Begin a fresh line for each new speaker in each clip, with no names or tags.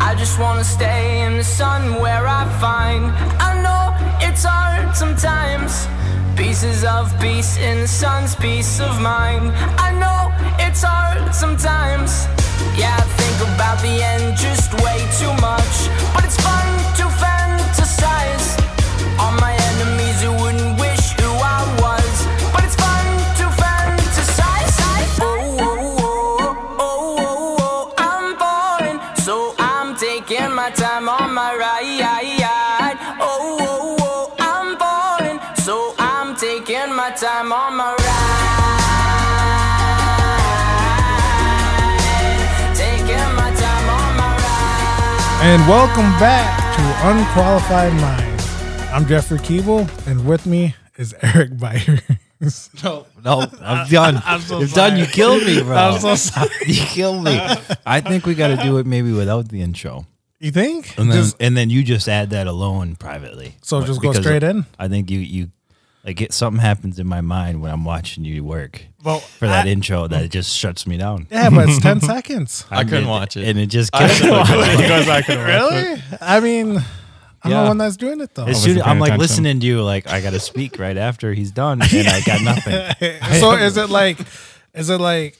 I just wanna stay in the sun where I find. I know it's hard sometimes. Pieces of peace in the sun's peace of mind. I know it's hard sometimes. Yeah, I think about the end just way too much. But it's fun to fantasize. All my enemies who wouldn't wish who I was. But it's fun to fantasize. Oh, oh, oh, oh, oh, oh, I'm boring. So I'm taking my time on my ride. Oh, oh, oh, I'm boring. So I'm taking my time on my ride. Taking my time on my ride.
And welcome back to Unqualified Minds. I'm Jeffrey Keeble, and with me is Eric Byers.
No,
No, I'm done.
I'm so
You're
sorry.
done. You killed me, bro.
I'm so sorry.
you killed me. I think we got to do it maybe without the intro,
You think?
and then
Just-
and then you just add that alone privately.
So
But-
just go
because
straight in?
I think you you like it, something happens in my mind when I'm watching you work
Well,
for that
I-
intro that it just shuts me down.
yeah, but it's 10 seconds.
I couldn't
And
watch it.
and it just
I
kept
couldn't watch it. He goes, I couldn't watch it.
Really? I mean, I'm the
Yeah.
one that's doing it, though.
As soon,
wasn't
I'm
paying
like
attention.
listening to you, like I gotta speak right after he's done, and I got nothing.
so is it like, is it like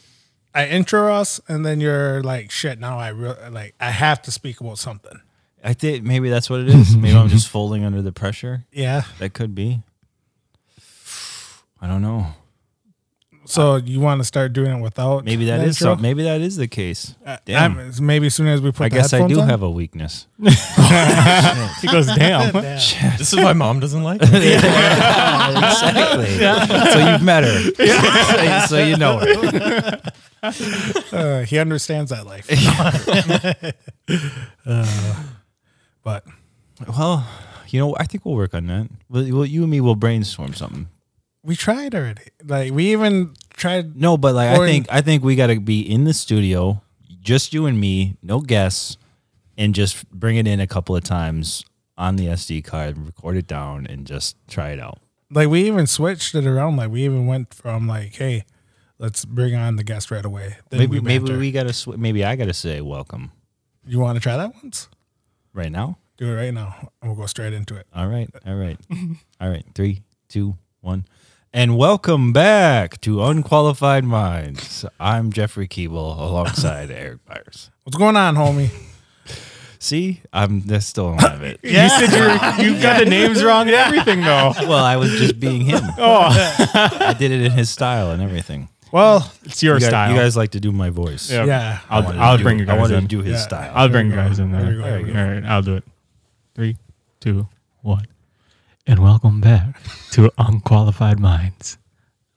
I intro us, and then you're like, shit, now I re- like I have to speak about something.
I think maybe that's what it is. Maybe I'm just folding under the pressure.
Yeah.
That could be. I don't know.
So you want to start doing it without?
Maybe that is so. Maybe that is the case. Damn. i
Damn. Maybe as soon as we put, the
guess I
headphones
do
on?
have a weakness.
He goes, damn.
Damn.
this is why mom doesn't like it.
exactly. So you've met her. so, so you know her.
Uh, he understands that life. Uh, but
Well, you know, I think we'll work on that. Well, you- well, you and me will brainstorm something.
we tried already. Like we even tried.
No, but like
Or-
I think I think we got to be in the studio, just you and me, no guests, and just bring it in a couple of times on the SD card, record it down, and just try it out.
Like we even switched it around. Like we even went from like, hey, let's bring on the guest right away. Then
Maybe maybe
banter.
we gotta sw- maybe I gotta say welcome
You want to try that once?
right now.
Do it right now, and we'll go straight into it.
All right, all right, all right. Three, two, one, and welcome back to Unqualified Minds. I'm Jeffrey Keeble alongside Eric Byers.
What's going on, homie?
See, I'm I still don't have it.
You said you you got the names wrong and everything though.
Well, I was just being him.
Oh,
I did it in his style and everything.
Well,
it's your
you guys,
style.
you guys like to do my voice.
Yeah.
yeah.
I
I'll,
wanted
I'll
to
bring
do,
you guys
I wanted
in.
to do his
Yeah.
style.
I'll bring
we
you guys
go.
in
There
there.
we go. There we go.
All right, I'll do it. Three, two, one. And welcome back to Unqualified Minds.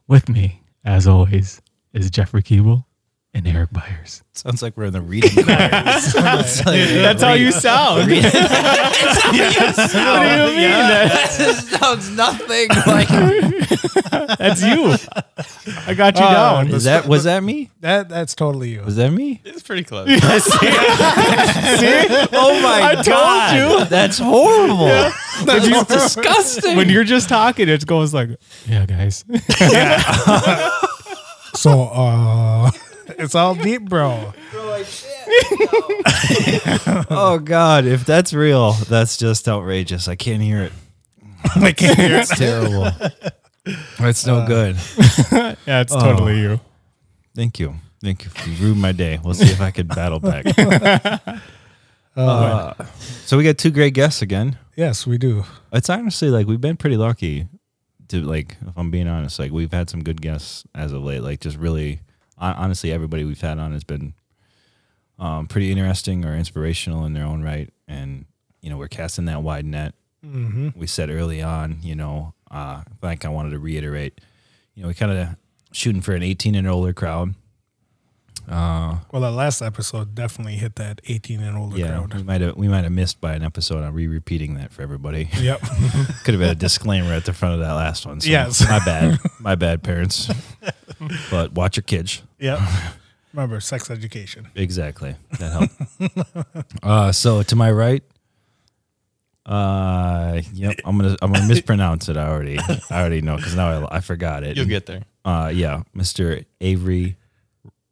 With me, as always, is Jeffrey Keeble and Eric Byers.
Sounds like we're in the reading. choir. Sounds like-
That's how you sound.
Read- That's how you sound. That sounds nothing like.
That's you. I got you
Uh,
down.
Is that was that me?
That that's totally you.
Was that me?
It's pretty close.
Oh my
I
god!
told you.
that's horrible. That's disgusting.
When you're just talking, it goes like, "Yeah, guys."
So uh, it's all deep, bro.
oh god, if that's real, that's just outrageous. I can't hear it.
I can't hear it.
It's terrible. That's no good.
Yeah,
Uh,
it's totally you.
Thank you. Thank you. You ruined my day. We'll see if I can battle back. Uh, so we got two great guests again.
Yes, we do.
It's honestly like we've been pretty lucky to like if I'm being honest, like we've had some good guests as of late. Like just really hon- honestly everybody we've had on has been um, pretty interesting or inspirational in their own right and you know, we're casting that wide net
Mm-hmm.
we said early on, you know, uh, like I wanted to reiterate, you know, we kind of shooting for an 18 and older crowd. Uh,
Well, that last episode definitely hit that 18 and older
yeah, we
crowd.
might have we might have missed by an episode. I'm re-repeating that for everybody.
Yep.
Could have been a disclaimer at the front of that last one. So
Yes.
my bad, my bad, parents. but watch your kids.
Yep. Remember, sex education.
Exactly. That helped. uh, so to my right, uh, yep. I'm gonna I'm gonna mispronounce it. I already I already know because now I, I forgot it.
You'll get there.
uh yeah mr avery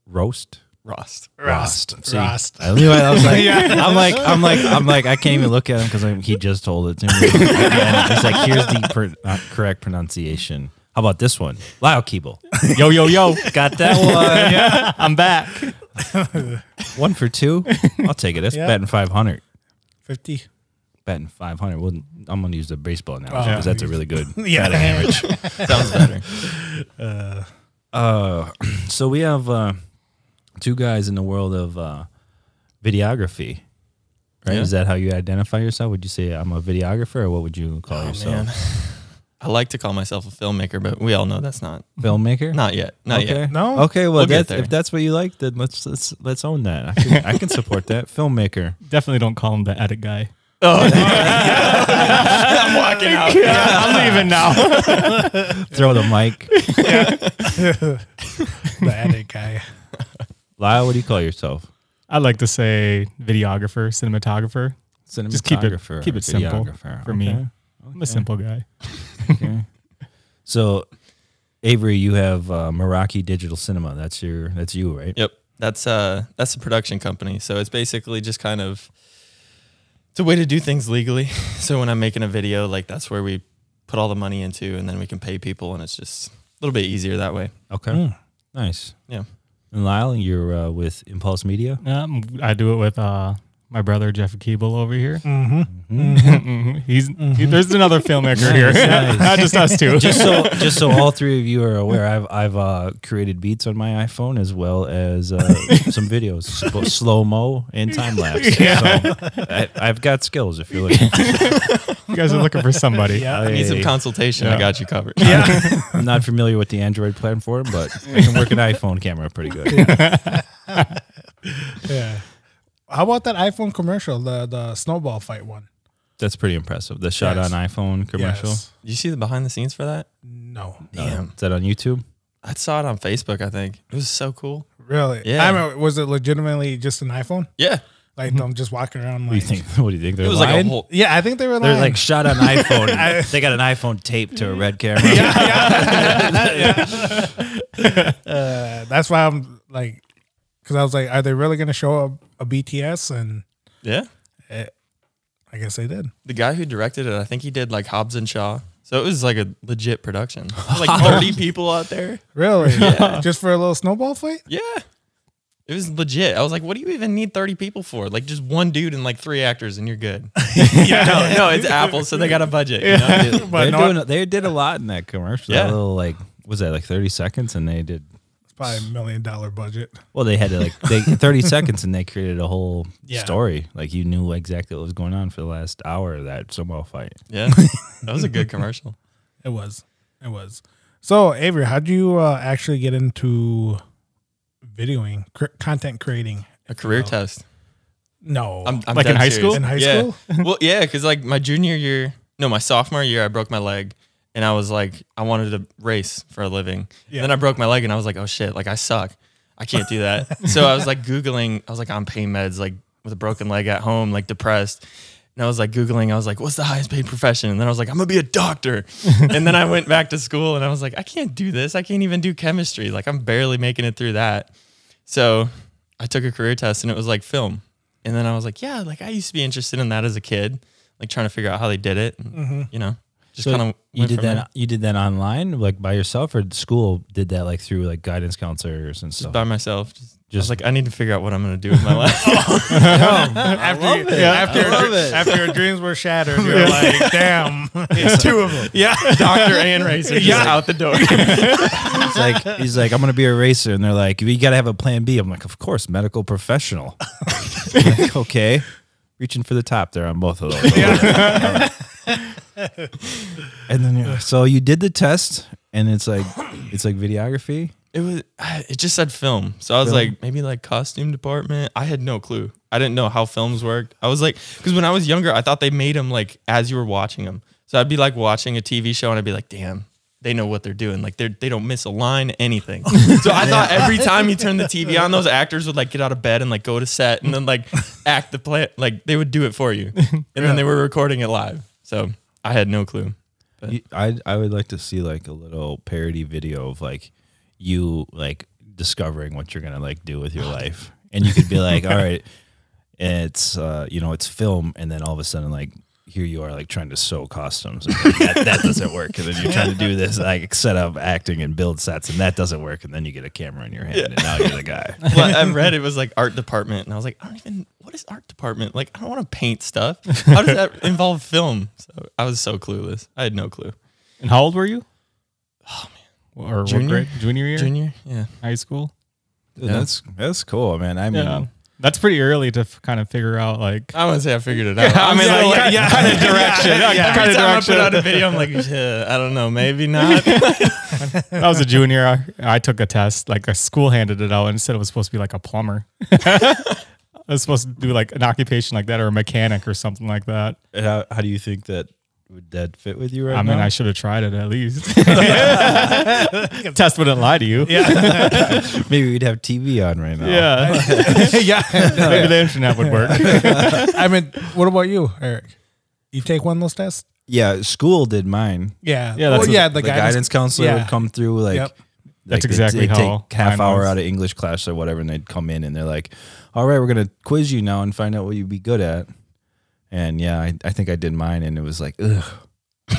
roast
Rost.
Rost.
See,
Rost.
I, knew it. I was like, I'm like, I'm like, I'm like, I can't even look at him because he just told it to me. Again, it's like, here's the per, not correct pronunciation. How about this one, Lyle Keeble? Yo, yo, yo, got that one. I'm back. one for two. I'll take it. That's
Yeah.
batting 500.
50.
Batting 500. Well, I'm gonna use the baseball now
Oh.
because that's a really good
Yeah.
batting average. Sounds better. Uh, so we have uh, two guys in the world of uh, videography, right?
Yeah.
Is that how you identify yourself? Would you say I'm a videographer, or what would you call yourself?
I like to call myself a filmmaker, but we all know that's not
Filmmaker?
not yet. Not
okay.
yet.
No?
Okay. Well,
We'll get
that's,
there.
if that's what you like, then let's let's let's own that. I can, I can support that. Filmmaker.
Definitely don't call him the edit guy.
Oh. I'm walking out.
I'm leaving now.
Throw the mic.
The attic guy.
Lyle, what do you call yourself?
I like to say videographer, cinematographer.
Cinematographer.
Just keep it
or
keep it simple
videographer.
for me.
Okay.
I'm a simple guy.
Okay. so, Avery, you have uh, Meraki Digital Cinema. That's your. That's you, right?
Yep. That's uh that's a production company. So it's basically just kind of it's a way to do things legally. So when I'm making a video, like that's where we put all the money into and then we can pay people and it's just a little bit easier that way.
Okay. Mm, Nice.
Yeah.
And Lyle, you're uh, with Impulse Media.
Um, I do it with uh, my brother Jeff Keeble over here. Mm-hmm. he's he- there's another filmmaker here,
Nice, nice.
not just us two.
Just so, just so all three of you are aware, I've I've uh, created beats on my iPhone as well as uh, some videos, both slow mo and time lapse. So I, I've got skills if you're looking.
you guys are looking for somebody.
Yeah.
I need some
Hey.
consultation.
Yeah.
I got you covered.
I'm not familiar with the Android platform, but I can work an iPhone camera pretty good.
Yeah. How about that iPhone commercial, the the snowball fight one?
That's pretty impressive. The shot
Yes.
on iPhone commercial. Uh,
Yes.
Did you see the behind the scenes for that?
No.
Damn.
Is that on YouTube?
I saw it on Facebook, I think. It was so cool.
Really?
Yeah.
I remember, was it legitimately just an iPhone?
Yeah.
Like them just walking around
Mm-hmm. What do
like
you think? What do you think? They're
It was like
lying?
a whole
Yeah, I think they were
They're
lying.
like shot on iPhone. they got an iPhone taped to a red camera.
Uh, that's why I'm like, because I was like, are they really going to show a, a BTS? And
Yeah.
I guess they did.
The guy who directed it, I think he did like Hobbs and Shaw. So it was like a legit production. Like 30 people out there.
Really? Just for a little snowball fight?
Yeah. It was legit. I was like, what do you even need 30 people for? Like just one dude and like three actors and you're good. yeah. No, no, it's Apple, so they got a budget. You know?
They- they're
no-
doing- they did a lot in that commercial.
Yeah.
That little like was that like thirty seconds, and they did.
It's probably a million dollar budget.
Well, they had to like they thirty seconds, and they created a whole
Yeah.
story. Like you knew exactly what was going on for the last hour of that snowball fight.
Yeah. That was a good commercial.
It was. It was. So, Avery, how do you uh, actually get into videoing, cr- content creating?
A career test.
No.
I'm, I'm
Like in
dead
high
serious.
school?
Oh. In high
yeah.
school?
well, yeah, because like my junior year, no, my sophomore year, I broke my leg, and I was like, I wanted to race for a living.
Yeah.
Then I broke my leg, and I was like, oh shit, like I suck, I can't do that. so I was like googling, I was like on pain meds, like with a broken leg at home, like depressed. And I was like googling, I was like, what's the highest paid profession? And then I was like, I'm gonna be a doctor. and then I went back to school, and I was like, I can't do this. I can't even do chemistry. Like I'm barely making it through that. So I took a career test and it was like film. And then I was like, yeah, like I used to be interested in that as a kid, like trying to figure out how they did it. and, You know, just kind of
you did that. You did that online, like by yourself, or school did that like through like guidance counselors and stuff.
by myself. Just,
Just- Oh,
just like I need to figure out what I'm gonna do with my life.
after, love it. After, your, dr- after your dreams were shattered, you're like, damn. It's two of them.
yeah, doctor and racer, just out the door.
It's like he's like, I'm gonna be a racer, and they're like, you gotta have a plan B. I'm like, of course, medical professional. Like, okay, reaching for the top there on both of those. and then you're like, so you did the test, and it's like it's like videography.
it was it just said film so i was
Film.
like maybe like costume department i had no clue i didn't know how films worked i was like because when i was younger i thought they made them like as you were watching them so i'd be like watching a tv show and i'd be like damn they know what they're doing like they're they don't miss a line anything so i thought every time you turn the tv on those actors would like get out of bed and like go to set and then like act the play like they would do it for you and then they were recording it live so i had no clue
You- I I would like to see like a little parody video of like you like discovering what you're gonna like do with your life, and you could be like, all right, it's uh, you know, it's film, and then all of a sudden, like. Here you are, like trying to sew costumes. And like, that, that doesn't work. And then you're trying to do this, like set up acting and build sets, and that doesn't work. And then you get a camera in your hand, and now you're the guy.
well, I read it was like art department, and I was like, I don't even what is art department? Like, I don't want to paint stuff. How does that involve film? So I was so clueless. I had no clue.
And how old were you? Oh man, or
Junior?
what grade? Junior year,
Junior, yeah,
high school.
Dude, That's that's cool, man. I mean,
Yeah, that's pretty early to f- kind of figure out like.
I wouldn't say I figured it out.
I mean,
So,
like,
yeah,
kind of direction.
yeah.
Kind
Every
of
time I put out
direction.
a video, I'm like, "Yeah, I don't know, maybe not.
I was a junior. I, I took a test. Like a school handed it out and said it was supposed to be like a plumber. I was supposed to do like an occupation like that or a mechanic or something like that.
And how, how do you think that would that fit with you right
I mean,
now?
I should have tried it at least. Test wouldn't lie to you. Yeah.
Maybe we'd have TV on right now.
Yeah.
yeah.
Maybe the internet would work.
I mean, what about you, Eric? You take one of those tests?
yeah. School did mine.
Yeah.
Yeah,
Well,
that's what
yeah.
The, guidance, counselor
yeah.
would come through like.
Yep.
like,
That's
they'd-
exactly
they'd
how
take half
mine
hour
was.
out of English class or whatever, and they'd come in and they're like, "All right, we're gonna quiz you now and find out what you'd be good at." And yeah, I, I think I did mine, and it was like, ugh.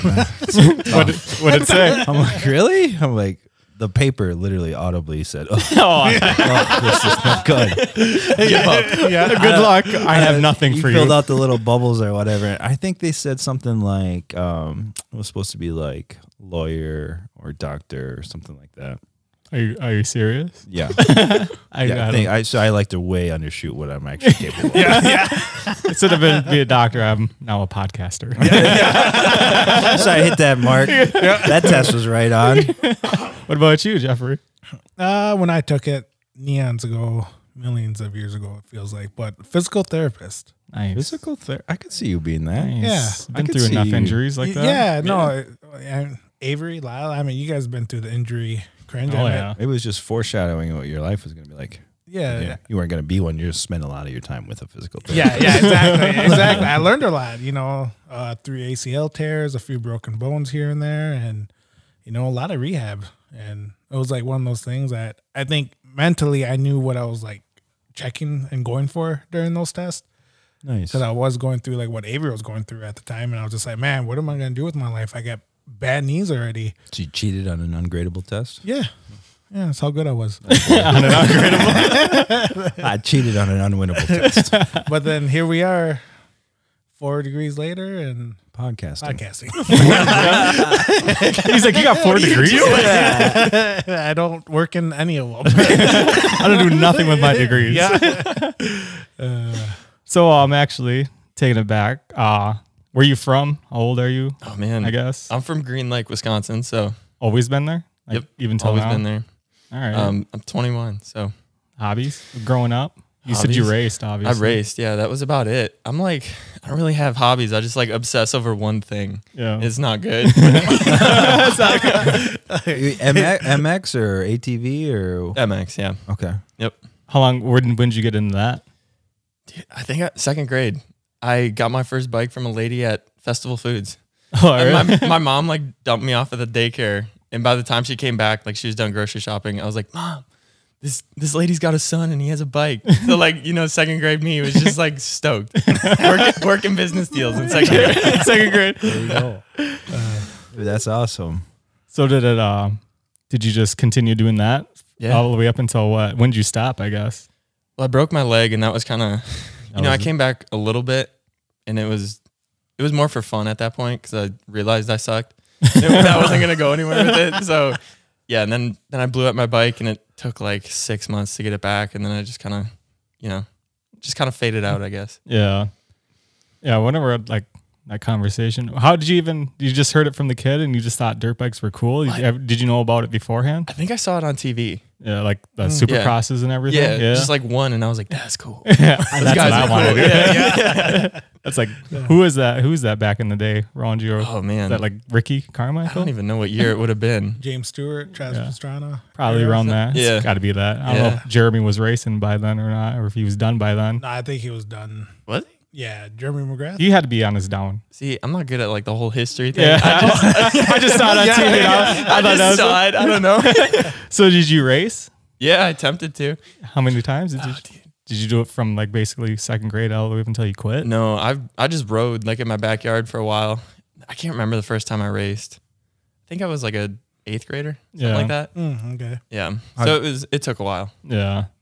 what did what did it say?
I'm like, really? I'm like, the paper literally audibly said, "Oh,
Oh,
oh, this is not good." Give up.
good luck. I
Uh,
have nothing
you
for
filled
you.
out the little bubbles or whatever. I think they said something like um, it was supposed to be like lawyer or doctor or something like that.
Are you, are you serious?
Yeah,
I,
yeah. I
I
think I so I like to way undershoot what I'm actually capable. of.
don't- instead of being, be a doctor, I'm now a podcaster.
So I hit that mark. That test was right on.
What about you, Jeffrey?
Uh, when I took it neons ago, millions of years ago, it feels like, but physical therapist.
Nice.
Physical therapy. I could see you being that.
Nice.
Yeah.
I
Been
could
through
see
enough
you.
injuries like
Y-
that.
yeah. No, I- Avery, Lyle, I mean, you guys have been through the injury cringe.
Oh
I mean,
yeah.
It was just foreshadowing what your life was going to be like.
Uh,
Yeah.
Yeah,
Yeah.
you weren't going to be one. You're spend a lot of your time with a physical therapist.
Yeah, exactly, exactly. I learned a lot, you know, uh, three ACL tears, a few broken bones here and there, and you know, a lot of rehab. And it was like one of those things that I think mentally I knew what I was like checking and going for during those tests
nice.
because I was going through like what Avery was going through at the time, and I was just like, man, what am I gonna do with my life? I got bad knees already.
So you cheated on an ungradable test.
Yeah, yeah, that's how good I was.
I cheated on an unwinnable test.
but then here we are, four degrees later, and
Podcasting.
podcasting.
He's like, you got four degrees.
I don't work in any of them.
I don't do nothing with my degrees.
yeah.
So I'm um, actually taking it back. Uh, where you from? How old are you?
Oh man,
I guess.
I'm from Green Lake, Wisconsin, so
Always been there. Like,
yep,
Even till
always
now.
been there.
All right.
Um, I'm 21, so
Hobbies growing up. You said you
Hobbies?
raced,
I
obviously.
raced. Yeah, that was about it. I'm like, I don't really have hobbies. I just like obsess over one thing.
Yeah.
It's not good. MX.
MX, MX or ATV or
Yeah.
okay.
Yep.
How long? When, when did you get into that?
I think I, second grade, I got my first bike from a lady at Festival Foods.
Oh,
And
really?
my, my mom like dumped me off at the daycare, and by the time she came back, like she was done grocery shopping, I was like, "Mom, this this lady's got a son and he has a bike." So like you know, second grade me was just like stoked, working, working business deals in second grade.
second grade.
Dude, that's awesome.
So did it? Um, did you just continue doing that?
Yeah.
All the way up until what? When did you stop? I guess.
Well, I broke my leg, and that was kind of, you know, I
was-
came back a little bit, and it was, it was more for fun at that point because I realized I sucked. that wasn't gonna go anywhere with it. So, yeah, and then then I blew up my bike, and it took like six months to get it back, and then I just kind of, you know, just kind of faded out, I guess.
Yeah. Yeah. Whenever I'd, like that conversation, how did you even? You just heard it from the kid, and you just thought dirt bikes were cool. Did you, ev- did you know about it beforehand?
I think I saw it on TV.
Yeah, like the supercrosses and everything.
Mm. Yeah,
Yeah.
just like one, and I was like, that's cool.
yeah. That's
guys
what I
are
want to
cool.
do. That's like who is that? Who's that back in the day? Ron Giro.
Oh man,
Is that like Ricky
I
Carmichael?
don't even know what year it would have been.
James Stewart, Travis Pastrana.
Probably around that.
Yeah.
It's got to be that. I don't know
Yeah.
if Jeremy was racing by then or not, or if he was done by then.
No, I think he was done.
What?
Yeah, Jeremy McGrath.
He had to be on his down.
See, I'm not good at like the whole history thing.
Yeah.
I just,
I just saw that too. you know? I
I just
thought that was-
saw it. I don't know.
So did you race?
Yeah, I attempted to.
How many times did you? did you do it from like basically second grade all the way up until you quit?
No, I I just rode like in my backyard for a while. I can't remember the first time I raced. I think I was like a eighth grader, something
Yeah.
like that.
Mm, okay.
Yeah.
I-
So it was it took a while.
Yeah.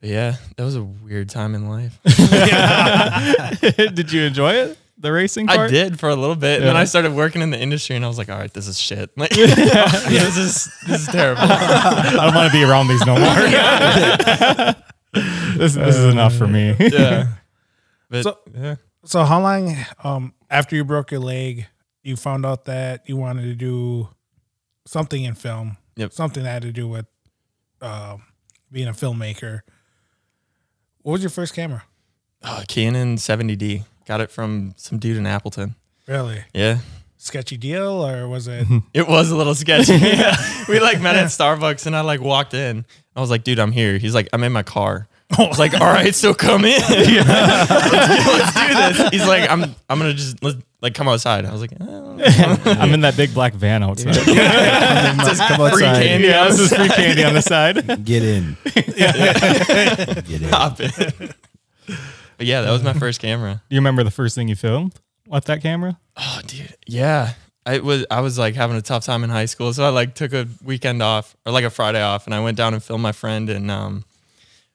But yeah, that was a weird time in life.
did you enjoy it? The racing part?
I did for a little bit, and then
Yeah.
I started working in the industry, and I was like, "All right, this is shit. Like, this is this is terrible."
I don't want to be around these no more. this, this is enough for me.
Yeah. But
So-
yeah.
So how long um after you broke your leg, you found out that you wanted to do something in film?
Yep.
Something that had to do with um being a filmmaker. What was your first camera?
Oh, Canon 70D. Got it from some dude in Appleton.
Really?
Yeah.
Sketchy deal or was it
Mm-hmm.
It was a little sketchy. we like met at Starbucks and I like walked in. I was like, dude, I'm here. He's like, I'm in my car. I was like, all right, so come in. let's, do, let's do this. He's like, I'm I'm gonna just let like come outside. I was like, oh,
I'm in that big black van outside. Yeah,
just
Come
free
outside.
candy. I
this
was
is free candy on the side.
Get in. Get in.
popping. But yeah, that was my first camera.
You remember the first thing you filmed with that camera?
Oh, dude. Yeah. I was I was like having a tough time in high school, so I like took a weekend off or like a Friday off, and I went down and filmed my friend and um,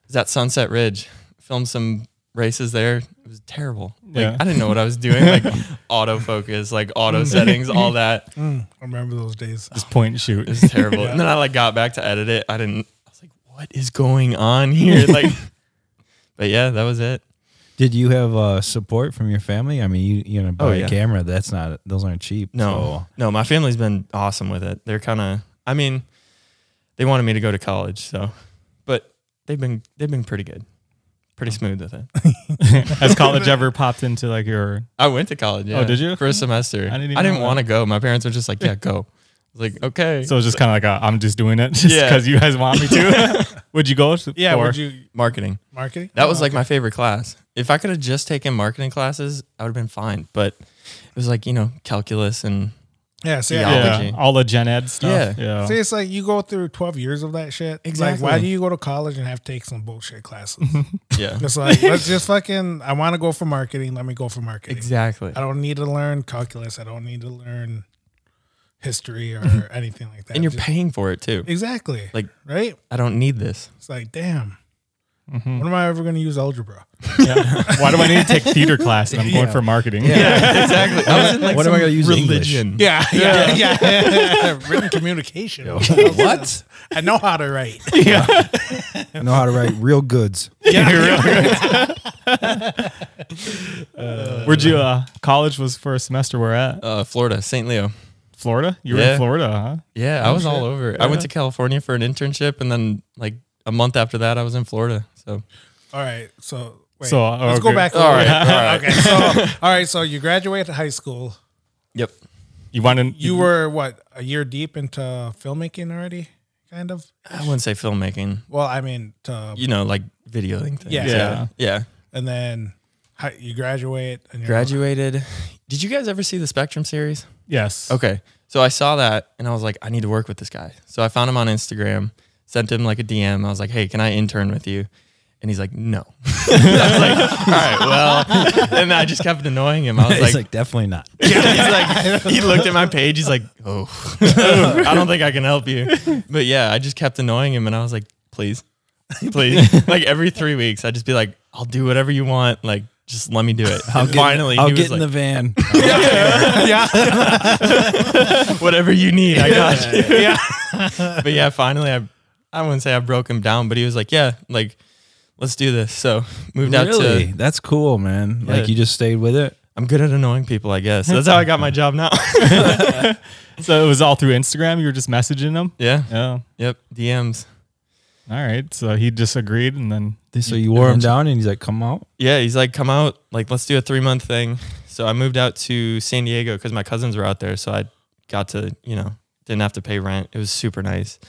it was at Sunset Ridge, filmed some races there. It was terrible. Like
Yeah.
I didn't know what I was doing, like autofocus, like auto settings, all that. It
Mm, I remember those days.
Just point and shoot.
was terrible. And then I like got back to edit it. I didn't. I was like, what is going on here? Like, but yeah, that was it.
Did you have uh, support from your family? I mean, you you know, buy
Oh,
a
yeah.
camera. That's not those aren't cheap.
No, no, my family's been awesome with it. They're kind of, I mean, they wanted me to go to college, so, but they've been they've been pretty good, pretty smooth with it.
Has college ever popped into like your?
I went to college. Yeah,
Oh, did you?
for a semester?
I
I
didn't
didn't,
even know that.
want to go. My parents were just like, "Yeah, go." I was like, "Okay."
So it's just kind of like a, I'm just doing it just
Yeah.
because you guys want me to. would you Oh, go? To,
Yeah,
for-
would you
marketing.
marketing?
That was like my favorite class. If I could have just taken marketing classes, I would have been fine. But it was like you know calculus and
Yeah, see,
Yeah.
I-
Yeah,
Biology.
all the gen ed stuff. Yeah,
see, it's like you go through twelve years of that shit. Like, why
Oh. Exactly.
do you go to college and have to take some bullshit classes?
yeah,
It's like let's just fucking. I want to go for marketing. Let me go for marketing.
exactly.
I don't need to learn calculus. I don't need to learn history or anything like that.
And you're
Just-
paying for it too.
exactly
Like-
right.
I don't need this.
It's like damn.
Mm-hmm.
When am I ever going to use algebra?
yeah. Why do I need to take theater class and I'm going for marketing?
Yeah, exactly. I was in like
What am I
some
gonna use English?
religion.
Yeah, yeah, yeah. Written communication.
what?
I know how to write.
I know how to write real goods.
Where'd you? Uh, college was for a semester. We're at
uh, Florida, St. Leo.
Florida. You were
Yeah.
in Florida, huh?
Yeah, I was all over. Oh, I went to California for an internship, and then like a month after that, I was in Florida. So
All right, so wait,
So, uh,
let's
okay.
go back. a
all
little
right, all right.
bit. Okay, so all right, so you graduated high school.
Yep.
You wanted
You were what a year deep into filmmaking already, kind of.
I wouldn't say filmmaking.
Well, I mean, to,
You know, like videoing things.
Yeah.
Yeah.
Yeah.
and then hi- you graduate and you're
Graduated. Did you guys ever see the Spectrum series?
Yes.
Okay. So I saw that, and I was like, I need to work with this guy. So I found him on Instagram, sent him like a DM. I was like, Hey, can I intern with you? And he's like, No. I was like, All right, well. And I just kept annoying him. I was
It's like,
like
definitely not.
he's like, he looked at my page. He's like, oh, I don't think I can help you. But yeah, I just kept annoying him, and I was like, please, please. Like every three weeks, I'd just be like, I'll do whatever you want. Like, just let me do it. And finally,
I'll
he
get
was
in the
like,
van.
whatever you need, I got you. Yeah. but yeah, finally, I, I wouldn't say I broke him down, but he was like, yeah, like, let's do this. So moved out
really?
to.
That's cool, man. Like
Yeah.
you just stayed with it.
I'm good at annoying people, I guess. That's how I got my job now.
So it was all through Instagram. You were just messaging them.
yeah.
Yeah.
Yep. DMs.
All right. So he just agreed, and then
So you wore him down, and he's like, "Come out."
Yeah, he's like, come out, like, let's do a three month thing. So I moved out to San Diego because my cousins were out there. So I got to, you know, didn't have to pay rent. It was super nice.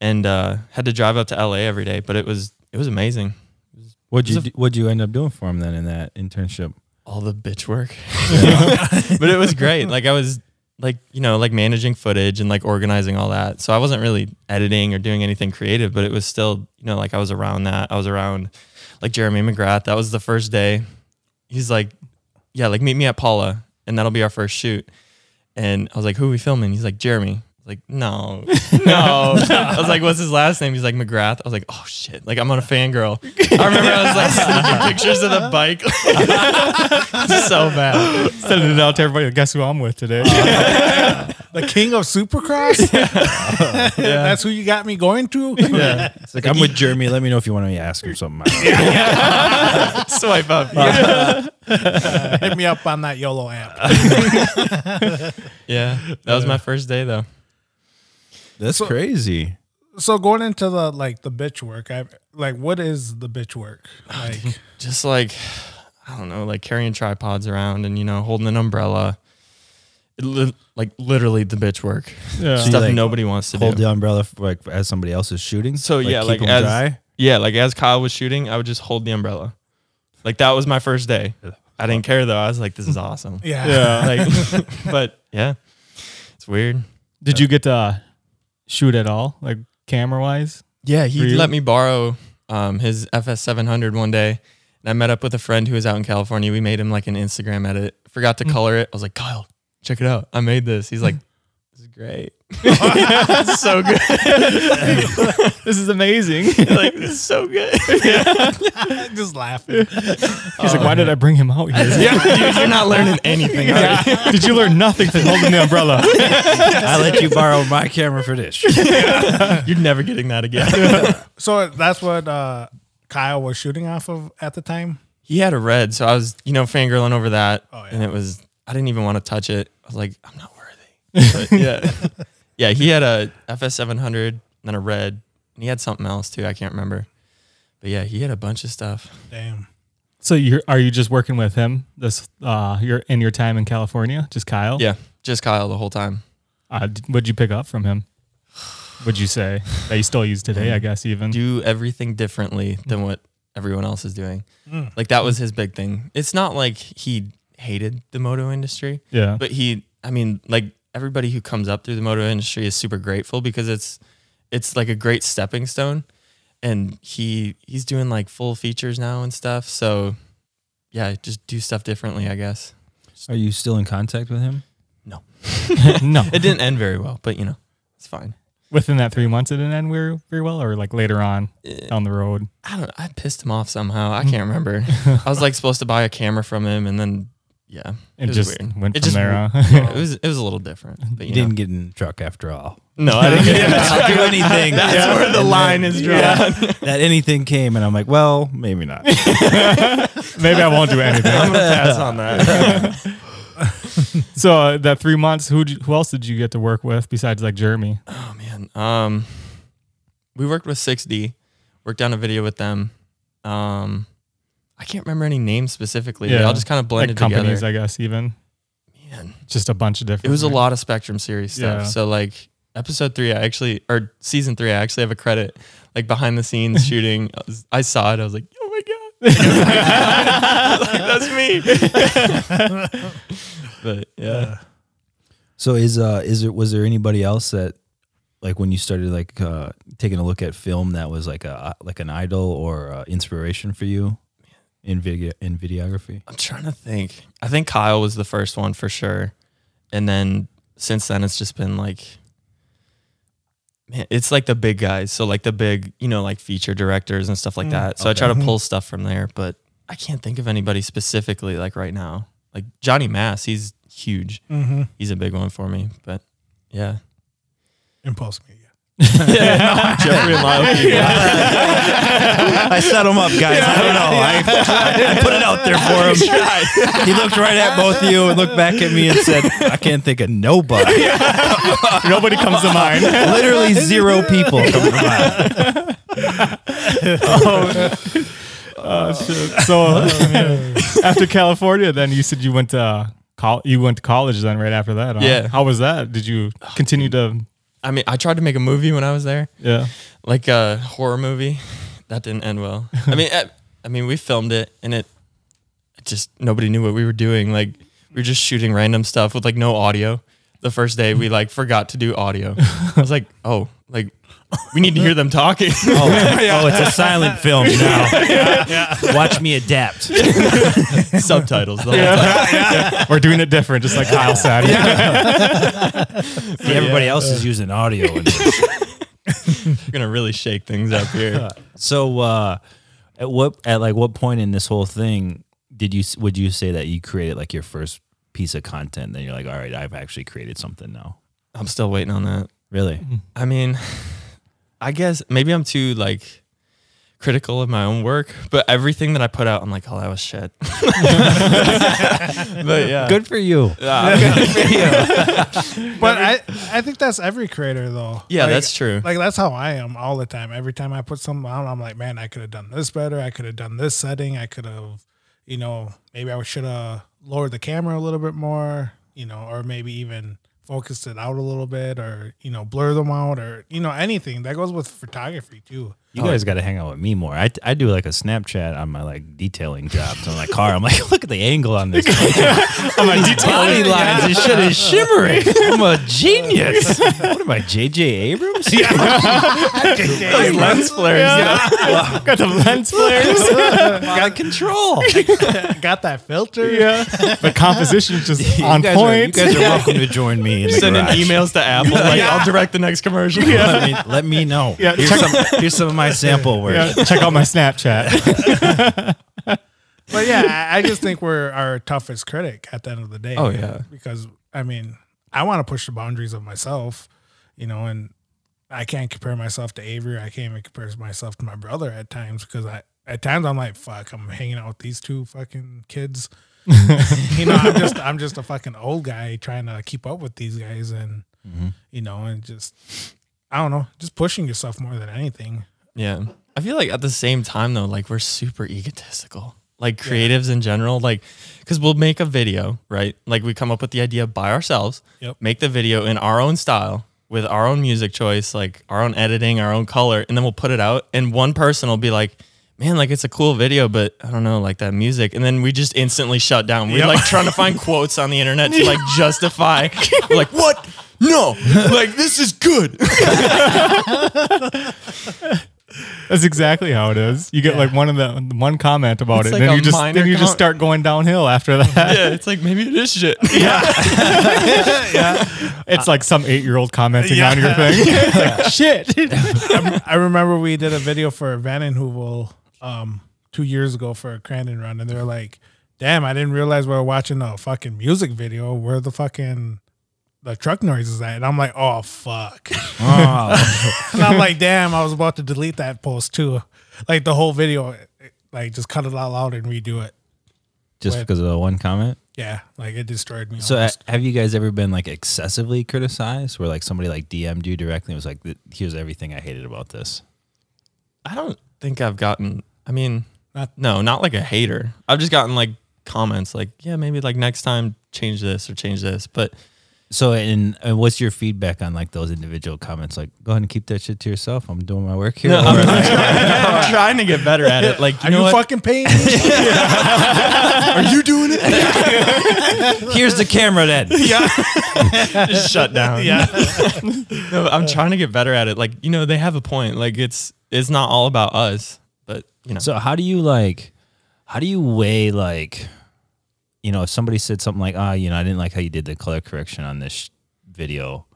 And uh, had to drive up to LA every day, but it was it was amazing.
What'd you
It's
do- What'd you end up doing for him then in that internship?
All the bitch work. but it was great. Like I was like you know like managing footage and like organizing all that so i wasn't really editing or doing anything creative but it was still you know like i was around that i was around like jeremy mcgrath that was the first day he's like yeah like meet me at paula and that'll be our first shoot and i was like who are we filming he's like jeremy I was like no no i was like what's his last name he's like mcgrath i was like oh shit like i'm on a fangirl i remember i was like sneaking pictures of the bike so bad
Sending it out to everybody. Guess who I'm with today?
The king of Supercross? That's who you got me going to?
Yeah. It's like, I'm with Jeremy. Let me know if you want to ask him something. yeah.
swipe up
Hit me up on that YOLO app.
Yeah, that was my first day though.
That's crazy.
so going into the like the bitch work i like what is the bitch work like
Just like I don't know, like carrying tripods around and you know holding an umbrella, it li- like literally the bitch work
Yeah.
stuff
like,
nobody wants to
Hold
do.
the umbrella for, like as somebody else is shooting.
So yeah,
keep
like
'em
as
dry.
yeah, like as Kyle was shooting, I would just hold the umbrella. Like that was my first day. I didn't care though. I was like, this is awesome.
yeah,
Yeah.
Like, but yeah, it's weird.
Did you get to uh, shoot at all, like camera wise?
Yeah, he
you?
let me borrow um, his FS 700 one day. And I met up with a friend who was out in California. We made him like an Instagram edit. Forgot to color it. I was like, Kyle, check it out. I made this. He's like, this is great. it's so good.
This is amazing. He's
like, this is so good.
just laughing
like, why did I bring him out here?
Dude, you're not learning anything. are you?
Did you learn nothing from holding the umbrella?
I let you borrow my camera for this.
You're never getting that again.
so that's what uh kyle was shooting off of at the time
he had a red. So I was, you know, fangirling over that.
yeah.
And it was, I didn't even want to touch it. I was like, I'm not worthy. But yeah. yeah. He had a FS 700, then a red, and he had something else too. I can't remember. But yeah, he had a bunch of stuff.
damn
So you're are you just working with him this uh your in your time in California? Just Kyle?
Yeah. Just Kyle the whole time.
Uh, d- what'd you pick up from him? Would you say that you still use today? I guess even.
Do everything differently than what everyone else is doing. Like that was his big thing. It's not like he hated the moto industry.
yeah.
but he i mean like everybody who comes up through the moto industry is super grateful because it's it's like a great stepping stone and he he's doing like full features now and stuff so yeah just do stuff differently i guess
Are you still in contact with him?
no.
it didn't end very well but you know it's fine
Within that three months, it didn't end very very well, or like later on
Eh,
down the road.
i don't i pissed him off somehow i can't remember i was like supposed to buy a camera from him and then yeah
It,
was
just
weird.
went
It
from
just-
there.
yeah,
Huh?
it was it was a little different but
You
you know.
didn't get in the truck after all.
no i didn't get it.
I'll do anything. That's where the line is drawn. That anything came, and I'm like, well, maybe not.
Maybe I won't do anything.
i'm gonna pass on that
so uh, that three months, who who else did you get to work with besides like Jeremy?
Oh man. Um we worked with 6D, worked on a video with them. Um I can't remember any names specifically. They
Yeah.
all just kind of blended
Like companies,
together.
I guess even
man,
just a bunch of different.
it was a lot of Spectrum series stuff.
Yeah.
So like episode 3 I actually or season 3 I actually have a credit like behind the scenes shooting. I, was- I saw it. I was like, "Oh my god." like, that's me. but yeah.
So is uh is there was there anybody else that like when you started like uh taking a look at film that was like a uh, like an idol or uh, inspiration for you in video in videography?
I'm trying to think. I think Kyle was the first one for sure. And then since then it's just been like man, it's like the big guys. So like the big, you know, like feature directors and stuff like that. So I try to pull stuff from there, but I can't think of anybody specifically like right now. Like Johnny Mass, he's huge. He's a big one for me. But yeah.
impulse media
Jeffrey and Lyle Keegan.
I set him up, guys. I don't know. I, I put it out there for him. He looked right at both of you and looked back at me and said, "I can't think of nobody.
Nobody comes to mind.
Literally zero people." come to mind.
Oh, So after California, then you said you went to col- you went to college then right after that. Huh?
Yeah.
How was that? Did you continue to?
I mean, I tried to make a movie when I was there.
Yeah.
like a horror movie. That didn't end well. I mean, I, I mean, we filmed it, and it, it just nobody knew what we were doing. Like we were just shooting random stuff with like no audio. the first day we like forgot to do audio. I was like, oh, like we need to hear them talking.
Oh, oh, it's a silent film now. Watch me adapt.
Subtitles. The whole time.
We're doing it different, just like Kyle said.
See, everybody else is using audio. in this.
You're gonna really shake things up here.
So, uh, at what at like what point in this whole thing did you would you say that you created like your first piece of content? Then you're like, all right, I've actually created something now.
I'm still waiting on that.
Really?
I mean, I guess maybe I'm too like critical of my own work, but everything that I put out, I'm like, oh, that was shit. but yeah,
Good for you.
Yeah,
But I, I think that's every creator though.
yeah,
Like-
that's true.
Like that's how I am all the time. Every time I put something out, I'm like, man, I could have done this better. I could have done this setting. I could have, you know, maybe I should have lowered the camera a little bit more, you know, or maybe even focused it out a little bit, or you know, blur them out, or you know, anything that goes with photography too.
You
Oh,
guys got to hang out with me more. I, I do like a Snapchat on my like detailing jobs on my car. I'm like, look at the angle on this. on my detailing lines, this shit is shimmering. I'm a genius. what am I, JJ Abrams?
Those lens flares.
Got the lens flares.
got control.
Got that filter.
yeah. The composition's just
you
on
guys
point.
Are, you guys are welcome to join me in the
Sending
garage.
emails to Apple, like I'll direct the next commercial.
Let me, let me know.
Yeah,
here's,
check-
some, here's some of my sample work.
Yeah, check out my Snapchat.
but yeah, I, I just think we're our toughest critic at the end of the day.
Oh, yeah.
because I mean, I want to push the boundaries of myself, you know, and I can't compare myself to Avery. I can't even compare myself to my brother at times because I at times I'm like, fuck, I'm hanging out with these two fucking kids. you know, I'm just I'm just a fucking old guy trying to keep up with these guys, and
Mm-hmm.
you know, and just I don't know, just pushing yourself more than anything.
Yeah. I feel like at the same time though, like we're super egotistical. Like creatives in general, like because we'll make a video, right? Like we come up with the idea by ourselves,
Yep.
make the video in our own style with our own music choice, like our own editing, our own color, and then we'll put it out. And one person will be like, Man, like it's a cool video, but I don't know, like that music. And then we just instantly shut down. We're like trying to find quotes on the internet to like justify, We're like, what? No, like this is good.
That's exactly how it is. You get like one of the one comment about
It's
it,
like
then
a
you just
minor
then you just
com-
start going downhill after that.
yeah, it's like maybe it is shit.
It's like some eight year old commenting on your thing. It's like, Shit.
I remember we did a video for Van and Hoovel um, two years ago for a Crandon run, and they're like, "Damn, I didn't realize we were watching a fucking music video where the fucking the truck noise is at." And I'm like, "Oh fuck!" and I'm like, "Damn, I was about to delete that post too, like the whole video, like just cut it all out and redo it."
Just because of the one comment.
Yeah, like it destroyed me.
So, uh,
almost.
have you guys ever been like excessively criticized, where like somebody like DM'd you directly and was like, "Th- "Here's everything I hated about this."
I don't think I've gotten. I mean,
Not-
no, not like a hater. I've just gotten like comments like, yeah, maybe like next time change this or change this. But
So, and, and what's your feedback on like those individual comments? Like, go ahead and keep that shit to yourself. I'm doing my work here. Or, like,
I'm trying to get better at it. Like, you
are you
know what?
fucking paying? me?
Here's the camera then.
Just shut down. Yeah. no, I'm trying to get better at it. Like, you know, they have a point. Like, it's it's not all about us. But you know,
So how do you like how do you weigh like you know if somebody said something like ah you know I didn't like how you did the color correction on this sh- video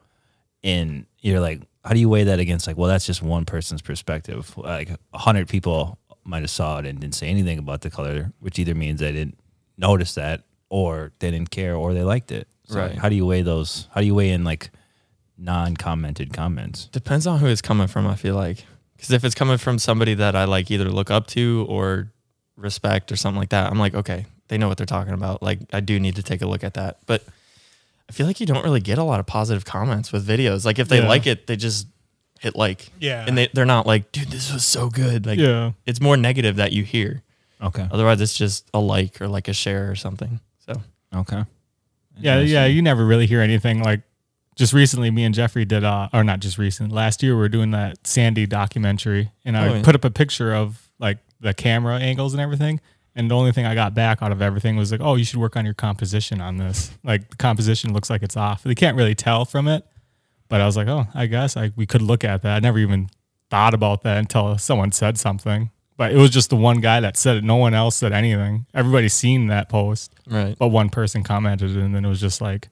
and you're like how do you weigh that against like well that's just one person's perspective like a 100 people might have saw it and didn't say anything about the color which either means they didn't notice that or they didn't care or they liked it so
Right.
how do you weigh those how do you weigh in like non-commented comments
depends on who it's coming from. I feel like because if it's coming from somebody that I like either look up to or respect or something like that, I'm like, okay, they know what they're talking about. Like, I do need to take a look at that. But I feel like you don't really get a lot of positive comments with videos. Like, if they
Yeah.
like it, they just hit like,
Yeah.
and they they're not like, dude, this was so good. Like,
Yeah.
it's more negative that you hear.
okay
Otherwise, it's just a like or like a share or something. So
okay
Yeah, yeah. You never really hear anything like just recently me and Jeffrey did uh or not just recent. Last year we were doing that Sandy documentary and I
Oh, yeah.
put up a picture of like the camera angles and everything. And the only thing I got back out of everything was like, oh, you should work on your composition on this. Like the composition looks like it's off. They can't really tell from it. But I was like, oh, I guess I, we could look at that. I never even thought about that until someone said something. But it was just the one guy that said it. No one else said anything. Everybody's seen that post,
Right.
but one person commented, and then it was just like,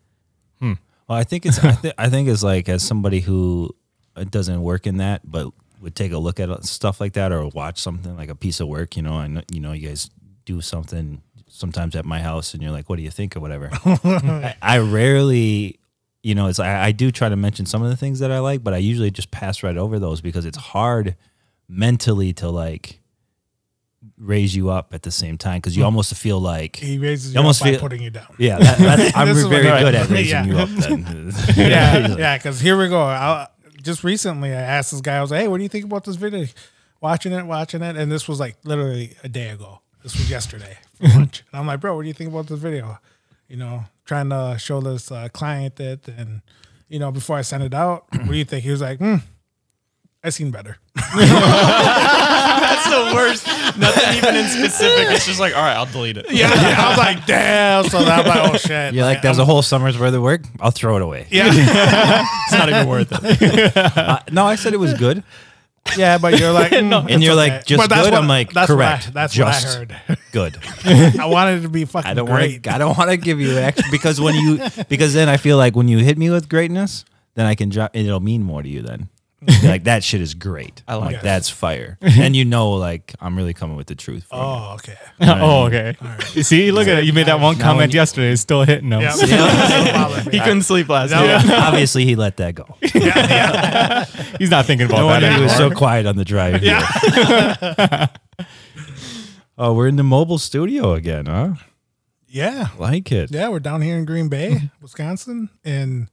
Well, I think it's I, th- I think it's like as somebody who uh, doesn't work in that, but would take a look at uh, stuff like that or watch something like a piece of work. You know, and you know, you guys do something sometimes at my house, and you're like, "What do you think?" or whatever. I, I rarely, you know, it's I, I do try to mention some of the things that I like, but I usually just pass right over those because it's hard mentally to like raise you up at the same time because you
Hmm.
almost feel like
He raises
You
you
almost
up by
feel-
putting you down.
yeah, that, that's, I'm
This is
very
what-
good at raising
Yeah.
you up. Then.
yeah, yeah. Because here we go. I, just recently, I asked this guy. I was like, "Hey, what do you think about this video? Watching it, watching it." And this was like literally a day ago. This was yesterday for lunch. And I'm like, "Bro, what do you think about this video?" You know, trying to show this uh, client that, and you know, before I sent it out, what do you think? He was like, "Hmm, I seen better."
That's the worst. Nothing even in specific. It's just like, all right, I'll delete it.
Yeah, I was like, "Damn!" So I'm like, "Oh shit!"
You're like, there's a whole summer's worth of work. I'll throw it away.
yeah,
It's not even worth it.
Uh, no, I said it was good.
yeah. But you're like, "Mm,
And you're
it's
like,
okay."
just
But that's
good?
what-
I'm like,
that's what I-
correct.
that's
just
what I heard.
Good.
I wanted it to be fucking
I don't
great.
want to. I don't want to give you extra because when you because then I feel like when you hit me with greatness, then I can drop. It'll mean more to you then. You're like that shit is great. I like
that.
that's fire. and you know, like I'm really coming with the truth. For you.
Oh, okay.
oh, okay. You See, look at it. You made that one
Now when
comment
you-
yesterday. It's still hitting them.
Yeah.
He couldn't sleep last night.
Oh.
Obviously, he let that go.
He's not thinking about
No
that
wonder he
anymore.
was so quiet on the drive. here. oh, we're in the mobile studio again, huh?
Yeah.
Like it
Yeah, we're down here in Green Bay, Wisconsin, in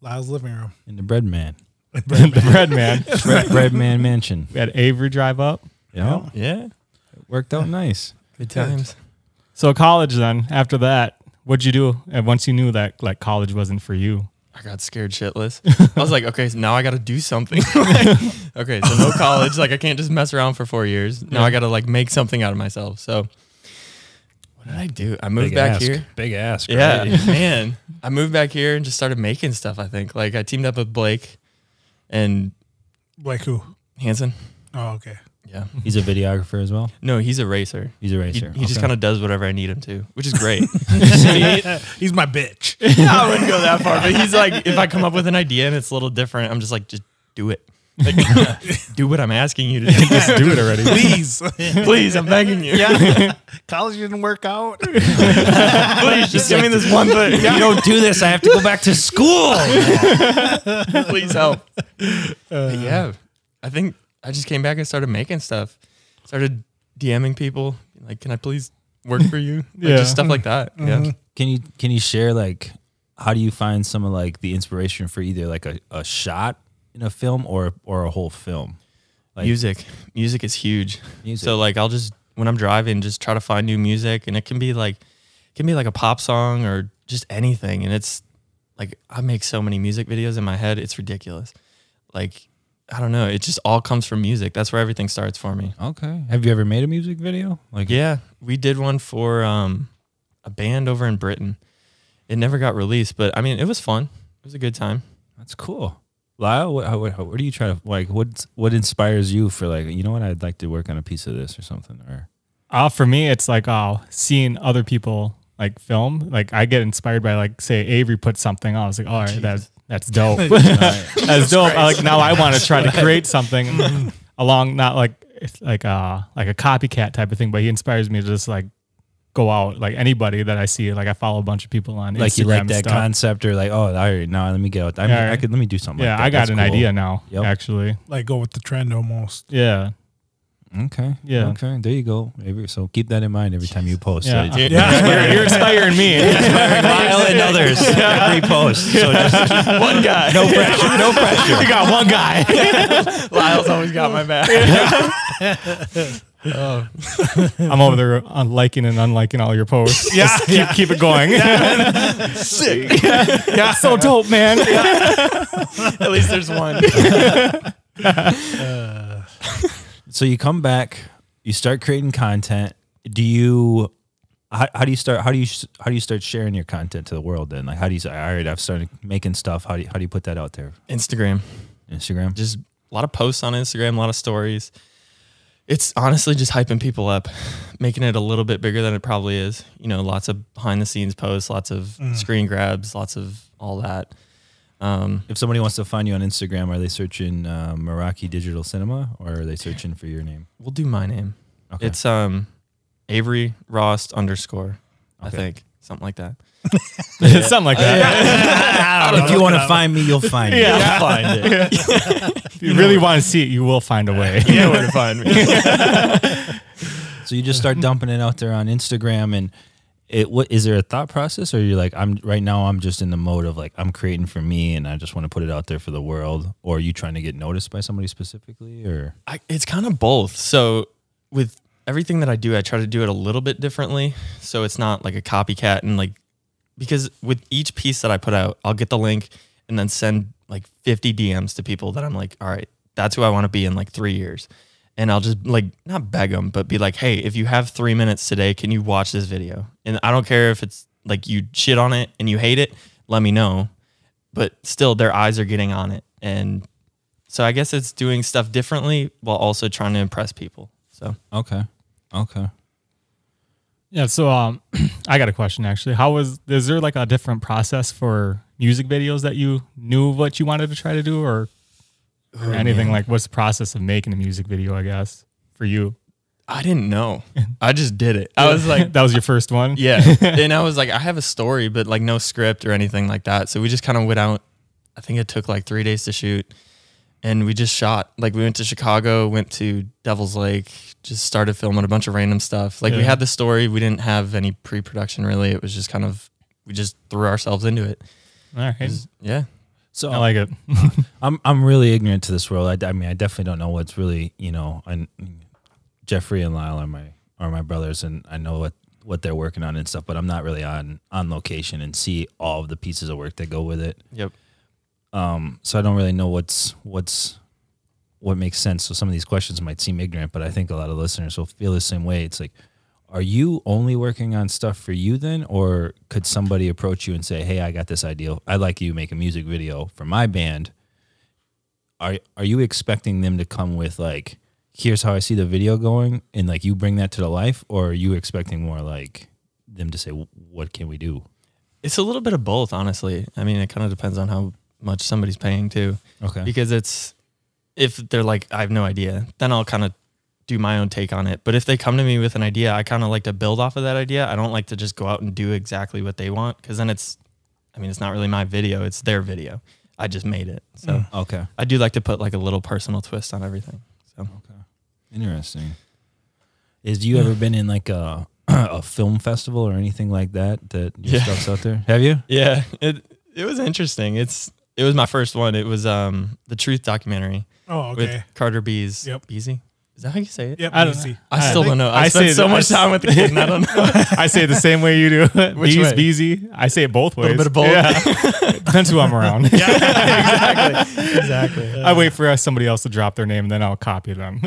Lyle's living room.
in the bread man,
the bread man.
bread, bread man mansion.
We had Avery drive up.
Yeah,
Yeah.
worked out nice.
Good times.
So college then, after that, what'd you do? And once you knew that like college wasn't for you.
I got scared shitless. I was like, okay, so now I got to do something. Like, okay, so no college. Like, I can't just mess around for four years. Now I got to like make something out of myself. So, what did I do? I moved back
ask.
here.
Big ass.
Yeah, man. I moved back here and just started making stuff. I think like I teamed up with Blake and
Like who?
Hanson.
Oh, okay.
Yeah.
He's a videographer as well.
No, he's a racer.
He's a
He,
racer.
he just
Okay.
kind of does whatever I need him to, which is great.
He's my bitch.
I wouldn't go that far, but he's like, if I come up with an idea and it's a little different, I'm just like, just do it. Like, do what I'm asking you to do. Just do it already.
Please.
Please, I'm begging you.
College didn't work out.
Please, just give me this one thing.
If you don't do this, I have to go back to school.
Please help.
Uh,
But yeah, I think I just came back and started making stuff. Started DMing people, like, can I please work for you? Like,
Yeah.
Just stuff like that.
Mm-hmm.
Yeah.
Can you can you share like how do you find some of like the inspiration for either like a, a shot in a film or or a whole film? Like-
music. Music is huge.
Music.
So like I'll just when I'm driving, just try to find new music and it can be like it can be like a pop song or just anything. And it's like I make so many music videos in my head, it's ridiculous. Like I don't know. It just all comes from music. That's where everything starts for me.
Okay. Have you ever made a music video? Like
Yeah. We did one for um a band over in Britain. It never got released, but I mean it was fun. It was a good time.
that's cool. Lyle, what, how, what, how- what do you try to like? What what inspires you for like? You know what? I'd like to work on a piece of this or something. Or
Uh, for me, it's like oh, seeing other people like film. Like I get inspired by like say Avery put something on. I was like, all right, that's that's dope. that's dope. I, like now I want to try to create
Mm-hmm.
something along not like it's like uh like a copycat type of thing, but he inspires me to just like go out like anybody that I see. Like I follow a bunch of people on
like
Instagram
you like that
stuff.
concept or like oh all right now let me go. I mean,
All right.
I could let me do something.
yeah,
like that.
I got
That's
an
cool.
idea now.
Yep.
Actually,
Like go with the trend almost.
yeah.
Okay.
Yeah.
Okay. There you go. Maybe- so keep that in mind every time you post.
Yeah.
So it-
You're, you're inspiring me.
Lyle and others every post. So just
One guy.
no pressure. No pressure.
you got one guy.
Lyle's always got my back.
Oh. I'm over there on liking and unliking all your posts. Yeah, keep, keep it going. Sick. yeah, so dope, man.
At least there's one.
So you come back, you start creating content, do you how, how do you start how do you s- how do you start sharing your content to the world then like how do you say all right i've started making stuff how do you, how do you put that out there
Instagram.
instagram
Just a lot of posts on Instagram, a lot of stories. It's honestly just hyping people up, making it a little bit bigger than it probably is. You know, lots of behind the scenes posts, lots of screen grabs, lots of all that. Um,
if somebody wants to find you on instagram are they searching uh, meraki digital cinema or are they searching for your name
we'll do my name.
Okay.
It's um Avery Rost underscore, I
Okay.
think. Something like that.
something like that.
if you want to find me you'll find me
Yeah.
You'll find it
If you really want to see it, you will find a way. You know where to find me.
So you just start dumping it out there on Instagram and it what is there a thought process or you're like I'm right now I'm just in the mode of like I'm creating for me and I just want to put it out there for the world or are you trying to get noticed by somebody specifically or
I, it's kind of both. So with everything that I do, I try to do it a little bit differently. So it's not like a copycat and like because with each piece that I put out, I'll get the link and then send like 50 DMs to people that I'm like, all right, that's who I want to be in like three years. And I'll just like not beg them, but be like, hey, if you have three minutes today, can you watch this video? And I don't care if it's like you shit on it and you hate it, let me know. But still, their eyes are getting on it. And so I guess it's doing stuff differently while also trying to impress people. So
okay okay
yeah. So, um, I got a question actually. How was is there like a different process for music videos that you knew what you wanted to try to do, or,
Oh,
or anything like what's the process of making a music video? I guess for you,
I didn't know. I just did it. I was like,
that was your first one.
yeah. And I was like, I have a story, but like no script or anything like that. So we just kind of went out. I think it took like three days to shoot. And we just shot. Like we went to Chicago, went to Devil's Lake, just started filming a bunch of random stuff. Like we
Yeah.
had the story. We didn't have any pre production really. It was just kind of, we just threw ourselves into it.
All right.
It was- yeah.
so
I like it.
I'm I'm really ignorant to this world. I, I mean, I definitely don't know what's really you know. And Jeffrey and Lyle are my are my brothers, and I know what what they're working on and stuff. But I'm not really on on location and see all of the pieces of work that go with it.
Yep.
Um. So I don't really know what's what's what makes sense. So some of these questions might seem ignorant, but I think a lot of listeners will feel the same way. It's like. Are you only working on stuff for you then, or could somebody approach you and say, "Hey, I got this idea. I'd like you to make a music video for my band are are you expecting them to come with like here's how I see the video going and like you bring that to the life or are you expecting more like them to say what can we do?
It's a little bit of both, honestly. I mean, it kind of depends on how much somebody's paying too.
Okay.
Because it's if they're like, I have no idea, then I'll kind of do my own take on it. But if they come to me with an idea, I kind of like to build off of that idea. I don't like to just go out and do exactly what they want because then it's, I mean, it's not really my video; it's their video. I just made it, so
Hmm.
Okay.
I do like to put like a little personal twist on everything. So
Interesting. Is you ever been in like a a film festival or anything like that that your
Yeah.
stuff's out there? Have you?
yeah, it it was interesting. It's it was my first one. It was um the Truth documentary
Oh, okay.
with Carter Bees.
Yep.
Beesy. Is that how you say it?
Yep.
I don't
easy.
I still
think-
don't know. I,
I
spent
say
so
that-
much time with the kid, and I don't know.
I say it the same way you do. Bees,
way?
beesy. I say it both ways.
bit of both.
Yeah. Depends who I'm around.
Exactly.
I wait for uh, somebody else to drop their name, and then I'll copy them.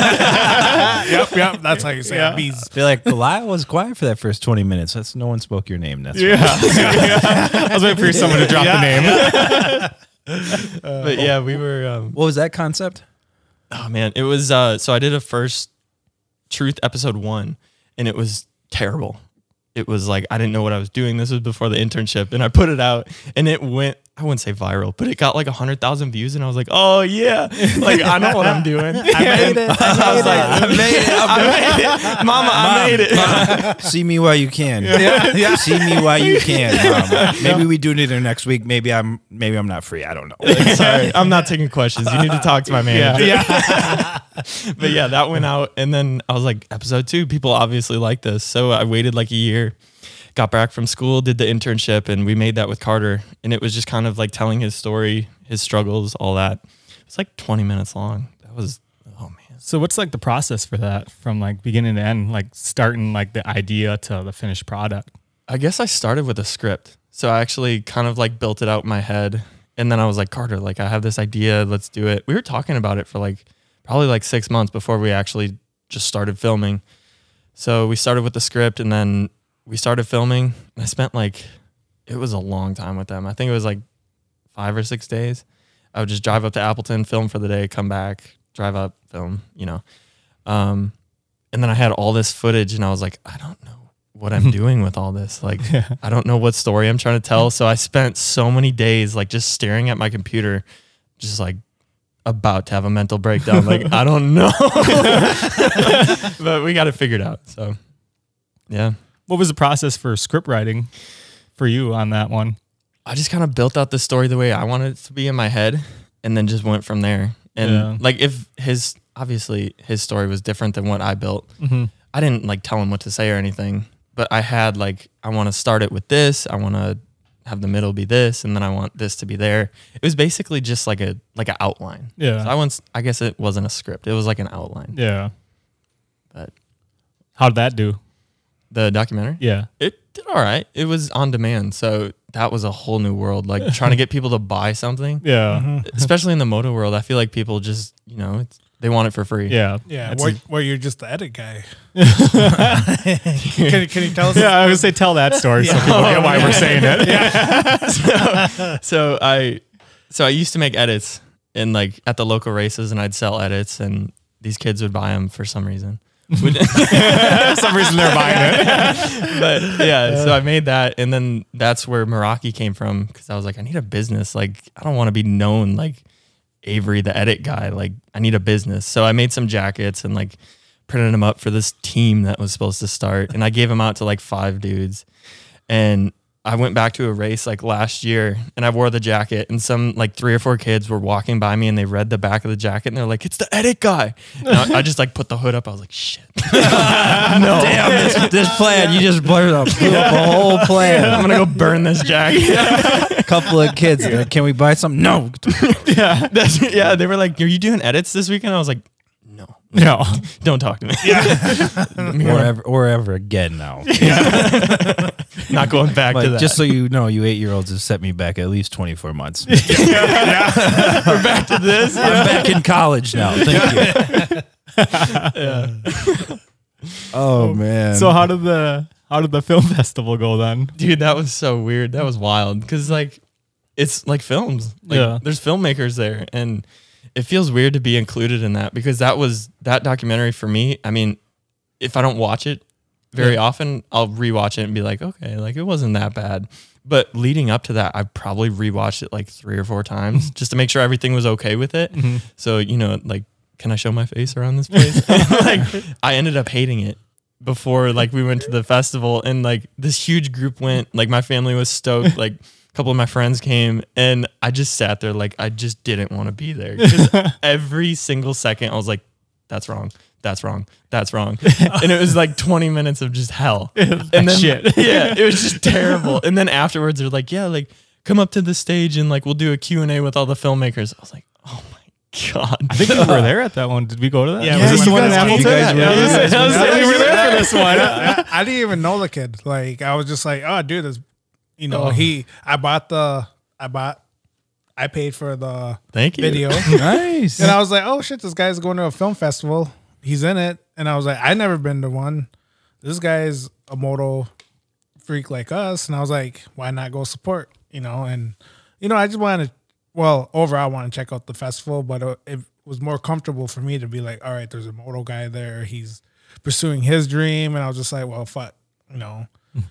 yep, yep. That's how you say
Yeah.
it. Bees.
I feel like Lyle was quiet for that first twenty minutes. That's no one spoke your name. That's
yeah. I was waiting for someone to drop the name.
but yeah, we were. Um,
what was that concept?
oh man, it was. Uh, so I did a first truth episode one, and it was terrible. It was like I didn't know what I was doing. This was before the internship, and I put it out, and it went. I wouldn't say viral, but it got like hundred thousand views, and I was like, "Oh yeah, like I know what I'm doing." I made it. I was like, "I made it. I made it, Mama. I made it."
See me while you can. Yeah. See me while you can. Mom. Maybe we do it either next week. Maybe I'm maybe I'm not free. I don't know.
Sorry, I'm not taking questions. You need to talk to my manager. but yeah, that went out, and then I was like, episode two, people obviously like this, so I waited like a year, got back from school, did the internship, and we made that with Carter, and it was just kind of like telling his story, his struggles, all that. It's like 20 minutes long. That was oh man.
So, what's like the process for that from like beginning to end, like starting like the idea to the finished product?
I guess I started with a script, so I actually kind of like built it out in my head, and then I was like, Carter, like I have this idea, let's do it. We were talking about it for like probably like six months before we actually just started filming. So we started with the script and then we started filming. And I spent like, it was a long time with them. I think it was like five or six days. I would just drive up to Appleton, film for the day, come back, drive up, film, you know. Um, and then I had all this footage and I was like, I don't know what I'm doing with all this. Like, I don't know what story I'm trying to tell. So I spent so many days like just staring at my computer, just like about to have a mental breakdown. Like, I don't know. but we got it figured out. So, yeah.
What was the process for script writing for you on that one?
I just kind of built out the story the way I wanted it to be in my head and then just went from there. And
Yeah.
like if his obviously his story was different than what I built.
Mm-hmm.
I didn't like tell him what to say or anything, but I had like I want to start it with this, I want to have the middle be this and then I want this to be there. It was basically just like a like an outline.
Yeah.
So I once I guess it wasn't a script. It was like an outline.
yeah.
But
How'd that do?
the documentary?
Yeah.
it did all right. It was on demand, so that was a whole new world. Like trying to get people to buy something,
Yeah.
especially in the moto world, I feel like people just you know it's, they want it for free.
Yeah.
Yeah,
That's
where,
a-
where you're just the edit guy. can, can you tell us?
yeah, I was gonna say tell that story so people get why we're saying it.
So I, so I used to make edits in like at the local races, and I'd sell edits, and these kids would buy them for some reason. Would-
For some reason they're buying it.
but yeah, so I made that, and then that's where Meraki came from because I was like, I need a business. Like, I don't want to be known like Avery, the edit guy. Like, I need a business. So I made some jackets and like printed them up for this team that was supposed to start, and I gave them out to like five dudes, and. I went back to a race like last year and I wore the jacket and some like three or four kids were walking by me and they read the back of the jacket and they're like, it's the edit guy. And I, I just like put the hood up. I was like, shit.
No, damn this, this plan you just blurred up, blew up a whole
I'm
plan.
going to go burn this jacket.
A couple of kids. like, Can we buy some? No,
Yeah, that's, yeah. They were like, "Are you doing edits this weekend?" I was like, "No,
No.
don't talk to me.
or ever, or ever again now.
Not going back to
Like,
that."
just so you know, you eight year olds have set me back at least twenty four months.
we're back to this.
I'm back in college now. Thank you. Oh man.
So how did the how did the film festival go then?
Dude, that was so weird. That was wild because like, it's like films. Like,
Yeah.
there's filmmakers there, and it feels weird to be included in that because that was that documentary for me. I mean, if I don't watch it very often, I'll rewatch it and be like, okay, like it wasn't that bad. But leading up to that, I probably rewatched it like three or four times just to make sure everything was okay with it. So, you know, like, can I show my face around this place? like, I ended up hating it before like we went to the festival and like this huge group went, like my family was stoked, like a couple of my friends came and I just sat there like I just didn't want to be there. 'Cause every single second I was like, that's wrong. That's wrong. That's wrong. And it was like 20 minutes of just hell. And then,
shit.
yeah, it was just terrible. And then afterwards they're like, yeah, like come up to the stage and like we'll do a Q&A with all the filmmakers. I was like, oh my God.
I think we were there at that one. Did we go to that?
Yeah,
was
we
this the one
went
in
to that.
Appleton?
You guys were
Yeah, I was gonna say- I
there.
was gonna say, we were there for this one.
I, I didn't even know the kid. Like I was just like, oh, dude, this, you know, he. I bought the. I bought. I paid for the
Thank you.
video,
nice.
and I was like, oh shit, this guy's going to a film festival. He's in it, and I was like, I never been to one. This guy's a moto freak like us, and I was like, why not go support? You know, and you know, I just wanted. Well, overall, I want to check out the festival, but it, it was more comfortable for me to be like, all right, there's a moto guy there. He's pursuing his dream, and I was just like, well, fuck, you know,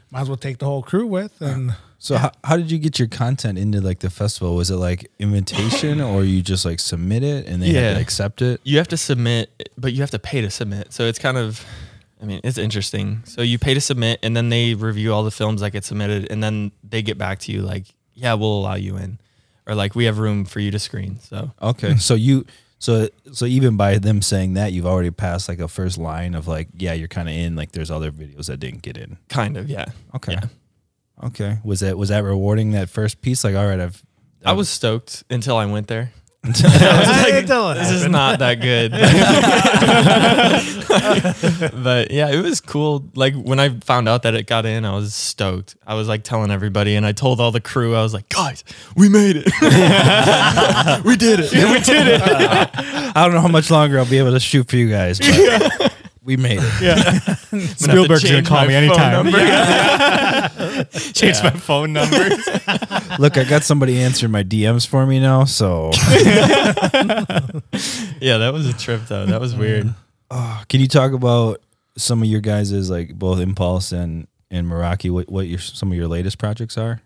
might as well take the whole crew with. And
So how, how did you get your content into like the festival? Was it like invitation or you just like submit it and they had
Yeah.
to accept it?
you have to submit, but you have to pay to submit. So it's kind of, I mean, it's interesting. So you pay to submit, and then they review all the films that get submitted, and then they get back to you like, yeah, we'll allow you in, or like we have room for you to screen. So
Okay. so you so so even by them saying that you've already passed like a first line of like yeah, you're kind of in like there's other videos that didn't get in.
kind of, yeah.
Okay.
Yeah.
Okay. Was that was that rewarding that first piece like all right, I've
I was stoked until I went there.
Until it
this is not that good. but yeah, it was cool. Like when I found out that it got in, I was stoked. I was like telling everybody, and I told all the crew, I was like, guys, we made it. we did it.
I don't know how much longer I'll be able to shoot for you guys, but we made it.
Spielberg's gonna
change
call
my
me
phone
anytime.
number.
Change my phone number.
Look, I got somebody answering my DMs for me now, so
Yeah, that was a trip though. That was weird.
Can you talk about some of your guys' like both Impulse and and Meraki? What what your some of your latest projects are?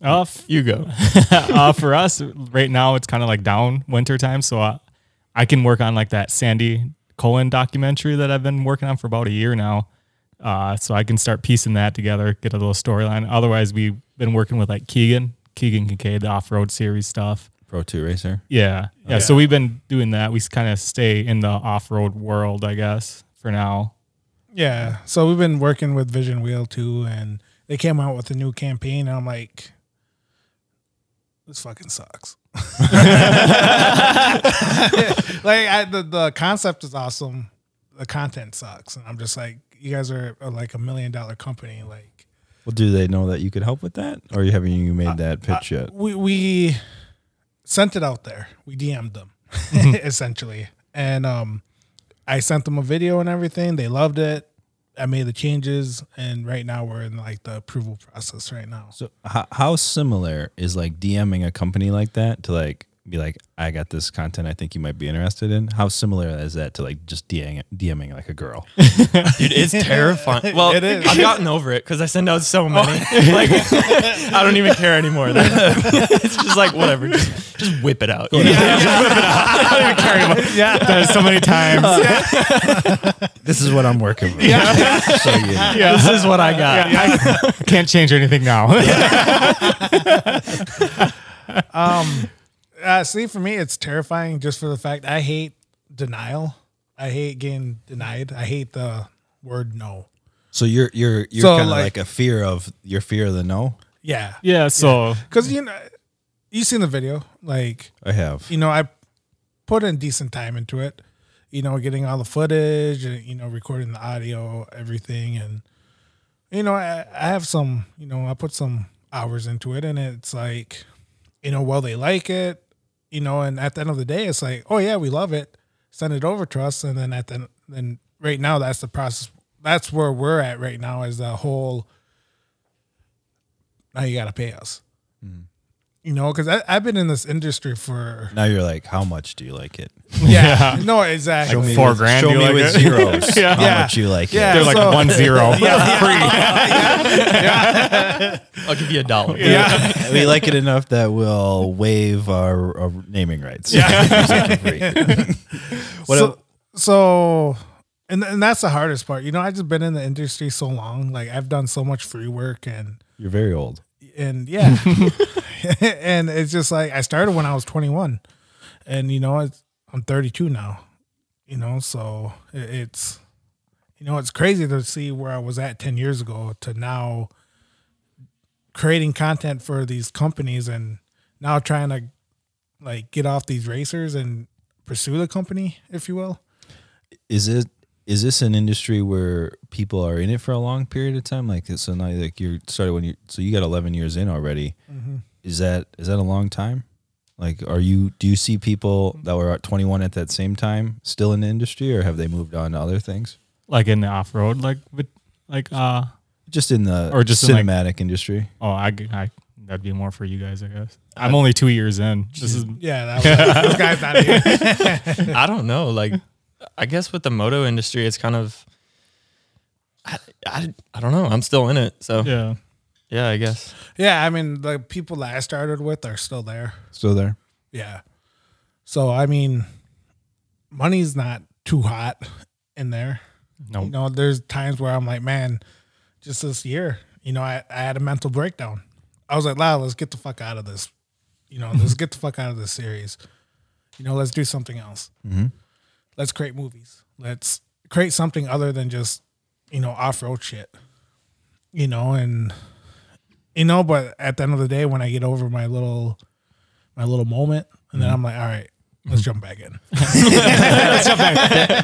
Off
You go.
uh, for us right now it's kind of like down winter time so I, I can work on like that sandy colon documentary that i've been working on for about a year now uh, so i can start piecing that together get a little storyline otherwise we've been working with like keegan keegan kincaid the off-road series stuff
Pro Two Racer.
yeah yeah so we've been doing that we kind of stay in the off-road world i guess for now
Yeah. So we've been working with Vision Wheel too, and they came out with a new campaign, and I'm like, this fucking sucks. like I, the the concept is awesome, the content sucks, and I'm just like, you guys are, are like a million dollar company. Like
Well, do they know that you could help with that, or you haven't you made that pitch yet?
we we sent it out there. We DM'd them essentially, and um, I sent them a video and everything. They loved it. I made the changes, and right now we're in like the approval process right now.
So how, how similar is like DMing a company like that to like be like I got this content I think you might be interested in? How similar is that to like just DMing DMing like a girl?
Dude, it's terrifying. Well,
It is. Oh.
I've gotten over it because I send out so many. like, I don't even care anymore. it's just like whatever. Just, just whip it out.
yeah that is so many times
this is what I'm working with. so yeah.
yeah.
This is what I got.
yeah, I can't change anything now
Uh, see, for me, it's terrifying just for the fact I hate denial. I hate getting denied. I hate the word no.
So you're you're you're
So,
kind of
like-
like, a fear of your fear of the no.
Yeah,
yeah so
because you know, you seen the video. Like
I have.
you know, I put in decent time into it. You know, getting all the footage and you know, recording the audio, everything, and you know, I, I have some. You know, I put some hours into it, and it's like, you know, well, they like it. You know, and at the end of the day, it's like, oh yeah, we love it. Send it over to us, and then at the then right now, that's the process. That's where we're at right now. Is the whole now you got to pay us. You know, because I've been in this industry for
Now you're like, how much do you like it?
yeah. No, exactly.
me
four
with-
grand,
Show
you
me
like
with
it?
zeros.
Yeah.
How
Yeah.
much you like
Yeah.
it?
they're like
So-
one zero
I'll give you a dollar.
we like it enough that we'll waive our, our naming rights. Yeah. what
so, so and, and that's the hardest part. You know, I've just been in the industry so long. Like I've done so much free work and
you're very old.
and yeah. and it's just like I started when I was 21. And you know, it's, I'm 32 now. You know, so it, it's you know, it's crazy to see where I was at 10 years ago to now creating content for these companies and now trying to like get off these racers and pursue the company, if you will.
Is it is this an industry where people are in it for a long period of time? Like so now like you started when you so you got eleven years in already.
Mm-hmm.
Is that is that a long time? Like are you do you see
Mm-hmm.
people that were at twenty one at that same time still in the industry or have they moved on to other things?
like in the off road, like with like uh
Just in the
Or just in, like-
cinematic industry.
oh I, I that'd be more for you guys, I guess. I'm only two years in. This is
Yeah, that was, this guy's not here.
I don't know. Like, I guess with the moto industry, it's kind of. I, I, I don't know. I'm still in it. So, yeah,
yeah.
I guess.
Yeah, I mean the people that I started with are still there.
Still there.
Yeah. So I mean, money's not too hot in there.
No.
You know, there's times where I'm like, man, just this year, you know, I, I had a mental breakdown. I was like, Lyle, let's get the fuck out of this. You know, let's get the fuck out of this series. You know, let's do something else. Let's create movies. Let's create something other than just, you know, off road shit. You know, and you know, but at the end of the day, when I get over my little my little moment, and then I'm like, all right, let's jump back in.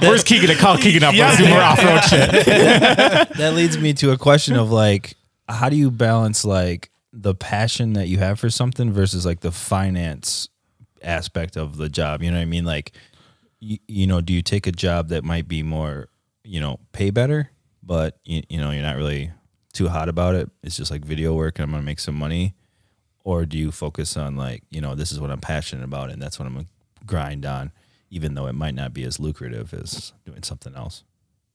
Where's Keegan to call Keegan up? Let's do more off road shit.
that leads me to a question of like how do you balance like the passion that you have for something versus like the finance aspect of the job you know what i mean like you, you know, do you take a job that might be more, you know, pay better, but you, you know, you're not really too hot about it. It's just like video work and I'm going to make some money. Or do you focus on like, you know, this is what I'm passionate about and that's what I'm going to grind on, even though it might not be as lucrative as doing something else?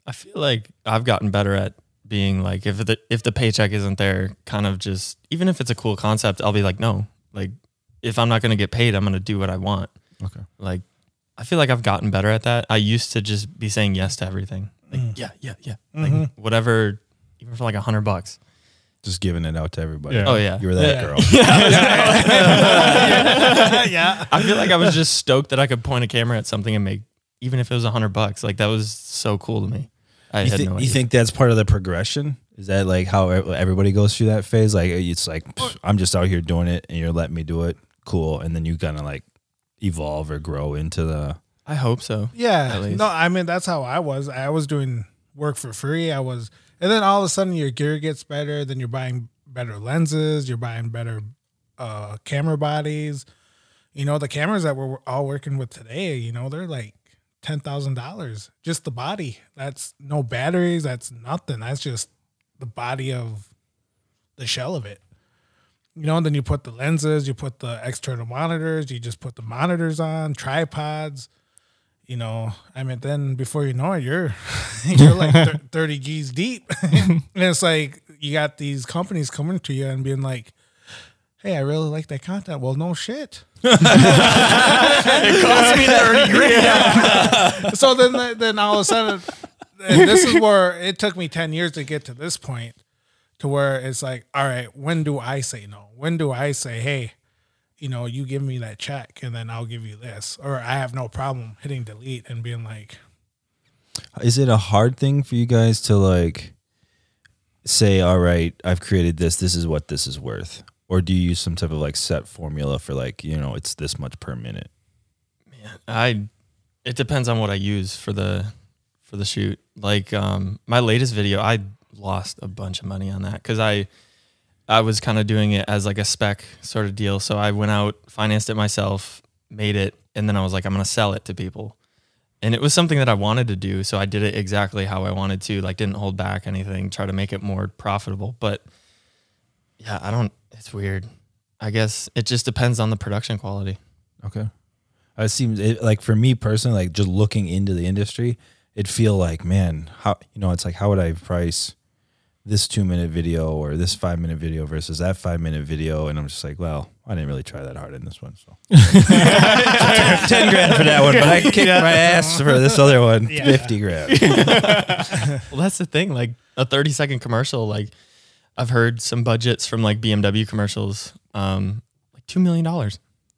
I feel like I've gotten better at being like if the if the paycheck isn't there, kind of just even if it's a cool concept, I'll be like, no, like if I'm not gonna get paid, I'm gonna do what I want.
Okay.
Like I feel like I've gotten better at that. I used to just be saying yes to everything. Like
Mm.
yeah, yeah, yeah. Like
Mm-hmm.
whatever, even for like a hundred bucks.
Just giving it out to everybody.
Yeah.
Oh yeah.
You were that girl.
yeah.
I feel like I was just stoked that I could point a camera at something and make even if it was a hundred bucks. Like that was so cool to me. I
You,
had
thi-
no idea.
you think that's part of the progression? Is that like how e- everybody goes through that phase? Like it's like pff, I'm just out here doing it, and you're letting me do it. Cool, and then you kind of like evolve or grow into the.
I hope so. At
Yeah.
least.
No, I mean that's how I was. I was doing work for free. I was and then all of a sudden your gear gets better, then you're buying better lenses, you're buying better uh camera bodies. You know, the cameras that we're all working with today, you know, they're like ten thousand dollars. Just the body. That's no batteries, that's nothing. That's just the body of the shell of it. You know, and then you put the lenses, you put the external monitors, you just put the monitors on, tripods you know, I mean, then before you know it, you're you're like thir- thirty G's deep, and it's like you got these companies coming to you and being like, "Hey, I really like that content." Well, no shit. so then, then all of a sudden, and this is where it took me ten years to get to this point, to where it's like, all right, when do I say no? When do I say, hey? you know, you give me that check and then I'll give you this. Or I have no problem hitting delete and being like,
Is it a hard thing for you guys to like say, all right, I've created this. This is what this is worth, or do you use some type of like set formula for like you know it's this much per minute?
I it depends on what I use for the for the shoot. Like um my latest video, I lost a bunch of money on that cuz I I was kind of doing it as like a spec sort of deal. So I went out, financed it myself, made it, and then I was like I'm going to sell it to people. And it was something that I wanted to do, so I did it exactly how I wanted to, like didn't hold back anything, try to make it more profitable, but yeah, I don't it's weird. I guess it just depends on the production quality.
Okay. I seems it, like for me personally, like just looking into the industry, it feel like man, how you know, it's like how would I price this two minute video or this five minute video versus that five minute video? And I'm just like, well, I didn't really try that hard in this one, so ten grand for that one, but I kicked my ass for this other one, fifty grand.
Well, that's the thing. Like a 30 second commercial, like I've heard some budgets from like BMW commercials, um, like $2 million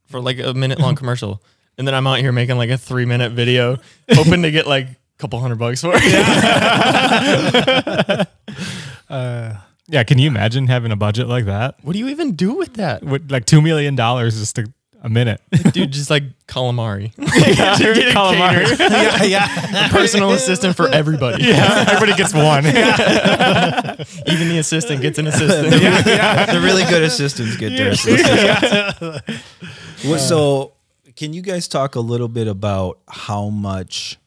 for like a minute long commercial. And then I'm out here making like a three minute video, hoping to get like a couple hundred bucks for it.
Yeah, can you imagine having a budget like that?
What do you even do with that?
With like two million dollars just a, a minute.
Dude, just like calamari.
You're
Get a
calling
caterer.
Mark.
"Yeah, yeah,
A personal assistant for everybody.
yeah, everybody gets one.
Even the assistant gets an assistant.
the really good assistants get their assistants. Well, so, can you guys talk a little bit about how much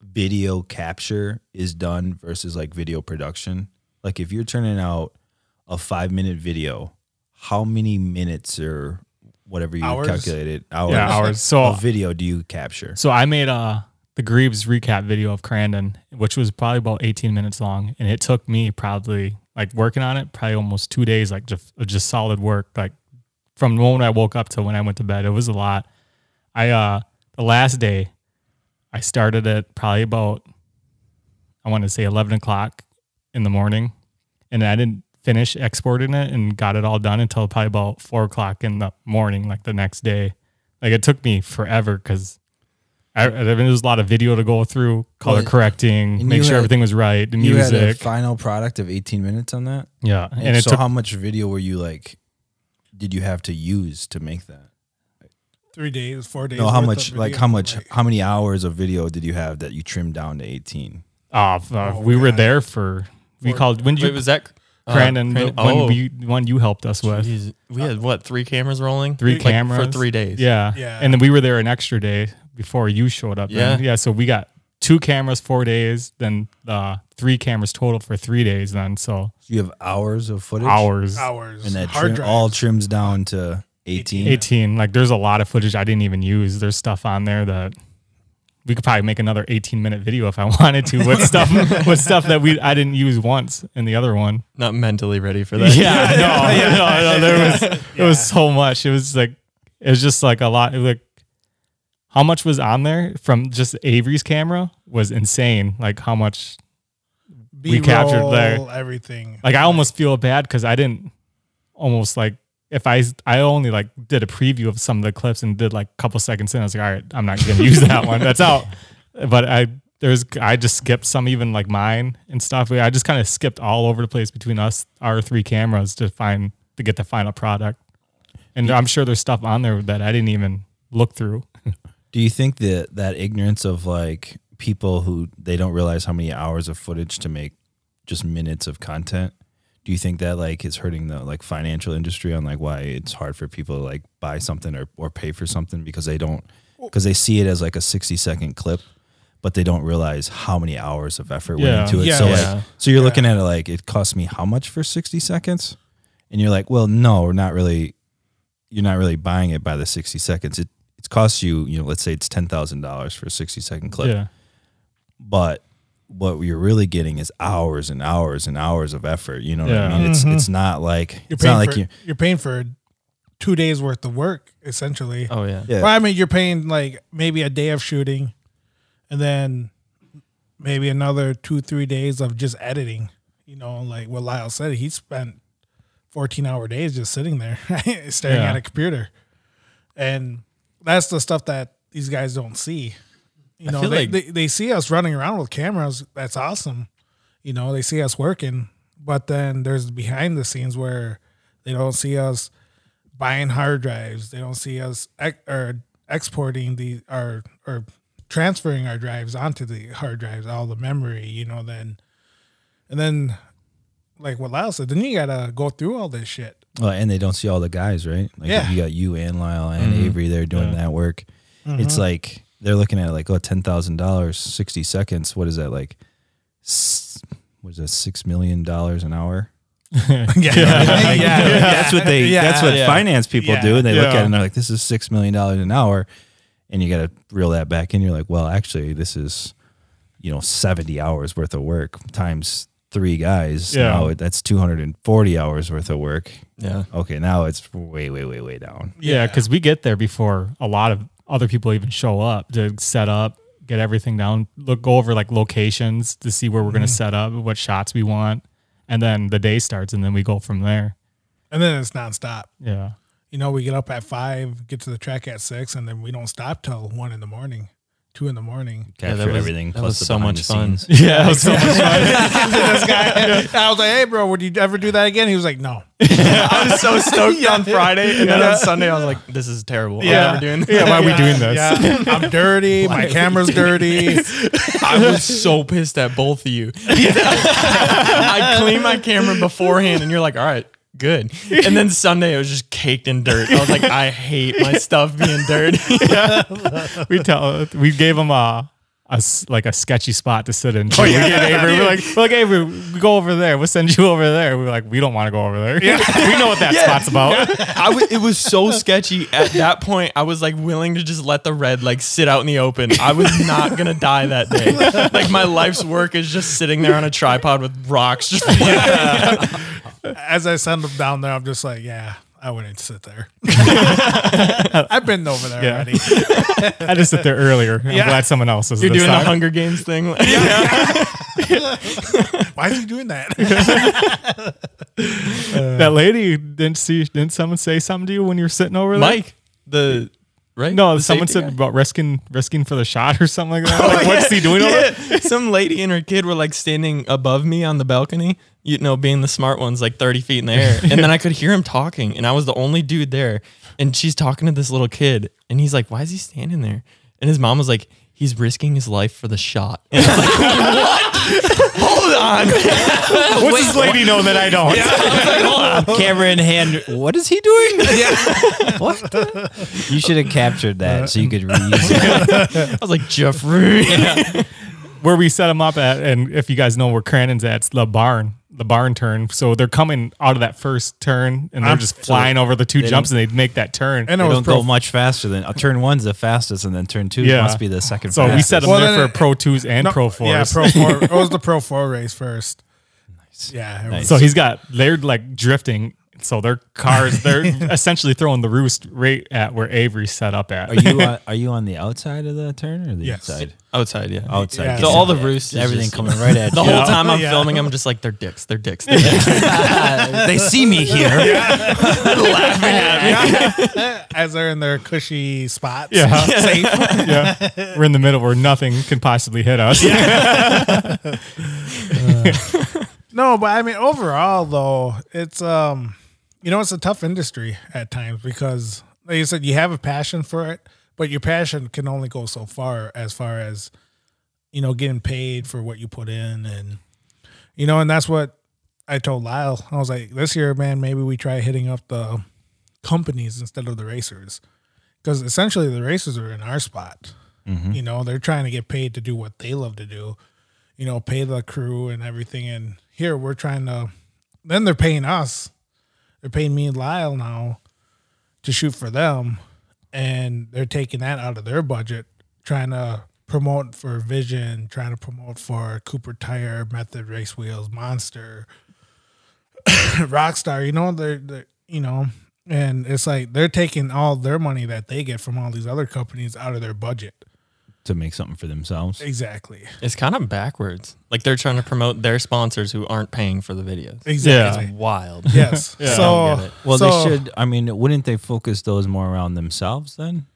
video capture is done versus like video production? Like, if you're turning out a five minute video, how many minutes or whatever you
Hours?
calculated hours,
yeah, hours. So
of video do you capture?
So I made uh the Greaves recap video of Crandon, which was probably about 18 minutes long, and it took me probably like working on it, probably almost two days, like just of just solid work, like from the moment I woke up to when I went to bed. It was a lot. I uh the last day, I started at probably about I want to say 11 o'clock in the morning, and I didn't finish exporting it and got it all done until probably about four o'clock in the morning, like the next day. Like it took me forever because I, I mean, there was a lot of video to go through, color
Well,
correcting,
and
make
you
sure
had-
everything was right, the
You had a
music.
final product of 18 minutes on that?
yeah,
And,
and it
so,
took
how much video were you like, did you have to use to make that?
three days, four days."
No, how
worth
much?
of
Like
video.
how much?
Like,
How many hours of video did you have that you trimmed down to eighteen?
uh, f- uh,
Oh,
we were there for we called when did you
Wait, was that? uh,
Crandon, the one
oh,
we one you helped us with.
Jeez. we had what, three cameras rolling?
three
Like,
cameras
For three days.
Yeah,
Yeah.
And then we were there an extra day, before you showed up.
Yeah.
And, yeah. So we got two cameras, four days, then uh, three cameras total for three days. Then so
You have hours of footage.
hours,
hours
And that
hard
trim,
drive.
all trims down to 18.
18. Like there's a lot of footage I didn't even use. There's stuff on there that we could probably make another 18 minute video if I wanted to. What stuff? What stuff that we I didn't use once in the other one.
Not mentally ready for that.
Yeah, no, no, no, there was it was so much. It was like it was just like a lot. It was like how much was on there from just Avery's camera was insane. Like how much?
B-roll,
captured there.
everything.
Like I almost feel bad because I didn't almost like if I I only like did a preview of some of the clips and did like a couple seconds in. I was like, all right, I'm not gonna use that one. That's out. But I. There's, I just skipped some, even like mine and stuff. I just kind of skipped all over the place between us, our three cameras, to find to get the final product. And I'm sure there's stuff on there that I didn't even look through.
Do you think that that ignorance of like people who they don't realize how many hours of footage to make just minutes of content? Do you think that like is hurting the like financial industry on like why it's hard for people to like buy something or or pay for something because they don't because they see it as like a 60 second clip but they don't realize how many hours of effort
Yeah.
went into it.
Yeah,
so
yeah.
like so you're looking at it like it cost me how much for 60 seconds? And you're like, "Well, no, we're not really you're not really buying it by the 60 seconds. It it costs you, you know, let's say it's ten thousand dollars for a sixty second clip,
Yeah.
but what you're really getting is hours and hours and hours of effort. You know what I
Yeah.
mean? It's it's not like
You're
it's not
paying
like
for,
you.
you're paying for two days worth of work essentially.
Oh yeah.
Yeah,
Well, I mean, you're paying like maybe a day of shooting, and then maybe another two, three days of just editing. You know, like what Lyle said, he spent 14 hour days just sitting there staring
Yeah.
at a computer, and that's the stuff that these guys don't see. You know,
feel
they,
like-
they they see us running around with cameras. That's awesome. You know, they see us working, but then there's behind the scenes where they don't see us buying hard drives. They don't see us ex- or exporting the or or transferring our drives onto the hard drives, all the memory, you know, then and then like what Lyle said, then you gotta go through all this shit.
Well, and they don't see all the guys, right? Like
Yeah.
you got you and Lyle and Avery there doing that work. It's like they're looking at it like, oh, ten thousand dollars, sixty seconds. What is that like? S- What is that? Six million dollars an hour.
yeah. yeah.
that's what they.
Yeah.
That's what finance people do. And they look
Yeah.
at it and they're like, "This is six million dollars an hour," and you got to reel that back in. You're like, "Well, actually, this is, you know, seventy hours worth of work times three guys.
Yeah.
Now that's two hundred and forty hours worth of work.
Yeah.
Okay, now it's way, way, way, way down.
Yeah, because we get there before a lot of other people even show up to set up, get everything down, look go over like locations to see where we're gonna set up, what shots we want, and then the day starts, and then we go from there.
And then it's nonstop.
Yeah,
You know, we get up at five, get to the track at six, and then we don't stop till one in the morning, two in the morning.
Yeah, that
Capture
was-
everything.
that
plus
was
the
so
behind
much
the
fun.
scenes.
yeah, so
this guy, I was like, "Hey, bro, would you ever do that again?" He was like, "No."
I was so stoked on Friday, and then on Sunday I was like, "This is terrible.
Yeah.
I'm never doing." This.
yeah. Why are we doing this?
Yeah, I'm dirty. My camera's dirty.
I was so pissed at both of you. I cleaned my camera beforehand, and you're like, "All right, good." And then Sunday it was just caked in dirt. I was like, "I hate my stuff being dirty."
we tell we gave him a, a s- like a sketchy spot to sit in. Oh, we gave Avery, we're like, we're like Avery, we go over there. We'll send you over there. We We're like, we don't want to go over there. we know what that spot's about.
I was, it was so sketchy at that point. I was like willing to just let the red like sit out in the open. I was not gonna die that day. Like my life's work is just sitting there on a tripod with rocks. Just
As I send them down there, I'm just like, "Yeah, I wouldn't sit there." I've been over there
Yeah.
already.
I just sit there earlier. I'm
Yeah.
glad someone else is.
you're
this
doing the
time.
Hunger Games thing.
Why is he doing that?
that lady didn't see. Didn't someone say something to you when you were sitting over there?
Mike, the right?
No,
The
someone
safety
said
guy? Oh,
about risking risking for the shot or something like that. Like, What's he doing over there?
Yeah. Some lady and her kid were like standing above me on the balcony, you know, being the smart ones, like 30 feet in the air. And then I could hear him talking, and I was the only dude there. And she's talking to this little kid, and he's like, Why is he standing there? And his mom was like, he's risking his life for the shot. And it's like, what? Hold on.
What's this lady know that I don't?
camera in hand. What is he doing? what? the- You should have captured that so you could reuse it.
I was like, Jeffrey.
Where we set them up at, and if you guys know where Crandon's at, it's the barn, the barn turn. So they're coming out of that first turn, and they're just flying over the two jumps, and they make that turn.
And it
They
was
don't
pro.
go much faster than uh, turn one's the fastest, and then turn two
Yeah.
must be the second.
so we
fastest.
set them
Well,
there
then-
for pro twos and
no,
pro fours.
Yeah, pro four. It was the pro four race first. Yeah. it was-
So he's got they're like drifting. So their cars, they're essentially throwing the roost right at where Avery set up at.
Are you on, are you on the outside of the turn or the
Yes.
inside?
Outside, yeah.
Outside.
Yeah.
So all the roosts, is
everything
just-
coming right at
The
you.
whole time I'm
Yeah.
filming, I'm just like, they're dicks, they're dicks, they're dicks.
they see me here.
As they're in their cushy spots.
Yeah.
Safe.
yeah. We're in the middle where nothing can possibly hit us.
No, but I mean overall though, it's um you know it's a tough industry at times because like you said you have a passion for it, but your passion can only go so far as far as you know getting paid for what you put in and you know and that's what I told Lyle. I was like this year man, maybe we try hitting up the companies instead of the racers because essentially the racers are in our spot. You know, they're trying to get paid to do what they love to do you know, pay the crew and everything. And here we're trying to, then they're paying us. They're paying me and Lyle now to shoot for them. And they're taking that out of their budget, trying to promote for Vision, trying to promote for Cooper Tire, Method Race Wheels, Monster, Rockstar. You know, they're, they're, you know, and it's like they're taking all their money that they get from all these other companies out of their budget.
to make something for themselves.
Exactly.
It's kind of backwards. Like they're trying to promote their sponsors who aren't paying for the videos.
Exactly.
Wild.
Yes.
Don't get
So,
it.
Well,
so-
they should. I mean, wouldn't they focus those more around themselves then?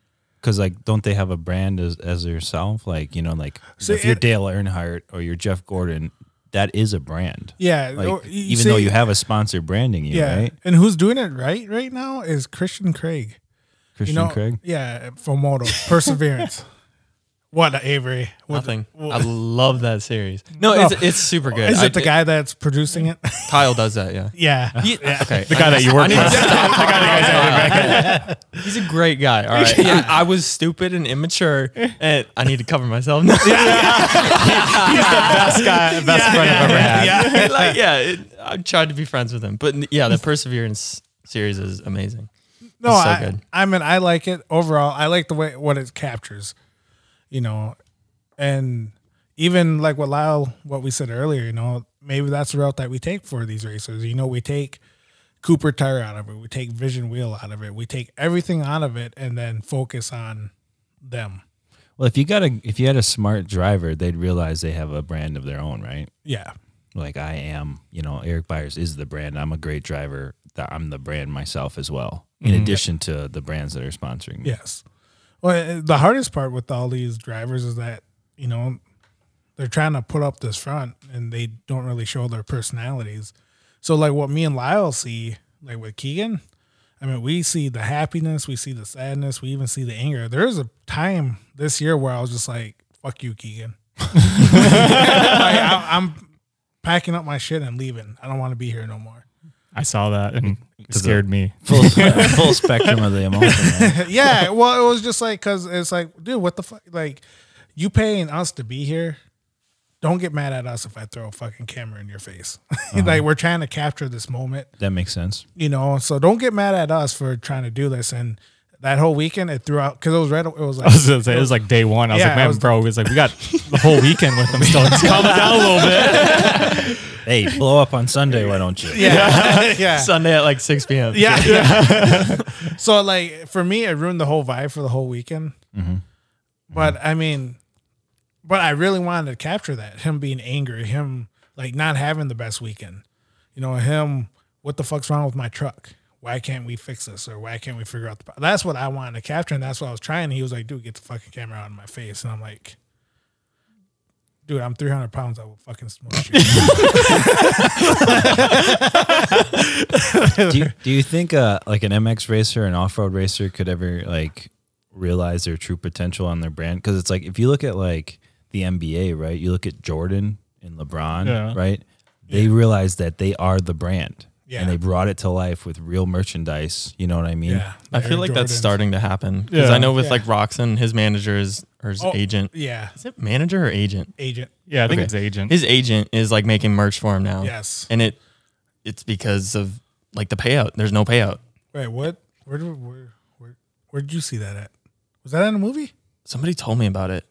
Because like, don't they have a brand as as yourself? Like, you know, like
See,
if you're
it-
Dale Earnhardt or you're Jeff Gordon, that is a brand.
Yeah,
Like,
or- you
even though
see-
you have a sponsor branding you,
Yeah,
right?
and who's doing it right right now is Christian Craig. You
Christian
know,
Craig.
yeah, for Moto Perseverance. what Avery? What-
Nothing.
what-
I love that series. No, It's, it's super good.
is
I-
it the guy that's producing it?
Kyle does that, yeah.
yeah,
Okay.
The guy that you work with.
He's a great guy. All right. I, I was stupid and immature, and I need to cover myself. now.
Best guy, best friend I've ever had.
like, yeah, it, I tried to be friends with him. But yeah, the Perseverance series is amazing.
no,
It's so
I,
good.
I mean, I like it overall. I like the way what it captures, you know, and even like what Lyle, what we said earlier, you know, maybe that's the route that we take for these racers. You know, we take Cooper tire out of it, we take Vision Wheel out of it, we take everything out of it, and then focus on them.
Well, if you got a if you had a smart driver, they'd realize they have a brand of their own, right?
Yeah.
Like I am, you know, Eric Byers is the brand. I'm a great driver. That I'm the brand myself as well. In addition to the brands that are sponsoring me.
Yes. Well, the hardest part with all these drivers is that, you know, they're trying to put up this front and they don't really show their personalities. So, like what me and Lyle see, like with Keegan, I mean, we see the happiness, we see the sadness, we even see the anger. There is a time this year where I was just like, fuck you, Keegan. like, I, I'm packing up my shit and leaving. I don't want to be here no more.
I saw that and it scared me.
full, full spectrum of the emotion. man.
yeah. Well, it was just like because it's like, dude, what the fuck? Like, you paying us to be here. Don't get mad at us if I throw a fucking camera in your face.
Uh-huh.
like we're trying to capture this moment,
That makes sense.
you know. So don't get mad at us for trying to do this. And that whole weekend, it threw out because it was right. It was like
I was gonna say, it was like day one. I was
Yeah,
like,
I
man,
was-
bro, it was like, we got the whole weekend with them still. It's calm it down a little bit.
Hey, blow up on Sunday, why don't you?
yeah, yeah.
Sunday at like 6 p.m.
Yeah. so like for me, it ruined the whole vibe for the whole weekend. But I mean, but I really wanted to capture that him being angry, him like not having the best weekend. You know, him. What the fuck's wrong with my truck? Why can't we fix this? Or why can't we figure out the? pro-" That's what I wanted to capture, and that's what I was trying. He was like, "Dude, get the fucking camera out of my face," and I'm like. Dude, I'm 300 pounds. I will fucking smoke you.
do, you, do you think uh, like an MX racer, an off road racer could ever like realize their true potential on their brand because it's like if you look at like the NBA, right? You look at Jordan and LeBron,
Yeah.
right? They realize that they are the brand.
Yeah.
And they brought it to life with real merchandise. You know what I mean?
Yeah.
I feel
Air
like that's
Jordans.
starting to happen because
Yeah.
I know with
Yeah.
like Roxon, his manager is or his
Oh,
agent.
Yeah.
Is it manager or agent?
Agent.
Yeah, I think
Okay.
it's agent.
His agent is like making merch for him now.
Yes.
and it it's because of like the payout. There's no payout.
Wait, what? Where, do- where, where, where did you see that at? Was that in a movie?
Somebody told me about it.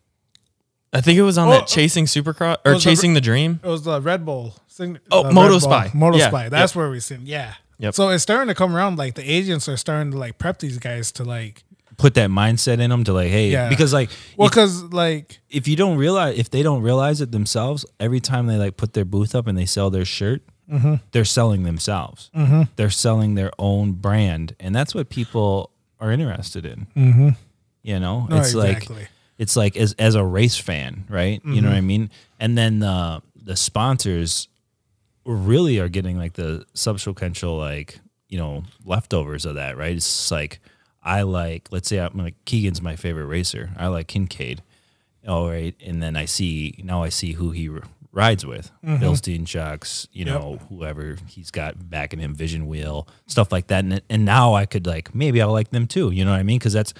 I think it was on
Oh,
uh,
that chasing supercross or
was the-
chasing the dream.
It was the Red Bull. Sign-
Oh,
the
Moto
Red Bull-
Spy.
Moto
Yeah.
Spy. That's where we seen. Yeah.
Yep.
So it's starting to come around. Like the agents are starting to like prep these guys to like.
Put that mindset in them to like, hey,
Yeah.
because like,
Well,
you-
because like
if you don't realize, if they don't realize it themselves, every time they like put their booth up and they sell their shirt,
Mm-hmm.
they're selling themselves. They're selling their own brand, and that's what people are interested in. Mm-hmm. You know,
No,
it's
oh, exactly. Mm-hmm.
like it's like as as a race fan, right? You know what I mean? And then the the sponsors really are getting like the subsequential like you know leftovers of that, right? It's just like I like let's say I'm like Keegan's my favorite racer. I like Kincaid. All Oh, right, and then I see now I see who he r- rides with. Bilstein shocks, you
Yep.
know, whoever he's got backing him, Vision Wheel, stuff like that. And and now I could like maybe I'll like them too. You know what I mean? Because that's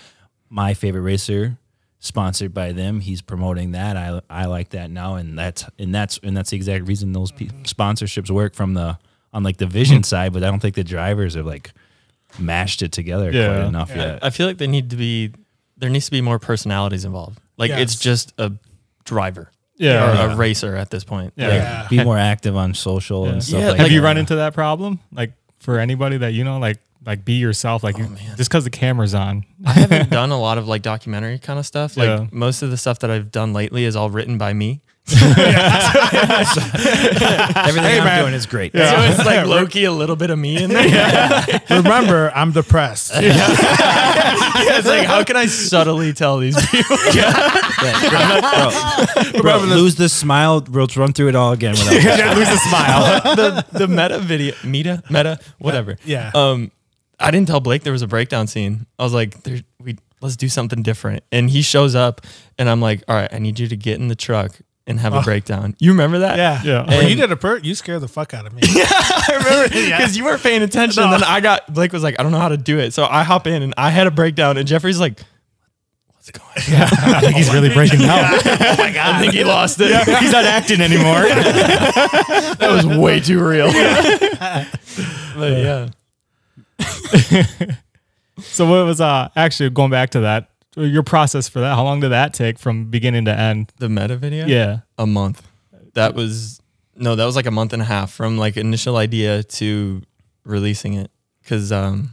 my favorite racer sponsored by them he's promoting that i i like that now and that's and that's and that's the exact reason those pe- sponsorships work from the on like the vision side but i don't think the drivers have like mashed it together
Yeah.
quite enough
Oh.
yet
I feel like they need to be there needs to be more personalities involved. Like it's
Yes.
just a driver
yeah.
or
yeah.
a racer at this point.
Yeah.
Like,
Yeah.
be more active on social and stuff
Yeah,
like
Have you
that.
run into that problem? Like for anybody that you know, like like be yourself. Like you- just because the camera's on.
I haven't done a lot of like documentary kind of stuff. Like
Yeah.
most of the stuff that I've done lately is all written by me.
everything i'm doing is great
So it's like Loki, a little bit of me in there.
remember, I'm depressed.
It's like, how can I subtly tell these people?
bro, lose the smile we'll run through it all again without
lose a smile.
the, the meta video, meta, meta, whatever.
Uh, Yeah.
Um, I didn't tell Blake there was a breakdown scene. I was like, there, we let's do something different. And he shows up, and I'm like, all right, I need you to get in the truck and have a breakdown. You remember that?
Oh. yeah.
Yeah.
Well, you
And-
did a per. You scared the fuck out of me.
I remember because you weren't paying attention. And then I got Blake was like, I don't know how to do it. So I hop in and I had a breakdown, and Jeffrey's like, what's going on?
I think
Oh,
he's really breaking down.
I think he lost it.
he's not acting anymore.
That was way too real. but yeah.
So what was uh actually going back to that? Your process for that? How long did that take from beginning to end?
The meta video?
Yeah.
a month. That was no, that was like a month and a half from like initial idea to releasing it. Cause um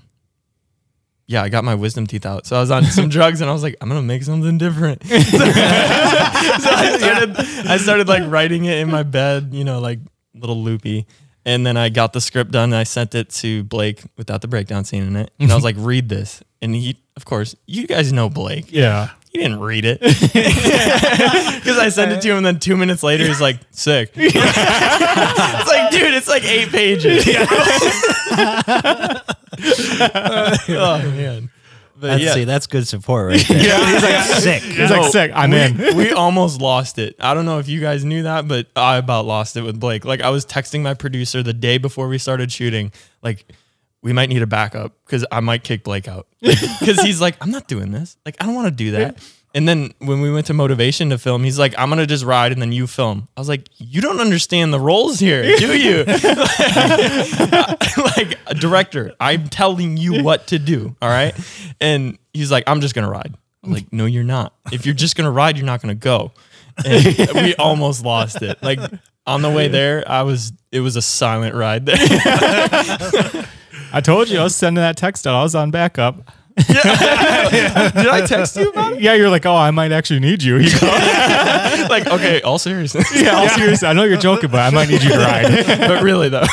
yeah, I got my wisdom teeth out. So I was on some drugs and I was like, I'm gonna make something different. so I started I started like writing it in my bed, you know, like little loopy. And then I got the script done and I sent it to Blake without the breakdown scene in it. And I was like, read this. And he of course, you guys know Blake
Yeah.
he didn't read it because I sent it to him, and then two minutes later he's like, "Sick." it's like, dude, it's like eight pages. oh man, but
That's,
yeah,
see that's good support right there.
He's like
sick
He's like sick. I'm in.
we almost lost it. I don't know if you guys knew that, but I about lost it with Blake. Like I was texting my producer the day before we started shooting, like we might need a backup because I might kick Blake out because he's like, I'm not doing this. Like I don't want to do that. And then when we went to motivation to film, he's like, I'm gonna just ride and then you film. I was like, you don't understand the roles here, do you? like a director, I'm telling you what to do. All right. And he's like, I'm just gonna ride. I'm like, no, you're not. If you're just gonna ride, you're not gonna go. And we almost lost it. Like on the way there, I was it was a silent ride there.
I told you I was sending that text out. I was on backup.
Did I text you about
Yeah, you're like, oh, I might actually need you. You go,
it? Like, okay, all seriousness.
yeah, all serious. I know you're joking, but I might need you to ride.
But really though.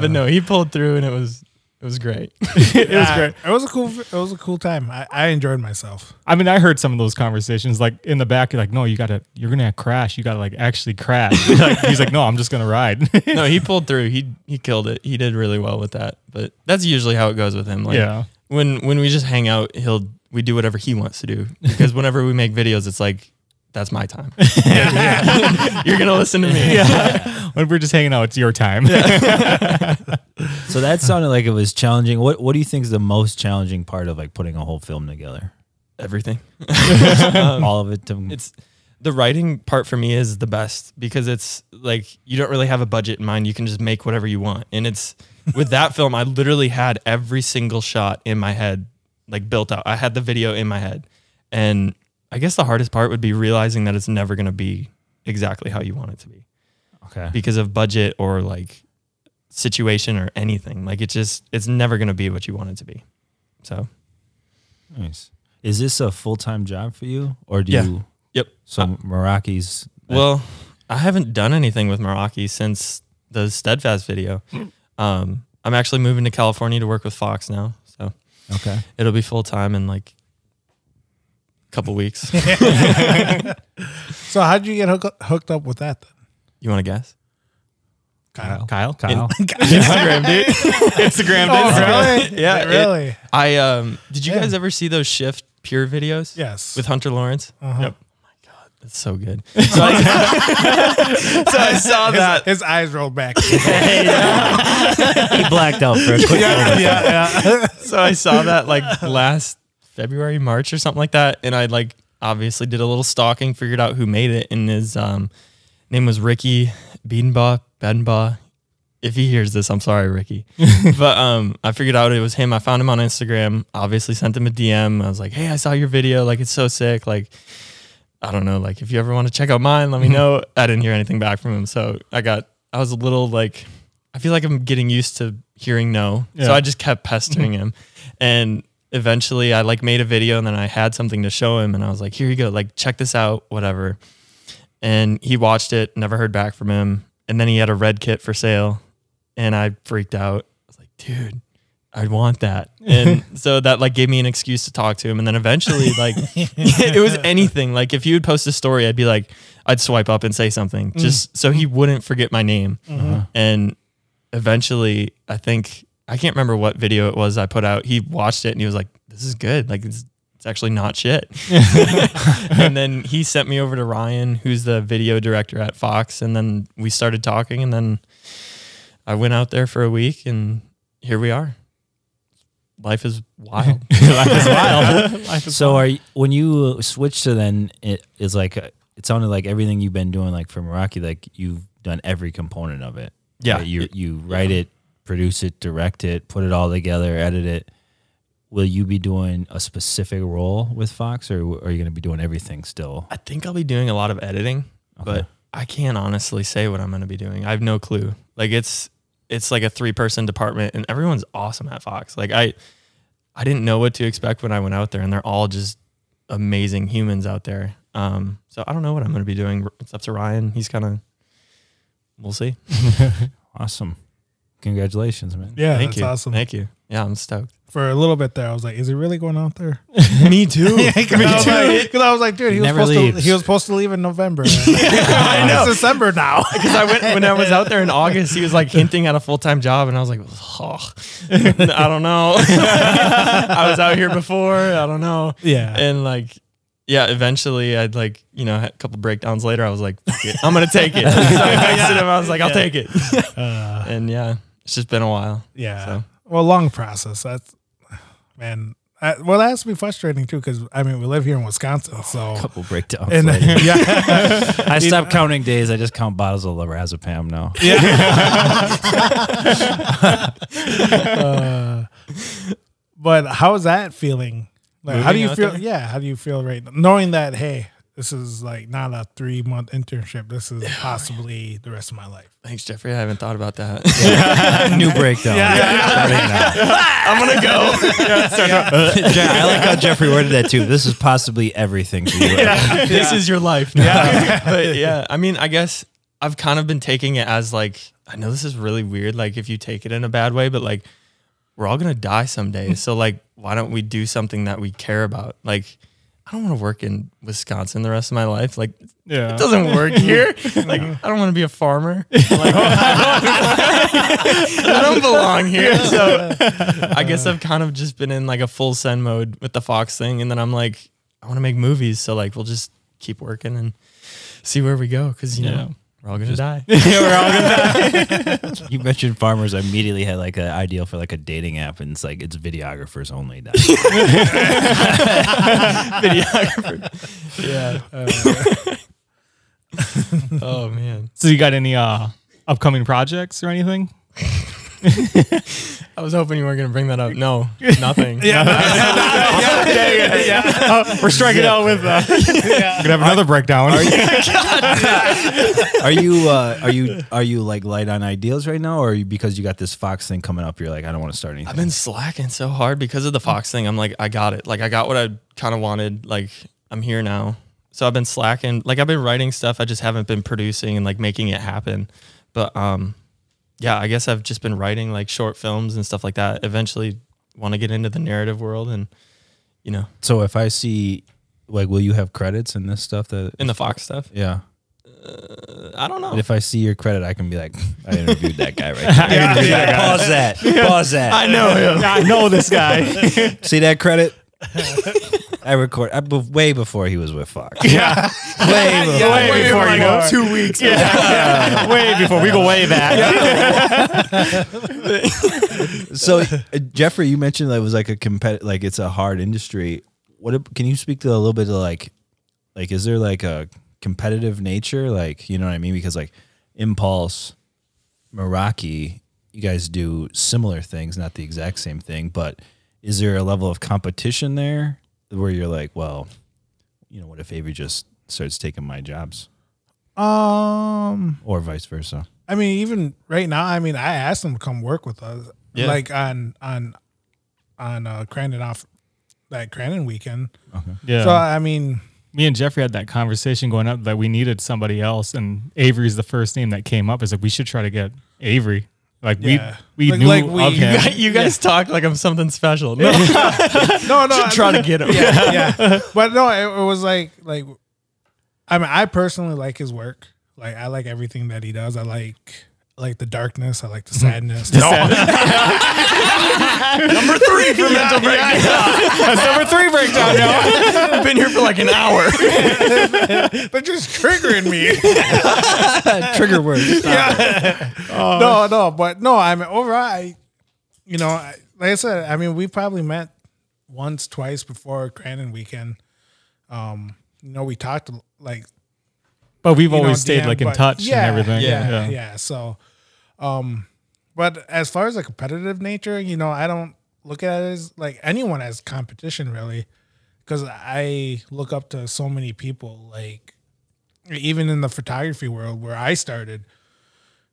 but no, he pulled through and it was it was great.
it was great.
it was a cool. It was a cool time. I, I enjoyed myself.
I mean, I heard some of those conversations. Like in the back, you're like, no, you gotta, you're gonna crash. You gotta like actually crash. Like, he's like, no, I'm just gonna ride.
No, he pulled through. He he killed it. He did really well with that. But that's usually how it goes with him. Like
Yeah.
when when we just hang out, he'll we do whatever he wants to do because whenever we make videos, it's like that's my time. You're gonna listen to me.
when we're just hanging out, it's your time.
So that sounded like it was challenging. What What do you think is the most challenging part of like putting a whole film together?
Everything.
All of it. To,
It's the writing part for me is the best because it's like you don't really have a budget in mind. You can just make whatever you want. And it's with that film, I literally had every single shot in my head, like built out. I had the video in my head. And I guess the hardest part would be realizing that it's never going to be exactly how you want it to be
okay.
because of budget or like situation or anything. Like it's just, it's never going to be what you want it to be. So,
Nice. Is this a full time job for you, or do
Yeah.
you?
yep.
So Meraki's.
Well, I haven't done anything with Meraki since the Steadfast video.
Hmm.
Um, I'm actually moving to California to work with Fox now, so
Okay.
it'll be full time in like a couple weeks.
So how did you get hook, hooked up with that then?
you want to guess?
Kyle.
Kyle, Kyle.
Instagram, dude. Instagram,
Oh,
really?
Yeah, it-
really.
I um. Did you
Yeah.
guys ever see those Shift Pure videos?
yes.
With Hunter Lawrence.
Uh-huh.
Yep. Oh my god, that's so good. So I, so I saw
his,
that.
his eyes rolled back.
he blacked out for a quick
yeah, yeah, yeah.
so I saw that like last February, March or something like that. And I like obviously did a little stalking, figured out who made it. And his um, name was Ricky Biedenbaugh. Biedenbaugh. If he hears this, I'm sorry, Ricky. but um, I figured out it was him. I found him on Instagram, obviously sent him a DM. I was like, hey, I saw your video. Like, it's so sick. Like, I don't know. Like, if you ever want to check out mine, let me know. I didn't hear anything back from him. So I got, I was a little like, I feel like I'm getting used to hearing no. So
Yeah.
I just kept pestering him. And eventually I like made a video and then I had something to show him. And I was like, here you go. Like, check this out, whatever. And he watched it, never heard back from him. And then he had a red kit for sale. And I freaked out. I was like, dude. I want that. And so that like gave me an excuse to talk to him. And then eventually, like it was anything. Like if you would post a story, I'd be like, I'd swipe up and say something just so he wouldn't forget my name. And eventually, I think I can't remember what video it was I put out. He watched it and he was like, "This is good. Like it's, it's actually not shit." and then he sent me over to Ryan, who's the video director at Fox, and then we started talking. And then I went out there for a week, and here we are. Life is wild.
So are you, when you uh, switch to then it is like uh, it sounded like everything you've been doing like for Meraki like you've done every component of it.
Yeah.
Right? you you write it, produce it, direct it, put it all together, edit it. Will you be doing a specific role with Fox, or w- are you going to be doing everything still?
I think I'll be doing a lot of editing, but I can't honestly say what I'm going to be doing. I have no clue. Like it's it's like a three person department, and everyone's awesome at Fox. Like I I didn't know what to expect when I went out there, and they're all just amazing humans out there. Um, so I don't know what I'm going to be doing. It's up to Ryan. He's kind of we'll see.
Awesome, congratulations, man.
Yeah,
Thank
that's
you.
awesome.
Thank you. Yeah, I'm stoked.
For a little bit there, I was like, "Is he really going out there?"
Me too.
Because I, was like- 'cause I was like, "Dude, he was,
Never
supposed to,
leaves.
he was supposed to leave in November. I know. It's December now.
Because I went when I was out there in August, he was like hinting at a full time job, and I was like, oh, I don't know. I was out here before. I don't know.
Yeah.
And like, yeah, eventually I'd like, you know, a couple breakdowns later, I was like, Fuck it, I'm gonna take it. so I texted him. I was like, I'll take it. and yeah, it's just been a while.
Yeah.
So.
Well, long process. That's man. I, well, that has to be frustrating too, because I mean, we live here in
Oh,
Wisconsin, so
Couple breakdowns.
and
later.
yeah,
I stopped counting days. I just count bottles of lorazepam now.
but how's that feeling? Like, how do
Moving
you
out
feel?
there?
Yeah, how do you feel right now? knowing that? Hey, this is like not a three month internship. This is possibly the rest of my life.
Thanks, Jeffrey. I haven't thought about that.
New breakdown.
I'm gonna go.
Uh,
Jeff- I like how Jeffrey worded that too. This is possibly everything for you.
This is your life now. Yeah. but yeah, I mean, I guess I've kind of been taking it as like, I know this is really weird, like if you take it in a bad way, but like Mm. we're all gonna die someday. so like why don't we do something that we care about? Like I don't want to work in Wisconsin the rest of my life. Like, it
Yeah.
doesn't work here. Like, I don't want to be a farmer. Like, I don't belong here. So I guess I've kind of just been in like a full send mode with the Fox thing. And then I'm like, I want to make movies. So, like, we'll just keep working and see where we go. Cause, you know, we're all going to die.
You mentioned farmers. I immediately had like an ideal for like a dating app, and it's like it's videographers only. Now.
yeah. oh, man.
So you got any uh upcoming projects or anything?
I was hoping you weren't going to bring that up. No, nothing.
Oh, We're striking out with uh yeah. gonna have another breakdown.
are you uh, are you are you like light on ideals right now, or are you because you got this Fox thing coming up? You're like, I don't want to start anything.
I've been slacking so hard because of the Fox thing. I'm like, I got it. Like, I got what I kind of wanted. Like, I'm here now. So I've been slacking. Like, I've been writing stuff. I just haven't been producing and like making it happen. But um, yeah, I guess I've just been writing like short films and stuff like that. Eventually, want to get into the narrative world and you know,
so if I see, like, will you have credits in this stuff? That
in the Fox stuff.
yeah.
I don't know.
And if I see your credit, I can be like, I interviewed that guy right there. Pause that. Pause that. I
Oh,
know him.
I know this guy.
See that credit? I record I, bef- way before he was with Fox. Yeah. way before.
way before you go two weeks. Yeah. way before we go way back.
So, uh, Jeffrey, you mentioned that it was like a competitive, like it's a hard industry. What ab- can you speak to a little bit of like, like is there like a competitive nature? Like, you know what I mean? Because like Impulse, Meraki, you guys do similar things, not the exact same thing, but is there a level of competition there where you're like, well, you know, what if Avery just starts taking my jobs
Um,
or vice versa?
I mean, even right now, I mean, I asked them to come work with us,
Yeah.
like on on on uh, Crandon off that Crandon weekend.
Yeah.
So I mean,
me and Jeffrey had that conversation going up that we needed somebody else, and Avery's the first name that came up. Is like we should try to get Avery. Like
Yeah.
we we
Like-
knew
like we-
of him.
you guys talk like I'm something special. No,
no, no, I-
trying to get him.
yeah, yeah. But no, it, it was like like I mean, I personally like his work. Like I like everything that he does. I like like the darkness. I like the sadness.
That's number three breakdown now.
I've been here for like an hour.
They're just triggering me.
Trigger words.
no, no, but no, I mean overall, I, you know, I, like I said, I mean we probably met once, twice before Crandon weekend. Um, you know, we talked like
But we've
you know,
always stayed
DM,
like in
but-
touch
yeah,
and everything.
Yeah, yeah, So, um, but as far as the competitive nature, you know, I don't look at it as like anyone as competition really, because I look up to so many people, like even in the photography world where I started,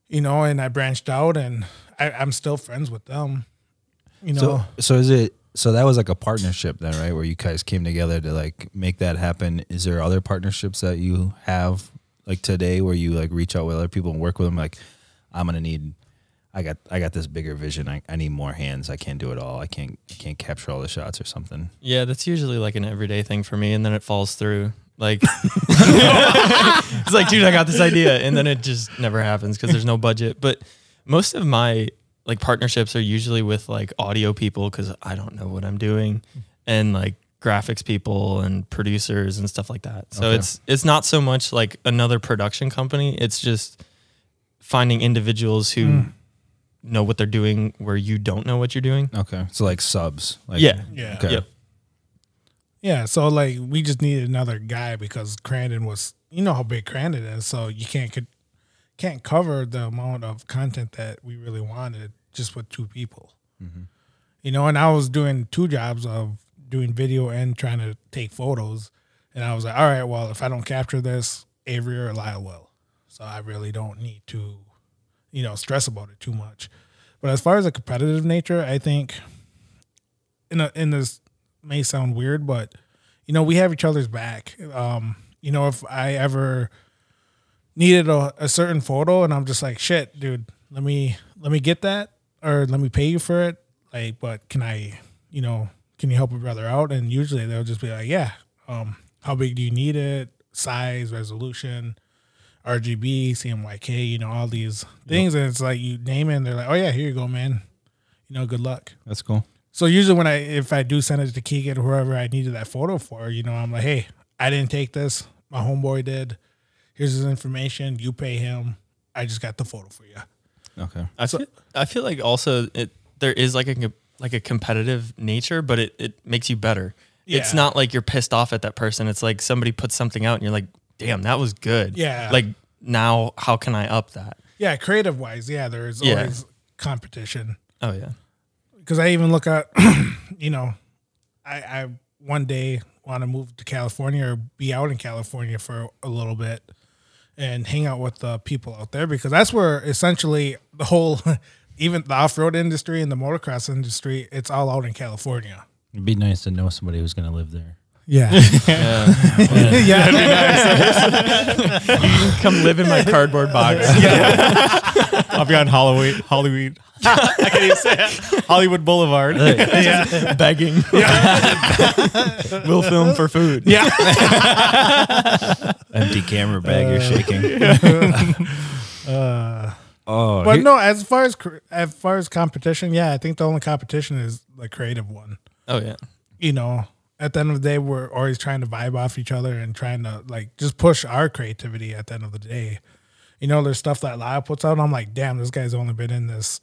you know, and I branched out, and I, I'm still friends with them. You know,
So, so is it? So that was like a partnership then, right? Where you guys came together to like make that happen. Is there other partnerships that you have like today where you like reach out with other people and work with them? Like, I'm gonna need. I got I got this bigger vision. I, I need more hands. I can't do it all. I can't I can't capture all the shots or something.
Yeah, that's usually like an everyday thing for me, and then it falls through. Like, it's like, dude, I got this idea, and then it just never happens because there's no budget. But most of my like partnerships are usually with like audio people because I don't know what I'm doing, and like graphics people and producers and stuff like that. So it's it's not so much like another production company. It's just finding individuals who
Mm.
know what they're doing where you don't know what you're doing.
Okay, so like subs. Like,
Yeah.
yeah,
Okay.
Yep.
Yeah, so like we just needed another guy because Crandon was you know how big Crandon is, so you can't could, can't cover the amount of content that we really wanted just with two people. You know, and I was doing two jobs of doing video and trying to take photos, and I was like, all right, well, if I don't capture this, Avery or Lyle will, so I really don't need to, you know, stress about it too much. But as far as the competitive nature, I think in a, in uh, this may sound weird, but you know, we have each other's back. Um, you know, if I ever needed a, a certain photo and I'm just like, shit, dude, let me let me get that or let me pay you for it. Like, but can I, you know, can you help a brother out? And usually they'll just be like, Yeah, um, how big do you need it, size, resolution, RGB, CMYK, you know, all these things. And it's like you name it and they're like, oh, yeah, here you go, man. You know, good luck.
That's cool.
So usually when I if I do send it to Keegan or whoever I needed that photo for, you know, I'm like, hey, I didn't take this. My homeboy did. Here's his information. You pay him. I just got the photo for you.
Okay.
I
So-
feel, I feel like also it there is like a com- like a competitive nature, but it, it makes you better. It's
Yeah.
not like you're pissed off at that person. It's like somebody puts something out and you're like, damn, that was good.
Yeah.
Like now, how can I up that?
Yeah, creative wise, yeah, there is
Yeah.
always competition.
Oh yeah.
Because I even look at, you know, I, I one day want to move to California or be out in California for a little bit and hang out with the people out there because that's where essentially the whole, even the off road industry and the motocross industry, it's all out in California.
It'd be nice to know somebody who's going to live there.
Yeah. yeah.
Come live in my cardboard box. I'll be on Hollywood. Hollywood. I can't even say it. Hollywood Boulevard.
Begging. we'll film for food. Yeah.
Empty camera bag you're shaking.
Uh,
oh,
But
here-
no, as far as cr- as far as competition, yeah, I think the only competition is the creative one.
Oh yeah.
you know, at the end of the day, we're always trying to vibe off each other and trying to like just push our creativity at the end of the day. You know, there's stuff that Lyle puts out, and I'm like, damn, this guy's only been in this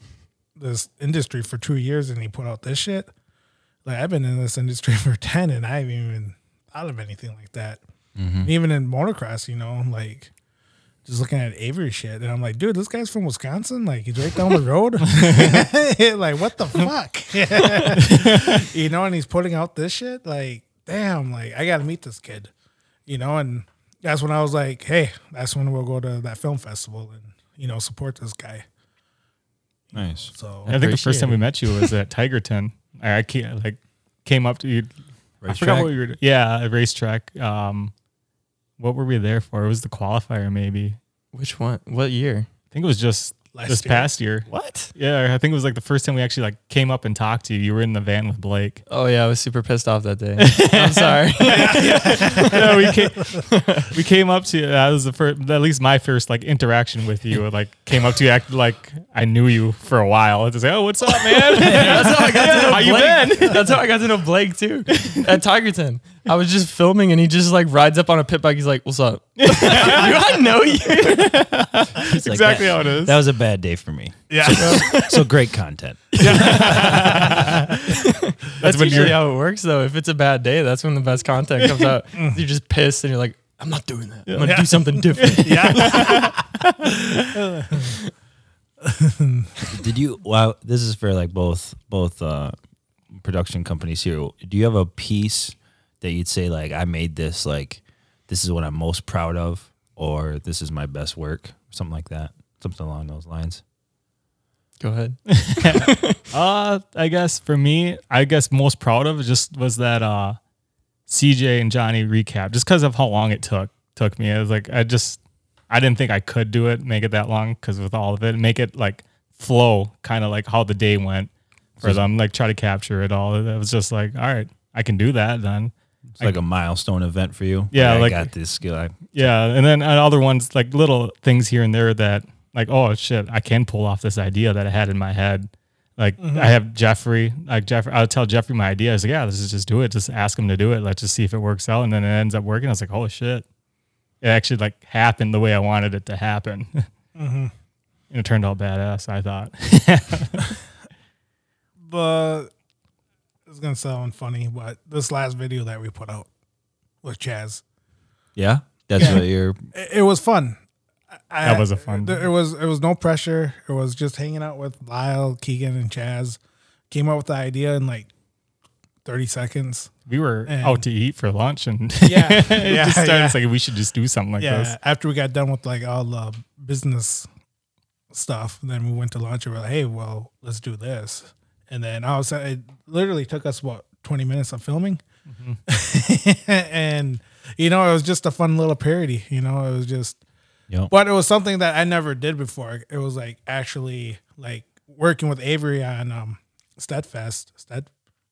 this industry for two years and he put out this shit. Like I've been in this industry for ten and I haven't even thought of anything like that. Even in motocross, you know, like just looking at Avery shit, and I'm like, dude, this guy's from Wisconsin. Like he's right down the road. like what the fuck? you know, and he's putting out this shit. Like, damn, like I gotta meet this kid, you know. And that's when I was like, hey, that's when we'll go to that film festival and you know support this guy.
nice.
So
I think the first
Appreciate
time we met you was at Tigerton. I, I can't, like came up to you. I forgot what we were. Yeah, a racetrack. Um, what were we there for? It was the qualifier, maybe.
Which one? What year?
I think it was just
Last
this
year.
past year.
What?
Yeah, I think it was like the first time we actually like came up and talked to you. You were in the van with Blake.
Oh yeah, I was super pissed off that day. I'm sorry.
no, we came, we came up to you. That was the first, at least my first like interaction with you. Like came up to you, acted like I knew you for a while. It's like, oh, what's up, man?
That's how I got to know
How you
Blake. That's how I got to know Blake too at Tigerton. I was just filming and he just like rides up on a pit bike. He's like, "What's up?" You, I know you.
That's exactly how it is.
That was a bad day for me.
yeah,
So great content.
That's,
when
usually
you're-
how it works though. If it's a bad day, that's when the best content comes out.
Mm.
You're just pissed and you're like, "I'm not doing that. I'm gonna do something different."
Did you? Wow, this is for like both both uh, production companies here. Do you have a piece that you'd say like I made this like this is what I'm most proud of, or this is my best work, something like that, something along those lines?
Go ahead.
Uh, I guess for me, I guess most proud of just was that uh, CJ and Johnny recap, just because of how long it took took me. I was like, I just, I didn't think I could do it, make it that long, because with all of it, make it like flow, kind of like how the day went for them. Like try to capture it all. It was just like, all right, I can do that then.
It's like a milestone event for you.
Yeah, like-
I got this skill. I,
Yeah, and then and other ones like little things here and there that like oh shit, I can pull off this idea that I had in my head. Like
Mm-hmm.
I have Jeffrey, like Jeffrey, I'll tell Jeffrey my idea. I was like, yeah, this is just do it. Just ask him to do it. Let's just see if it works out. And then it ends up working. I was like, holy shit, it actually like happened the way I wanted it to happen.
Mm-hmm.
And it turned out badass. I thought.
but it's gonna sound funny, but this last video that we put out with Chaz,
yeah, that's what you're.
it, it was fun. I,
That was a fun-
There, it was it was no pressure. It was just hanging out with Lyle, Keegan, and Chaz. Came up with the idea in like thirty seconds.
we were
And-
out to eat for lunch, and
Yeah,
it
yeah,
just started
yeah.
it's like we should just do something like
yeah,
this.
after we got done with like all the business stuff, then we went to lunch and we're like, hey, well, let's do this. And then all of a sudden, it literally took us what twenty minutes of filming,
Mm-hmm.
and you know, it was just a fun little parody. You know, it was just,
Yep.
but it was something that I never did before. It was like actually like working with Avery on um, Steadfast, Stead,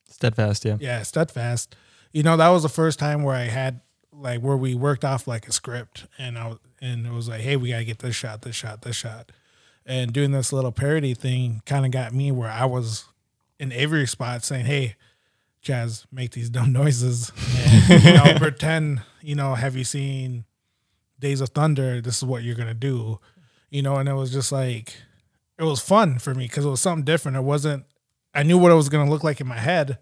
Steadfast, yeah.
yeah, steadfast. you know, that was the first time where I had like where we worked off like a script, and I was, and it was like, hey, we gotta get this shot, this shot, this shot, and doing this little parody thing kind of got me where I was in every spot saying, hey. Jazz, make these dumb noises. And, you know, pretend, you know, have you seen Days of Thunder? This is what you're going to do. You know, and it was just like, it was fun for me because it was something different. It wasn't, I knew what it was going to look like in my head.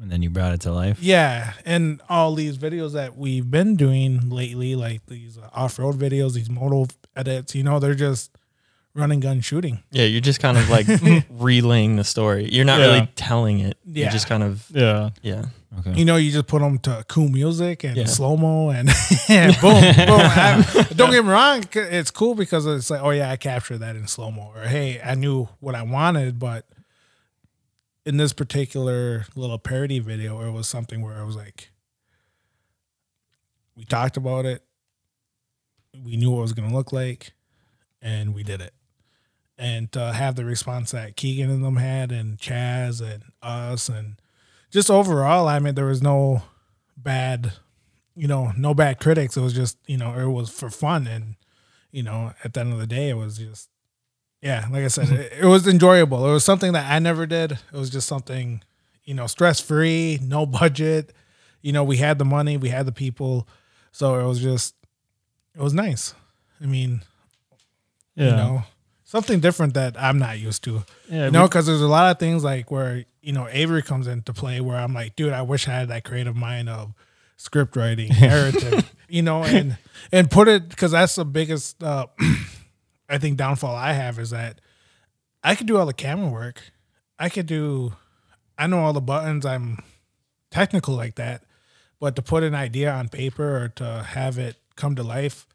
And then you brought it to life.
Yeah. And all these videos that we've been doing lately, like these off road videos, these modal edits, you know, they're just running gun shooting.
Yeah, you're just kind of like relaying the story. You're not
Yeah.
really telling it.
Yeah.
You're just kind of
Yeah.
yeah.
you know, you just put them to cool music and
Yeah.
slow mo and, and boom, boom. I- don't get me wrong, c- it's cool because it's like, oh yeah, I captured that in slow mo, or hey, I knew what I wanted, but in this particular little parody video, it was something where I was like, we talked about it, we knew what it was gonna look like, and we did it. And to have the response that Keegan and them had, and Chaz and us, and just overall, I mean, there was no bad, you know, no bad critics. It was just, you know, it was for fun. And, you know, at the end of the day, it was just, yeah, like I said, it, it was enjoyable. It was something that I never did. It was just something, you know, stress free, no budget. You know, we had the money, we had the people. So it was just, it was nice. I mean,
Yeah.
you know, something different that I'm not used to.
yeah
You know, because there's a lot of things like where you know Avery comes into play where I'm like, dude, I wish I had that creative mind of script writing, narrative, you know, and and put it because that's the biggest uh, I think downfall I have is that I could do all the camera work, I could do, I know all the buttons, I'm technical like that, but to put an idea on paper or to have it come to life,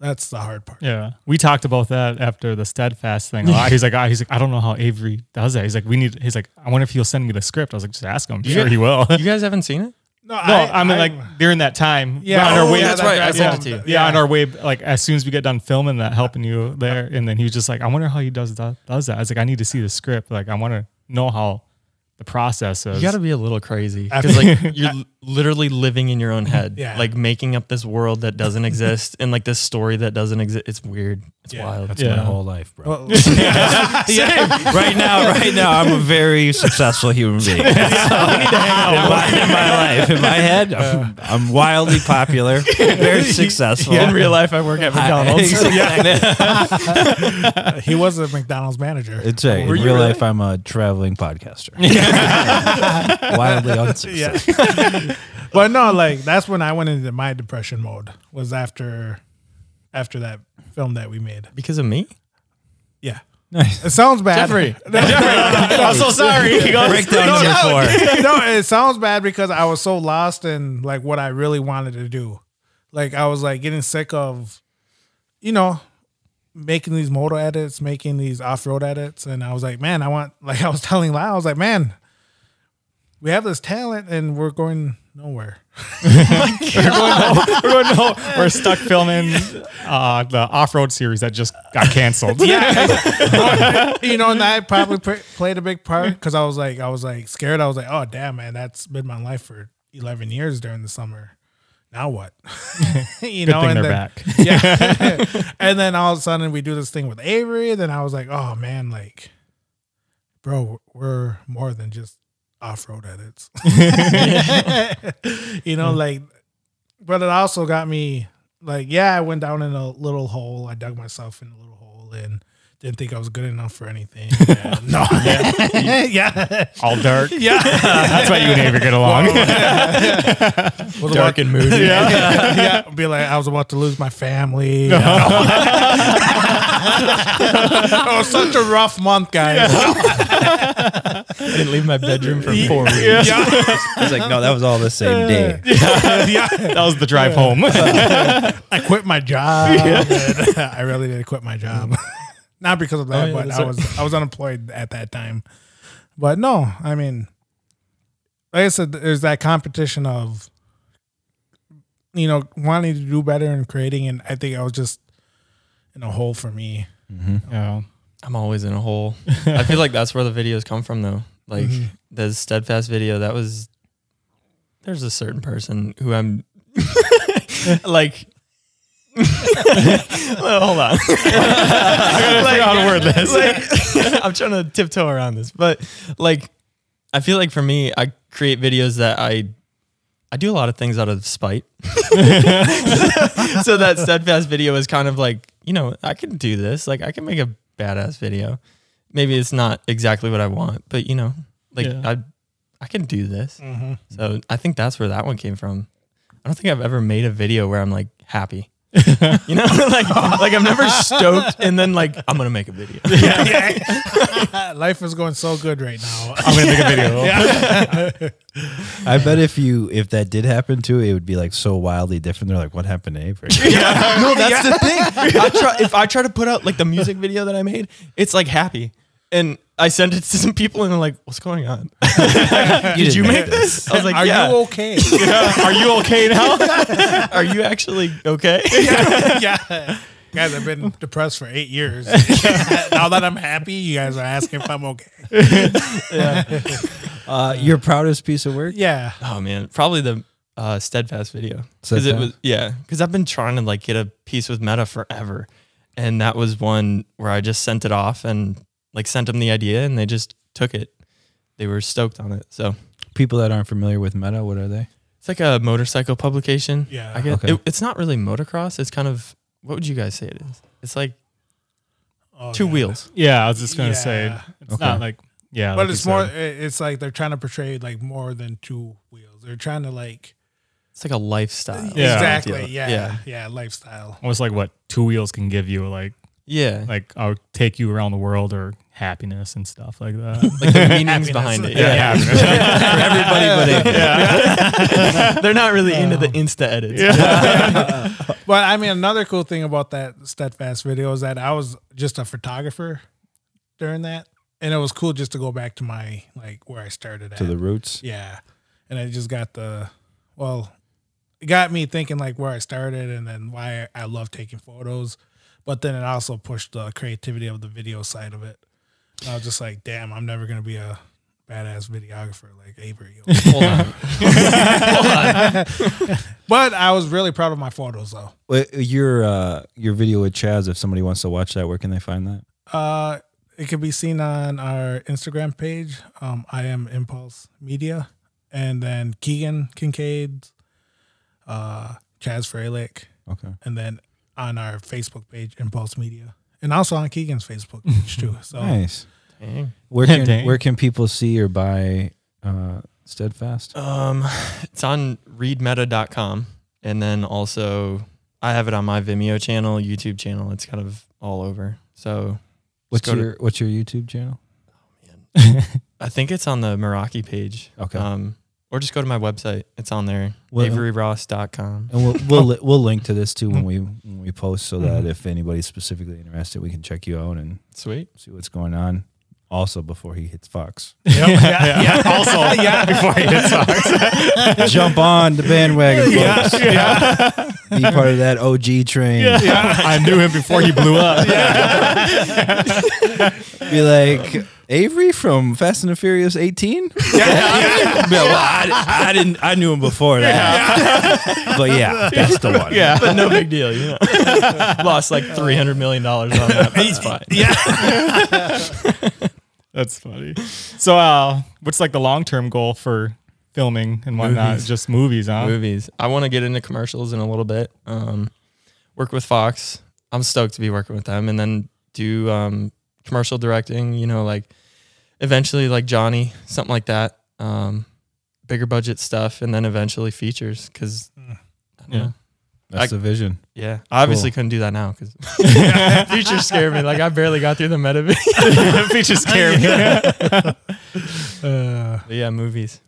that's the hard part.
Yeah, we talked about that after the steadfast thing. A lot. He's like, ah, he's like, I don't know how Avery does that. He's like, we need. He's like, I wonder if he'll send me the script. I was like, just ask him. I'm Sure, he will. no,
You guys haven't seen it?
No,
I, mean like during that time.
yeah,
on our
oh,
way.
yeah,
that's right, I
that's
sent
right.
it to you.
yeah, on our way. Like as soon as we get done filming that, helping you there, and then he was just like, I wonder how he does that. Does that? I was like, I need to see the script. Like I want to know how the process
You
is.
got to be a little crazy because like you're l- literally living in your own head,
Yeah.
like making up this world that doesn't exist and like this story that doesn't exist. It's weird. It's
Yeah.
wild.
That's
Yeah.
my whole life, bro.
Well,
right now, right now, I'm a very successful human being. in, my, in my life, in my head, I'm, I'm wildly popular, very successful.
in real life, I work at McDonald's.
he was a McDonald's manager.
It's a, in real life, I'm a traveling podcaster. Wildly unsuccessful.
but no, like that's when I went into my depression mode. Was after, after that film that we made.
Because of me?
Yeah, nice. It sounds bad.
Jeffrey.
I'm so sorry. He goes,
Breakdown number four.
no, it sounds bad because I was so lost in like what I really wanted to do. Like I was like getting sick of, you know, making these motor edits, making these off road edits, and I was like, man, I want like I was telling Lyle, I was like, man, we have this talent and we're going nowhere.
we're, going, no, we're stuck filming uh, the off-road series that just got canceled.
yeah, you know, and that probably pr- played a big part because I was like, I was like scared. I was like, oh damn, man, that's been my life for eleven years during the summer. Now what? you
Good
know, and
thing
then,
they're back.
yeah, and then all of a sudden we do this thing with Avery. Then I was like, oh man, like, bro, we're more than just off-road edits. you know, like, but it also got me like, yeah, I went down in a little hole. I dug myself in a little hole and didn't think I was good enough for anything. Yeah, no, yeah, yeah,
All dark.
yeah.
That's why you and Avery get along.
Dark and moody. Yeah. yeah, Be like, I was about to lose my family. oh, such a rough month, guys.
I didn't leave my bedroom for four weeks.
It's like, no, that was all the same day.
that was the drive home.
I quit my job. and I really did quit my job. Not because of that,
Mm. Oh, yeah,
but
that's
I
right.
was I was unemployed at that time. But no, I mean, like I said, there's that competition of you know wanting to do better and creating, and I think I was just in a hole for me.
yeah.
I'm always in a hole. I feel like that's where the videos come from, though. Like the steadfast video, that was there's a certain person who I'm like. Well, hold on. I gotta figure out how to word this. I'm trying to tiptoe around this, but like, I feel like for me, I create videos that I, I do a lot of things out of spite. so that steadfast video is kind of like, you know, I can do this. Like, I can make a badass video. Maybe it's not exactly what I want, but you know, like
Yeah.
I, I can do this. So I think that's where that one came from. I don't think I've ever made a video where I'm like happy. you know, like like I'm never stoked, and then like I'm gonna make a video.
Uh, Life is going so good right now.
I'm gonna make a video.
I bet if you if that did happen to it, it would be like so wildly different. They're like, "What happened to Avery?"
No, that's the thing. I try, if I try to put out like the music video that I made, it's like happy, and I send it to some people, and they're like, "What's going on? Did you make this?" I was like,
Are
"Yeah."
you okay?
Are you okay now?
Are you actually okay?
yeah. Guys, I've been depressed for eight years. now that I'm happy, you guys are asking if I'm okay.
Uh, your proudest piece of work?
Yeah.
Oh man, probably the uh, steadfast video. 'Cause it
Steadfast?
was yeah, because I've been trying to like get a piece with Meta forever, and that was one where I just sent it off and like sent them the idea, and they just took it. They were stoked on it, so
People that aren't familiar with Meta, what are they?
it's like a motorcycle publication.
Yeah.
I guess
Okay.
it, it's not really motocross. It's kind of what would you guys say it is? It's like
Oh,
two
yeah.
wheels.
Yeah, I was just gonna say
Yeah.
it's not like yeah,
But
like
it's
you
more,
said.
it's like they're trying to portray like more than two wheels. They're trying to like,
It's like a lifestyle.
Yeah.
exactly. Yeah.
Yeah.
Yeah. Lifestyle.
almost like what two wheels can give you, like
Yeah.
like I'll take you around the world or happiness and stuff like that.
Like the meanings behind it. Yeah. For everybody but yeah. They're not really into the Insta edits.
But I mean, another cool thing about that steadfast video is that I was just a photographer during that, and it was cool just to go back to my like where I started at.
To the roots.
yeah, and I just got the well, it got me thinking like where I started and then why I love taking photos, but then it also pushed the creativity of the video side of it. And I was just like, damn, I'm never gonna be a badass videographer like Avery.
Hold on.
but I was really proud of my photos though.
Wait, Your uh, your video with Chaz. If somebody wants to watch that, where can they find that?
Uh, it can be seen on our Instagram page. Um, I am Impulse Media, and then Keegan Kincaid, uh, Chaz Fralick,
Okay.
and then on our Facebook page, Impulse Media, and also on Keegan's Facebook page too. So
Nice.
Oh. Dang.
Where can
Dang.
where can people see or buy uh, Steadfast?
Um, it's on readmeta.com. And then also, I have it on my Vimeo channel, YouTube channel. It's kind of all over. So
What's
go to-
your What's your YouTube channel?
I think it's on the Meraki page.
Okay.
Um, or just go to my website. It's on there,
Well-
averyross.com.
And we'll we'll, li- we'll link to this too when we when we post, so that if anybody's specifically interested, we can check you out and
Sweet.
see what's going on. Also, before he hits Fox,
yeah, yeah. Also, yeah. Before he hits
jump on the bandwagon, folks. Be part of that OG train.
I knew him before he blew up.
Be like Avery from Fast and the Furious 18. Yeah, well, I, I didn't. I knew him before that. But yeah, that's the one.
Yeah. But no big deal, you know. Lost like $300 million on that. but It's fine.
That's funny. So, uh, what's like the long term goal for filming and whatnot? Just movies, huh?
movies. I want to get into commercials in a little bit. Um, work with Fox. I'm stoked to be working with them, and then do um, commercial directing. You know, like eventually, like Johnny, something like that. Um, bigger budget stuff, and then eventually features. Because
Yeah.
yeah,
That's the vision.
Mm. yeah. I obviously couldn't do that now because features scare me. Like I barely got through the meta. video.
Features scare me.
uh,
But yeah, movies.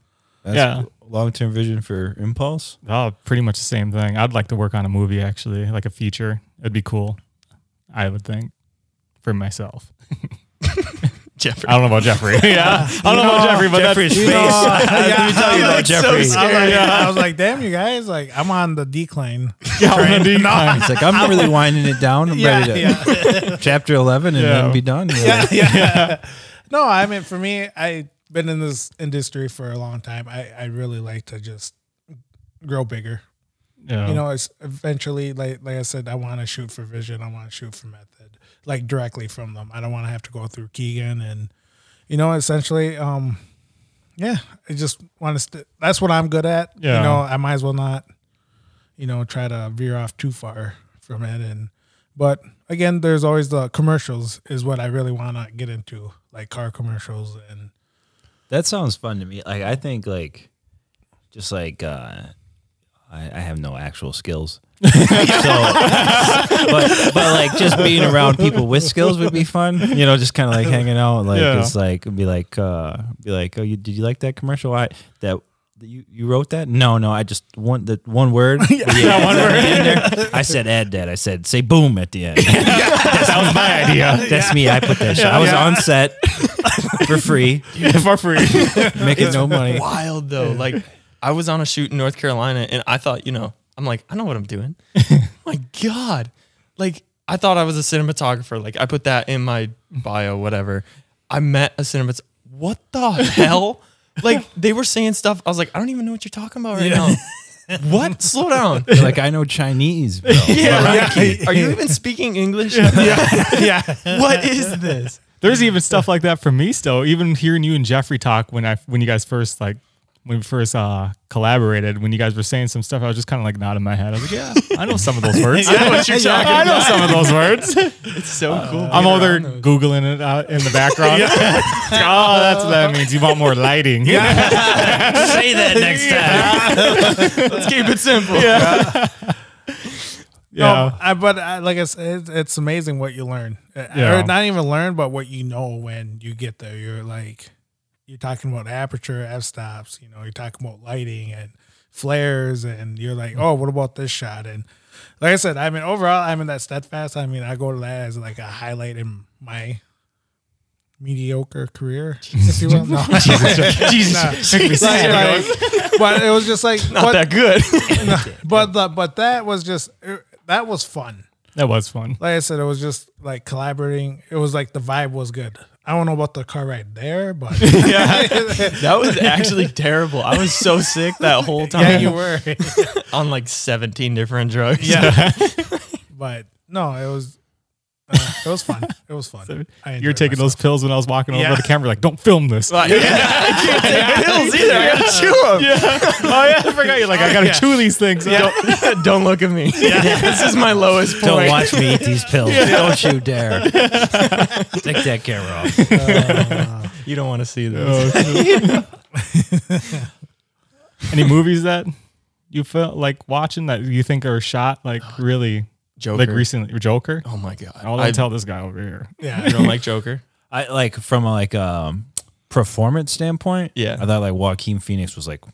That's
Yeah.
Long term vision for Impulse.
Oh, pretty much the same thing. I'd like to work on a movie actually, like a feature. It'd be cool. I would think for myself.
Jeffrey.
I don't know about Jeffrey. yeah, I don't know about Jeffrey, but Jeffrey's
you know, yeah,
you about Jeffrey.
I was, like, I was like, damn, you guys, like I'm on the decline.
It's like I'm really winding it down. I'm
Yeah,
ready to
yeah.
chapter 11 and
Yeah.
then be done.
yeah, yeah. No, I mean for me, I've been in this industry for a long time. I, I really like to just grow bigger. You
Um,
know, it's eventually like like I said, I want to shoot for vision. I want to shoot for method, like directly from them. I don't want to have to go through Keegan and, you know, essentially, um, yeah, I just want to. St- that's what I'm good at.
Yeah.
You know, I might as well not, you know, try to veer off too far from it. And but again, there's always the commercials is what I really want to get into, like car commercials and
That sounds fun to me. Like I think like just like uh I, I have no actual skills. so but but like just being around people with skills would be fun. You know, just kinda like hanging out. Like
Yeah.
it's like be like uh be like, Oh you did you like that commercial? I that you, you wrote that? No, no. I just one the one word. yeah, one word. I said add that. I said say boom at the end.
that was my idea
That's me. I put that. shit. I was
Yeah.
on set for free,
for free.
making no money.
wild though. Like I was on a shoot in North Carolina and I thought, you know, I'm like, I know what I'm doing. my God. Like I thought I was a cinematographer. Like I put that in my bio, whatever. I met a cinematographer. What the hell? Like they were saying stuff. I was like, I don't even know what you're talking about right now. what? Slow down.
like I know Chinese, bro.
Are you even speaking English?
yeah,
What is this?
There's even stuff like that for me still. Even hearing you and Jeffrey talk when I when you guys first like when we first uh collaborated, when you guys were saying some stuff, I was just kind of like nodding my head. I was like, yeah, I know some of those words. I know what you're talking I know some of those words. Uh,
It's so cool.
I'm over there googling it out in the background. oh, that's what that means. You want more lighting. Yeah.
Say that next time.
Let's keep it simple.
No,
yeah.
I, but I, like I said, it's, it's amazing what you learn. Uh,
Yeah.
Or not even learn, but what you know when you get there. You're like, you're talking about aperture, f stops. You know, you're talking about lighting and flares, and you're
Mm.
like, oh, what about this shot? And like I said, I mean, overall, I'm in that steadfast. I mean, I go to that as like a highlight in my mediocre career, if you will. No, Jesus,
Make me sad.
but it was just like,
Not
but,
that good.
but the, but that was just er, that was fun
That was fun.
like I said, it was just like collaborating. It was like the vibe was good. I don't know about the car right there, but
That was actually terrible. I was so sick that whole time.
yeah, you were.
on like 17 different drugs. Yeah.
But no, it was uh, it was fun. It was fun. I
You're
enjoyed
taking
myself.
those pills when I was walking over
Yeah.
to the camera, like, don't film this.
I can't take pills either. I gotta chew them.
Yeah. Oh yeah, I forgot. You're like, I gotta chew these things. Yeah.
Don't, don't look at me. This is my lowest point.
Don't watch me eat these pills. Don't you dare. Take that camera off.
You don't want to see this.
Any movies that you feel like watching that you think are shot like really
Joker.
like recently Joker?
oh my god.
I'll
I,
tell this guy over here.
I don't like Joker.
I like from a like um performance standpoint.
Yeah.
I thought like Joaquin Phoenix was like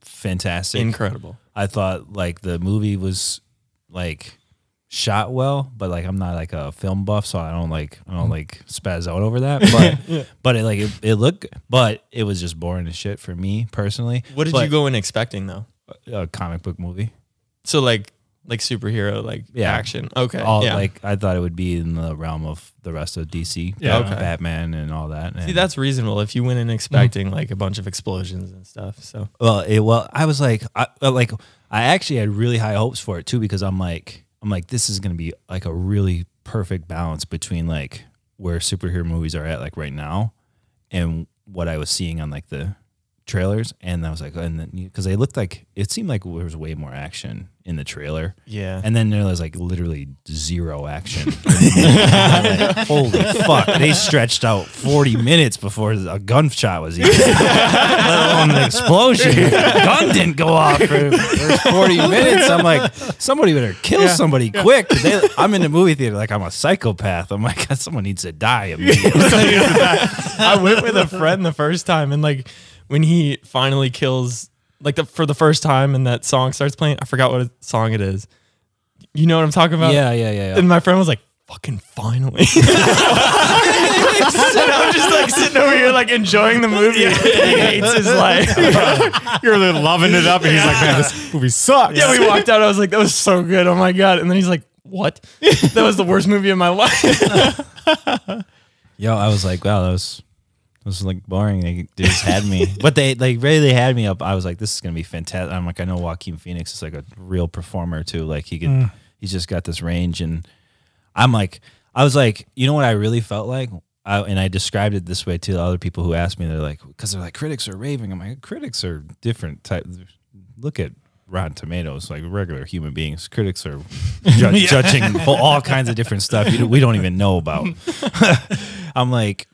fantastic.
Incredible.
I thought like the movie was like shot well, but like I'm not like a film buff, so I don't like I don't like spaz out over that. But but it like it, it looked but it was just boring as shit for me personally.
What did
But-
you go in expecting though?
a comic book movie.
So like like superhero like
Yeah.
action. Okay.
All
yeah.
like I thought it would be in the realm of the rest of DC,
Yeah.
Bat-
Okay.
Batman and all that. And,
See that's reasonable if you went in expecting like a bunch of explosions and stuff. So
well, it, well, I was like, I uh, like I actually had really high hopes for it too because I'm like, I'm like, this is gonna be like a really perfect balance between like where superhero movies are at like right now and what I was seeing on like the trailers, and I was like, and then because they looked like it seemed like there was way more action in the trailer.
yeah.
And then there was like literally zero action. Like, holy fuck. They stretched out 40 minutes before a gunshot was even, let alone an explosion. Gun didn't go off for, for 40 minutes. I'm like, somebody better kill somebody quick. They, I'm in the movie theater like I'm a psychopath. I'm like, someone needs to die immediately.
I went with a friend the first time, and like when he finally kills, like the for the first time, and that song starts playing. I forgot what song it is. You know what I'm talking about?
yeah, yeah, yeah. yeah.
And my friend was like, "Fucking finally!" and I'm just like sitting over here, like enjoying the movie. He hates his life.
You're really loving it up, and he's like, man, this movie sucks.
yeah, we walked out. I was like, "That was so good! Oh my god!" And then he's like, "What? That was the worst movie of my life."
Yo, I was like, wow, that was that was like boring. They, they just had me, but they like really had me up. I was like, this is gonna be fantastic. I'm like, I know Joaquin Phoenix is like a real performer too. Like he could, he's just got this range, and I'm like, I was like, you know what I really felt like. I, and I described it this way to the other people who asked me. They're like, because they're like critics are raving. I'm like, critics are different type. Look at Rotten Tomatoes, like regular human beings. Critics are ju- judging all kinds of different stuff you don't- we don't even know about. I'm like,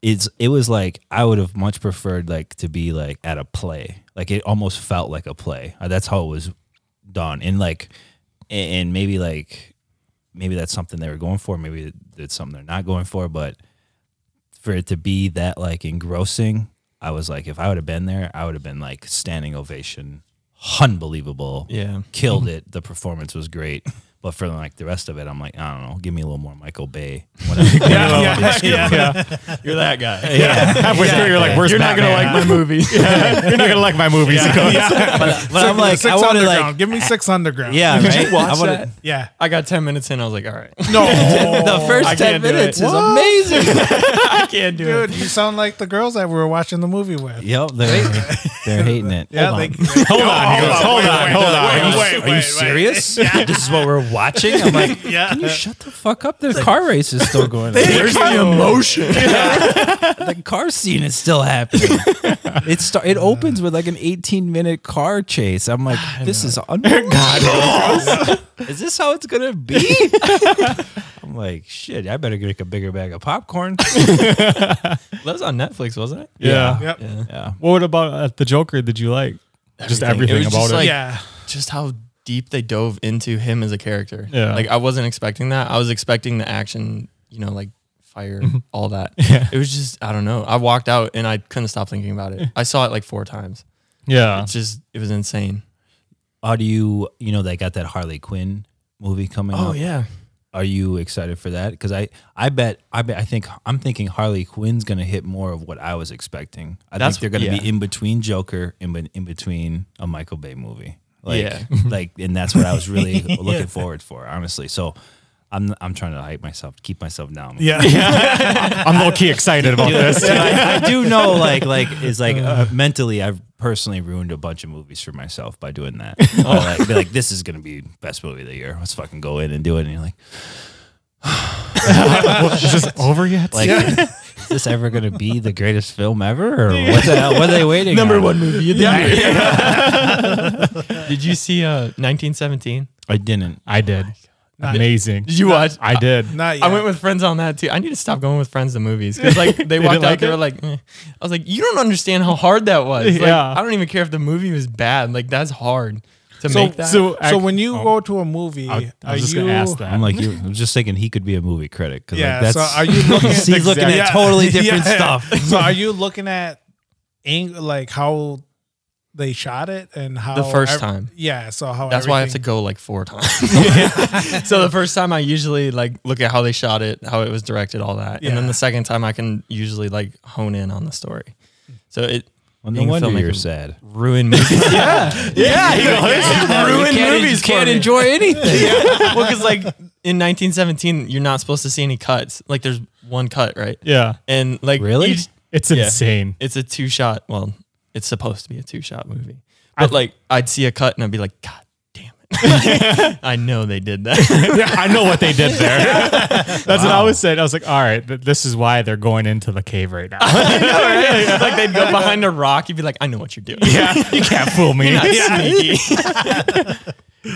it's it was like I would have much preferred like to be like at a play. Like it almost felt like a play. Uh, That's how it was done. And like and and maybe like maybe that's something they were going for, maybe it's something they're not going for, but for it to be that like engrossing, I was like if I would have been there, I would have been like standing ovation. Unbelievable.
Yeah.
Killed it. The performance was great. But for like the rest of it, I'm like, I don't know. Give me a little more Michael Bay. Whatever.
yeah, yeah,
You're that guy.
Halfway through, you're like, "Where's
You're not gonna like my movie.
You're not gonna like my movies."
But, but I'm like,
six
I want to
underground.
like,
Give me six underground.
yeah, right. I
watch
wanna-
that?
yeah.
I got 10 minutes in. I was like, all right,
No,
The first ten
can't do it.
minutes is amazing.
I can't do
dude, you sound like the girls that we were watching the movie with.
yep, they're they're hating it.
Yeah,
Hold
they,
on.
Hold on, he goes, hold on, hold on.
wait, wait,
Are you serious? This is what we're watching. I'm like, can you shut the fuck up? The car race is still going. on.
There's the emotion.
the car scene is still happening. it start, It opens with like an 18 minute car chase. I'm like, this is unbelievable. is this how it's gonna be? I'm like, shit. I better get a bigger bag of popcorn.
That was on Netflix, wasn't it?
Yeah.
Yep. Yeah.
yeah.
What about uh, the Joker? Did you like? Just
It
everything
was
about
just
it.
like- Just how deep they dove into him as a character.
Yeah.
Like I wasn't expecting that. I was expecting the action, you know, like fire, all that.
Yeah.
It was just, I don't know. I walked out and I couldn't stop thinking about it. I saw it like four times.
yeah.
It's just, it was insane.
Are you, you know, they got that Harley Quinn movie coming
Oh,
out.
Oh, yeah.
Are you excited for that? Because I, I bet, I bet, I think, I'm thinking Harley Quinn's going to hit more of what I was expecting. I
That's-
think they're going to be
yeah.
in between Joker and be- in between a Michael Bay movie. Like,
Yeah.
like, and that's what I was really looking forward for, honestly. So I'm, I'm trying to hype myself, keep myself down.
Yeah.
I'm low key excited about this.
Dude, I, I do know, like, like is like uh, mentally, I've personally ruined a bunch of movies for myself by doing that. I'll, like, be like, this is gonna be best movie of the year. Let's fucking go in and do it. And you're like,
Is this over yet?
like, is this ever gonna be the greatest film ever? Or what the hell? What are they waiting? on?
movie of the year. Did you see uh, 1917?
I didn't.
I did. Amazing.
Did you watch?
I did.
Not yet.
I went with friends on that too. I need to stop going with friends to movies because like they walked out,
didn't like
they were like,
it?
eh. I was like, you don't understand how hard that was. Like,
Yeah.
I don't even care if the movie was bad. Like that's hard to
so,
make that.
so,
I-
so when you go to a movie,
oh. I, I
are
was just
you,
gonna ask that.
I'm like, you I'm just thinking he could be a movie critic. 'cause,
Yeah.
like,
so
that's,
are you looking?
he's looking at
Yeah.
totally different
Yeah.
stuff.
so are you looking at, ang- like how they shot it and how
first time.
Yeah. So how
that's why I have to
everything-
go like four times. so the first time I usually like look at how they shot it, how it was directed, all that, and then
Yeah.
the second time I can usually like hone in on the story. So it
Well,
Being
no
a
wonder you're
filmmaker-
sad.
ruined movies. yeah, yeah, ruined movies.
Can't
for me.
enjoy anything.
well, because like in 1917, you're not supposed to see any cuts. Like there's one cut, right?
yeah.
And like
Really?
each-
It's
Yeah.
insane.
it's a two shot. Well, it's supposed to be a two shot movie.
I-
But like I'd see a cut and I'd be like, God damn it! I know they did that.
yeah, I know what they did there. That's what I always said. I was like, all right, th- this is why they're going into the cave right now.
like they'd go behind a rock. You'd be like, I know what you're doing.
yeah, you can't fool me.
Not
Yeah.
sneaky.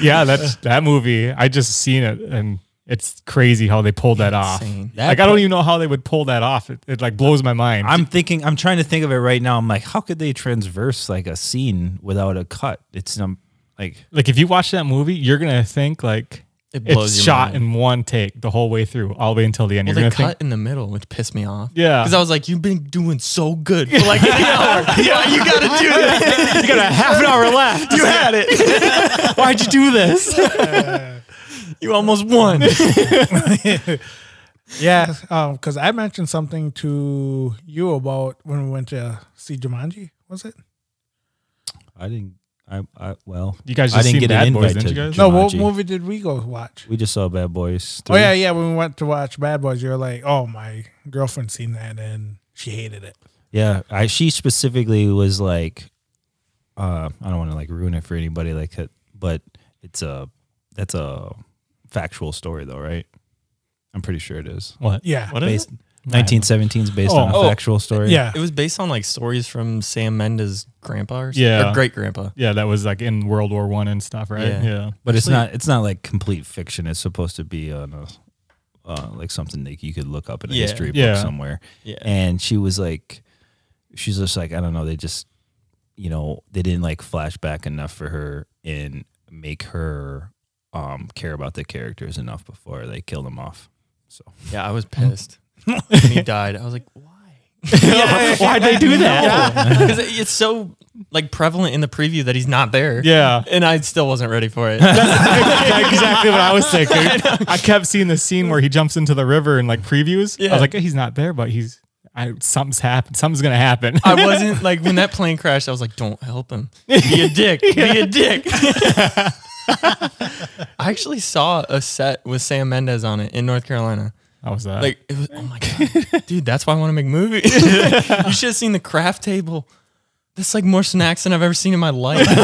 yeah, that's that movie. I just seen it and it's crazy how they pulled that off.
Insane.
That
like I don't even know how they would pull that off. It, it like blows my mind.
I'm thinking. I'm trying to think of it right now. I'm like, how could they transverse like a scene without a cut? It's um, like
like if you watch that movie, you're gonna think like
It blows
it's
your
shot
mind.
in one take the whole way through, all the way until the end.
Well,
you're
they
gonna think
cut in the middle, which pissed me off.
Yeah.
because I was like, "You've been doing so good for like an hour. Why you gotta do that?
you got a half an hour left.
You had it. Why'd you do this? you almost won."
Yeah, because I mentioned something to you about when we went to see Jumanji. Was it?
I didn't. I, I well,
You guys
I
just
didn't
seen
get an
Bad
invite
Boys, didn't
to
you guys?
No, what
Jumanji.
movie did we go watch?
we just saw Bad Boys.
Oh
3.
yeah, yeah. When we went to watch Bad Boys, you're like, "Oh, my girlfriend seen that," and She hated it.
Yeah, I she specifically was like, uh, I don't want to like ruin it for anybody like that, but it's a that's a factual story though, right? I'm pretty sure it is.
What?
Yeah.
What is
Based,
it?
1917 is based on a
Oh.
factual story.
Yeah.
It was based on like stories from Sam Mendes' grandpa or something.
Yeah.
Or great grandpa.
Yeah, that was like in World War One and stuff, right?
Yeah.
Yeah.
but it's not it's not like complete fiction. It's supposed to be on a uh, like something that you could look up in a
Yeah,
history book
yeah.
somewhere.
Yeah.
And she was like, she's just like, I don't know. They just, you know, they didn't like flashback enough for her and make her um care about the characters enough before they killed them off. So
Yeah, I was pissed when he died. I was like, why?
Why'd they do that?
Because it's so like prevalent in the preview that he's not there.
Yeah.
and I still wasn't ready for it.
That's exactly what I was thinking. I kept seeing the scene where he jumps into the river and like previews. I
Yeah.
was like, he's not there, but he's I, something's happened. Something's gonna happen.
I wasn't like when that plane crashed. I was like, don't help him. Be a dick. Be a dick. I actually saw a set with Sam Mendes on it in North Carolina.
How was uh, that?
Like, it was, oh my god, dude, that's why I want to make movies. you should have seen the craft table. That's like more snacks than I've ever seen in my life. Like,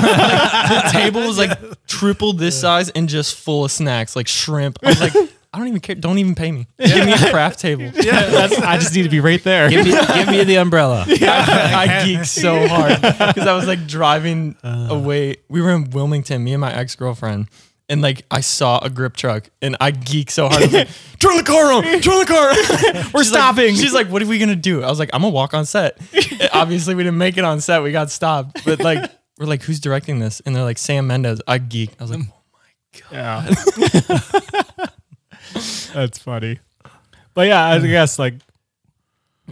the table was like triple this size and just full of snacks, like shrimp. I was like, I don't even care. Don't even pay me. Give me a craft table.
That's- I just need to be right there.
give me, give me the umbrella.
I, I geeked so hard because I was like driving away. We were in Wilmington, me and my ex girlfriend, and like I saw a grip truck, and I geeked so hard. I was like, "Turn the car on! Turn the car! on!" we're
stopping.
she's like, "What are we gonna do?" I was like, "I'm gonna walk on set." And obviously, we didn't make it on set. We got stopped, but like we're like, "Who's directing this?" And they're like, "Sam Mendes." I geeked. I was like,
Yeah. That's funny. But yeah, I guess like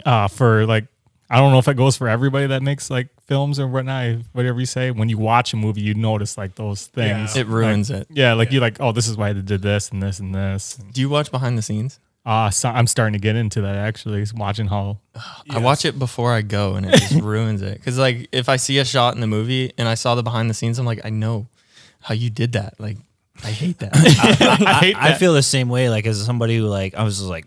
uh for like I don't know if it goes for everybody that makes like films or whatnot, whatever you say. When you watch a movie, you notice like those things. Yeah,
"It ruins it."
like you're like, oh, this is why they did this and this and this.
Do you watch behind the scenes?
Uh so I'm starting to get into that actually. is Watching how
I watch it before I go and it just ruins it. Cause like if I see a shot in the movie and I saw the behind the scenes, I'm like, I know how you did that. Like I hate that.
I hate
I
that.
feel the same way. Like as somebody who like I was just like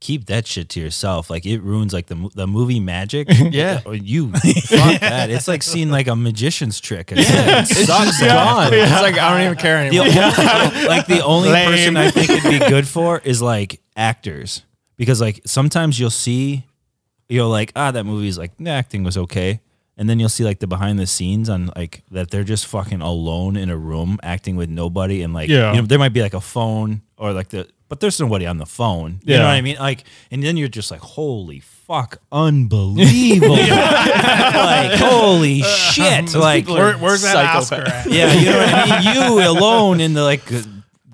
keep that shit to yourself. Like it ruins like the mo- the movie magic.
Yeah.
Oh, you fuck that. It's like seeing like a magician's trick. It's, yeah. it sucks gone.
it's like I don't even care
The
anymore.
only- like the only person I think it'd be good for is like actors because like sometimes you'll see you're like ah that movie's like the acting was okay and then you'll see like the behind the scenes on like that they're just fucking alone in a room acting with nobody and like
Yeah.
you know there might be like a phone or like the but there's nobody on the phone you
Yeah.
know what I mean like and then you're just like holy fuck unbelievable like holy shit like
Where, where's that Oscar
Psychopath.
at?
yeah, you know what I mean. You alone in the like g-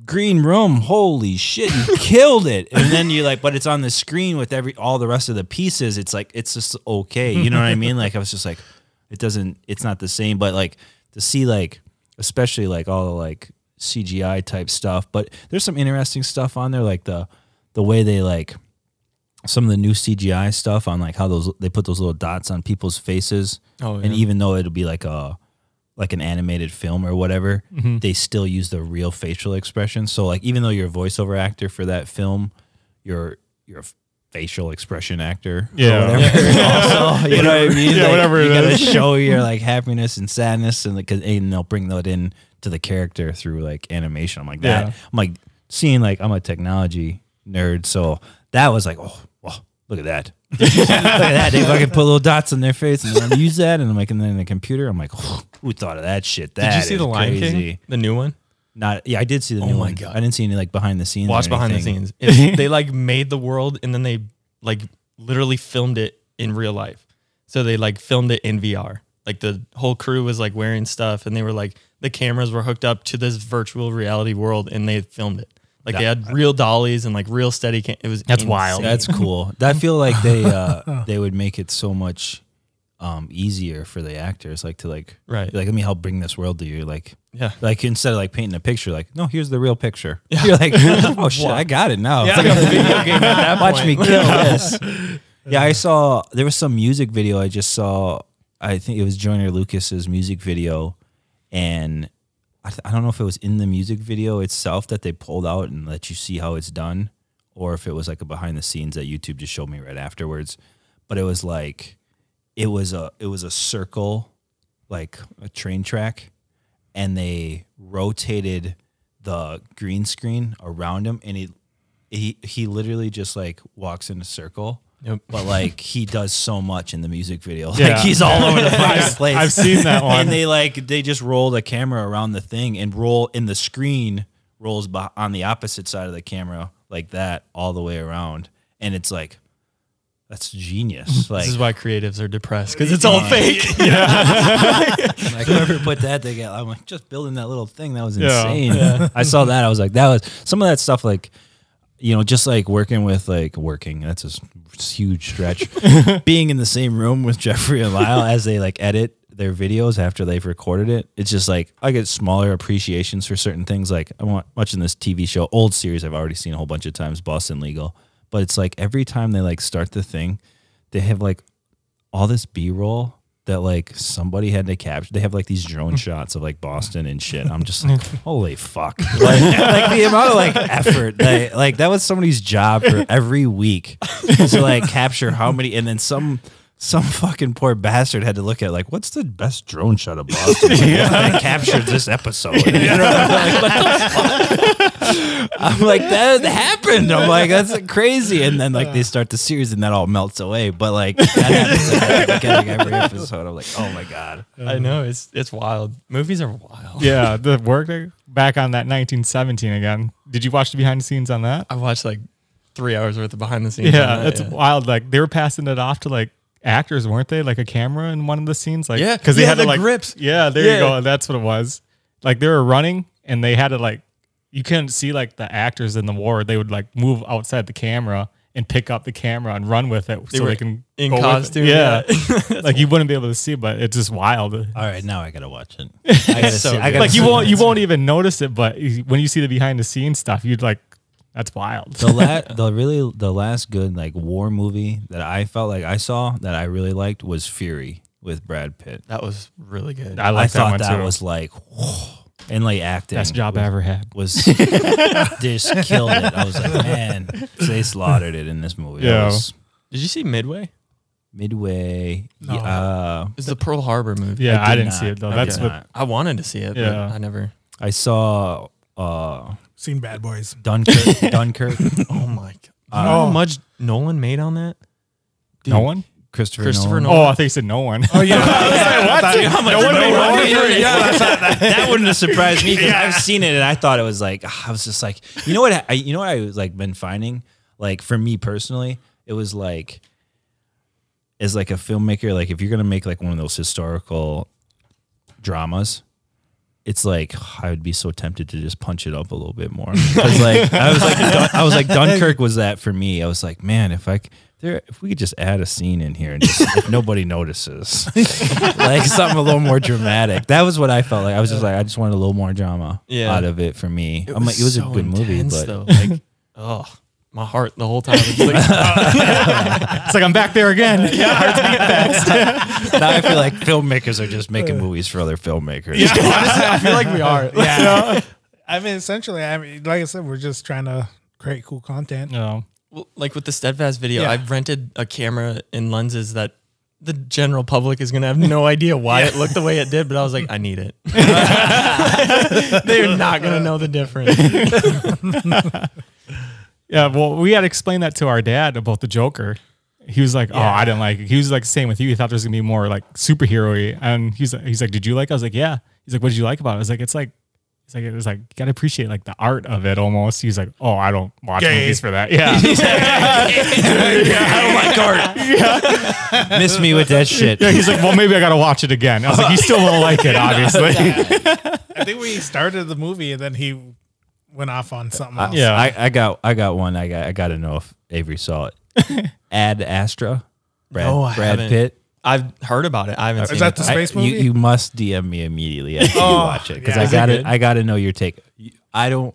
green room. Holy shit, you killed it! And then you like, but it's on the screen with every all the rest of the pieces. It's like it's just okay. You know what I mean? Like I was just like, it doesn't. It's not the same. But like to see like, especially like all the like CGI type stuff. But there's some interesting stuff on there, like the the way they like some of the new CGI stuff on like how those they put those little dots on people's faces.
Oh, yeah.
And even though it'll be like a like an animated film or whatever,
Mm-hmm.
they still use the real facial expression. So like even though you're a voiceover actor for that film, you're you're a facial expression actor. or
Yeah.
whatever. Also, you know what I mean?
Yeah,
Like,
whatever
You
it
gotta
is.
show your like happiness and sadness, and like, 'cause- and they'll bring that in to the character through like animation. I'm like that.
Yeah.
I'm like seeing like I'm a technology nerd, so that was like, oh, wow, look at that. look at that. They fucking put little dots on their face and then use that. And I'm like, and then the computer, I'm like, who thought of that shit? That
Did you see
is
the Lion
crazy.
King? The new one?
Not yeah, I did see the
Oh
new
my
one.
God.
I didn't see any like behind the scenes. or
Watch behind the
anything.
scenes. It's, they like made the world and then they like literally filmed it in real life. So they like filmed it in VR. Like the whole crew was like wearing stuff and they were like the cameras were hooked up to this virtual reality world and they filmed it. Like they had real dollies and like real steady cam- it was
That's wild.
insane.
That's cool. I feel like they uh, they would make it so much um, easier for the actors, like to like
Right.
like let me help bring this world to you, like.
Yeah.
Like instead of like painting a picture, like no, here's the real picture. You're like, oh shit, I got it now. It's like a video game. Watch me kill this. Yeah, I saw there was some music video I just saw. I think it was Joyner Lucas's music video, and I, th- I don't know if it was in the music video itself that they pulled out and let you see how it's done, or if it was like a behind the scenes that YouTube just showed me right afterwards. but it was like it was a it was a circle like a train track and they rotated the green screen around him and he he he literally just like walks in a circle but like he does so much in the music video like
Yeah.
he's all over the place
I've seen that one.
and they like they just roll the camera around the thing and roll and the screen rolls beh- on the opposite side of the camera like that all the way around and it's like that's genius like
This is why creatives are depressed because it's all fake.
Like whoever put that together, I'm like just building that little thing. That was
Yeah.
insane. I saw that. I was like, that was some of that stuff. Like, you know, just like working with like working. That's a s- huge stretch. Being in the same room with Jeffrey and Lyle as they like edit their videos after they've recorded it. It's just like I get smaller appreciations for certain things. Like I'm wa- watching this TV show, old series I've already seen a whole bunch of times, Boston Legal. But it's like every time they like start the thing, they have like all this B roll that like somebody had to capture. They have like these drone shots of like Boston and shit. I'm just like, holy fuck! Like, like, the amount of like effort, they, like that was somebody's job for every week to like capture how many, and then some. Some fucking poor bastard had to look at like, what's the best drone shot of Boston that captured this episode? You know what I'm like, what the I'm like, that happened. I'm like, that's crazy. And then like they start the series and that all melts away. But like that happens at the beginning of every episode. I'm like, oh my God.
I know it's it's wild. Movies are wild.
yeah, the work back on that 1917 again. Did you watch the behind the scenes on that?
I watched like three hours worth of behind the scenes. on
Yeah,
that,
it's wild. Like they were passing it off to like actors, weren't they? Like a camera in one of the scenes. Like
Yeah,
because they
yeah,
had to
the
like
grips.
Yeah, there
Yeah.
you go. That's what it was. Like they were running and they had to like you couldn't see like the actors in the war. They would like move outside the camera and pick up the camera and run with it so
were
they can
in
go with it.
costume,
Yeah, like you wouldn't be able to see, but it's just wild.
All right, now I gotta watch it. I gotta
So
see. I gotta
good.
Like
see
you won't you won't even notice it, but you- when you see the behind the scenes stuff, you'd like that's wild.
the la- the really the last good like war movie that I felt like I saw that I really liked was Fury with Brad Pitt.
That was really good.
I
I
like that
thought
one
that
too.
was like whoa. and like acting.
best job I ever had.
was just killed it. I was like, man, they slaughtered it in this movie. That
Yeah.
was
Did you see Midway?
Midway.
No.
Uh,
It's the Pearl Harbor movie.
Yeah, I,
did
didn't
not.
see it though.
I
That's
did
what
not.
I wanted to see it,
Yeah.
but I never.
I saw uh,
Seen Bad Boys.
Dunkirk. Dunkirk.
Oh my god!
Uh,
how much Nolan made on that?
no one.
Christopher,
Christopher
Nolan.
Nolan.
Hmm. Oh, I think you said no one.
Oh yeah,
Oh,
Yeah, that, that wouldn't have surprised me because I've seen it and I thought it was like ah, I was just like you know what I you know what I was like been finding like for me personally it was like as like a filmmaker like if you're gonna make like one of those historical dramas it's like I would be so tempted to just punch it up a little bit more. 'Cause, like I was like Dun- I was like Dunkirk was that for me. I was like, man, if I c- there if we could just add a scene in here and just, if nobody notices, like something a little more dramatic. That was what I felt like. I was just like I just wanted a little more drama
Yeah.
out of it for me. I'm like it was
so
a good movie,
intense,
but
though. like, oh, my heart the whole time. It's like,
It's like I'm back there again. yeah.
now I feel like filmmakers are just making movies for other filmmakers.
I feel like we are. Yeah. I mean, essentially, I mean, like I said, we're just trying to create cool content.
No.
well, like with the steadfast video,
Yeah.
I've rented a camera and lenses that the general public is gonna have no idea why it looked the way it did. But I was like, I need it. They're not gonna know the difference.
Yeah. Well, we had to explain that to our dad about the Joker. He was like, "Oh, I didn't like it." He was like, "Same with you." He thought there was gonna be more like superhero-y. and he's like, "He's like, did you like?" it? I was like, "Yeah." He's like, "What did you like about it?" I was like, "It's like." It's like it was like you gotta appreciate like the art of it almost. He's like, oh, I don't watch
Gay.
movies for that. Yeah,
Miss me with that shit.
yeah. He's like, well, maybe I gotta watch it again. I was like, you still won't like it, obviously.
I think we started the movie and then he went off on something
I-
else.
Yeah.
I, I got I got one. I got I got to know if Avery saw it. Ad Astra, Brad,
No, I
Brad
haven't.
Pitt.
I've heard about it. I haven't. seen
Is that
it.
the
though.
space
I-
movie?
You, you must DM me immediately after you watch it because
yeah.
I
Is
got
Oh, it good?
to I got to know your take. I don't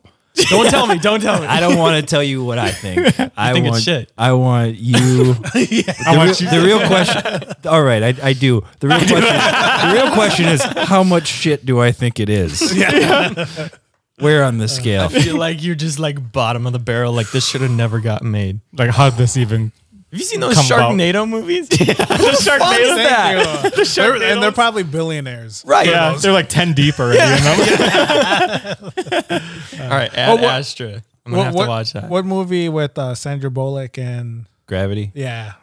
don't tell me. Don't tell me.
I don't want to tell you what I think. I
think it's
want
shit.
I want you.
I
The,
want you.
real, the real question. All right, I, I do. The real question. the real question is how much shit do I think it is? Where on the scale?
feel like you're just like bottom of the barrel. Like this should have never gotten made.
Like, how'd this even
Have you seen those
Come about.
Sharknado movies? yeah. The
Thank
Sharknado.
you. They're- and they're
Sharknadoes.
probably billionaires.
Right.
Yeah, they're like ten deep already. You know?
All right. Ad
Oh, what-
Astra. I'm gonna have to watch that.
What movie with uh, Sandra Bullock and
Gravity.
yeah,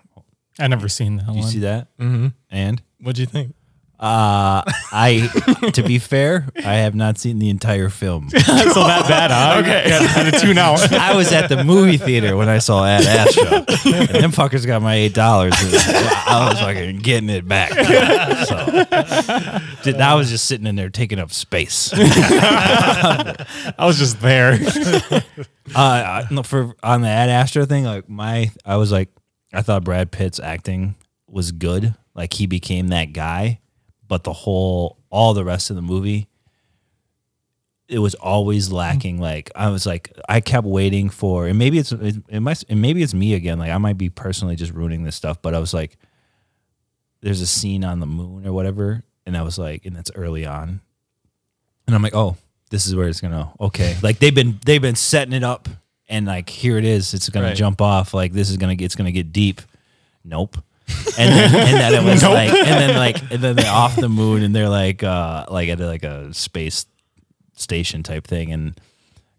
I never seen that
You
one.
see that?
mm-hmm.
And
What'd you think?
uh, I, to be fair, I have not seen the entire film.
so that bad, huh? Okay, yeah, had to tune out.
I was at the movie theater when I saw Ad Astra, and them fuckers got my eight dollars. I was fucking getting it back. So, did- I was just sitting in there taking up space.
I was just there.
Uh, I- no, for on the Ad Astra thing, like my, I was like, I thought Brad Pitt's acting was good. Like he became that guy, but the whole, all the rest of the movie, it was always lacking. Like I was like, I kept waiting for, and maybe it's it, it might, and maybe it's me again. Like I might be personally just ruining this stuff, but I was like, there's a scene on the moon or whatever, and I was like, and that's early on, and I'm like, oh, this is where it's gonna okay. Like they've been they've been setting it up, and like here it is. It's gonna
Right.
jump off. Like this is gonna get it's gonna get deep. Nope. And then, and then it was like, and then like, and then they're off the moon, and they're like, uh, like at like a space station type thing, and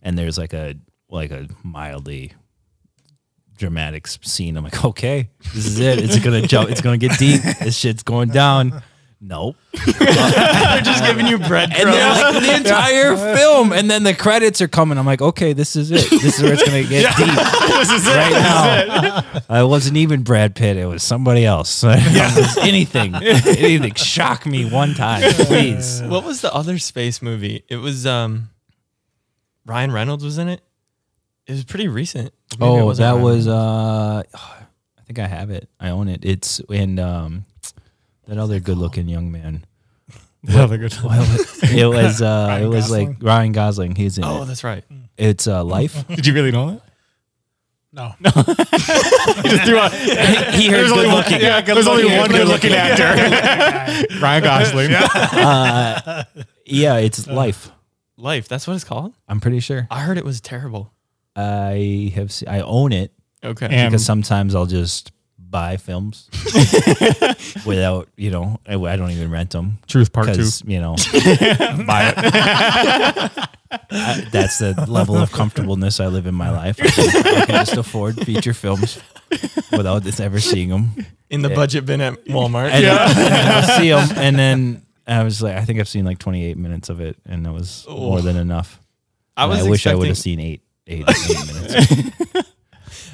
and there's like a like a mildly dramatic s- scene. I'm like, okay, this is it. It's gonna jump. It's gonna get deep. This shit's going down. Nope.
They're just giving you bread.
And they're like the entire film, and then the credits are coming. I'm like, okay, this is it. This is where it's gonna get deep. this is it. Right now, I wasn't even Brad Pitt. It was somebody else. It was anything, anything. Shock me one time, please.
What was the other space movie? It was um Ryan Reynolds was in it. It was pretty recent. Maybe it
Oh,
wasn't
that
Ryan
was. uh I think I have it. I own it. It's and um, that other good-looking young man.
Another good one.
It was. uh
Ryan
It was
Gosling?
like Ryan Gosling. He's in
Reynolds. Oh,
it.
that's right.
It's uh, Life.
Did you really know that?
no,
he heard good looking.
Yeah, there's only one good looking actor. Ryan Gosling.
Yeah, it's Life.
Life. That's what it's called.
I'm pretty sure.
I heard it was terrible.
I have. Se- I own it
Okay.
And
because sometimes I'll just buy films without you know. I, I don't even rent them
Truth Part Two.
because you know. buy it. I- that's the level of comfortableness I live in my life. I can, I can just afford feature films without just ever seeing them.
in the budget bin at Walmart.
And, and then I'll see them, and then I was like, I think I've seen like 28 minutes of it, and that was more than enough.
I
And
was
I wish I would have seen
expecting-
eight, eight, eight minutes.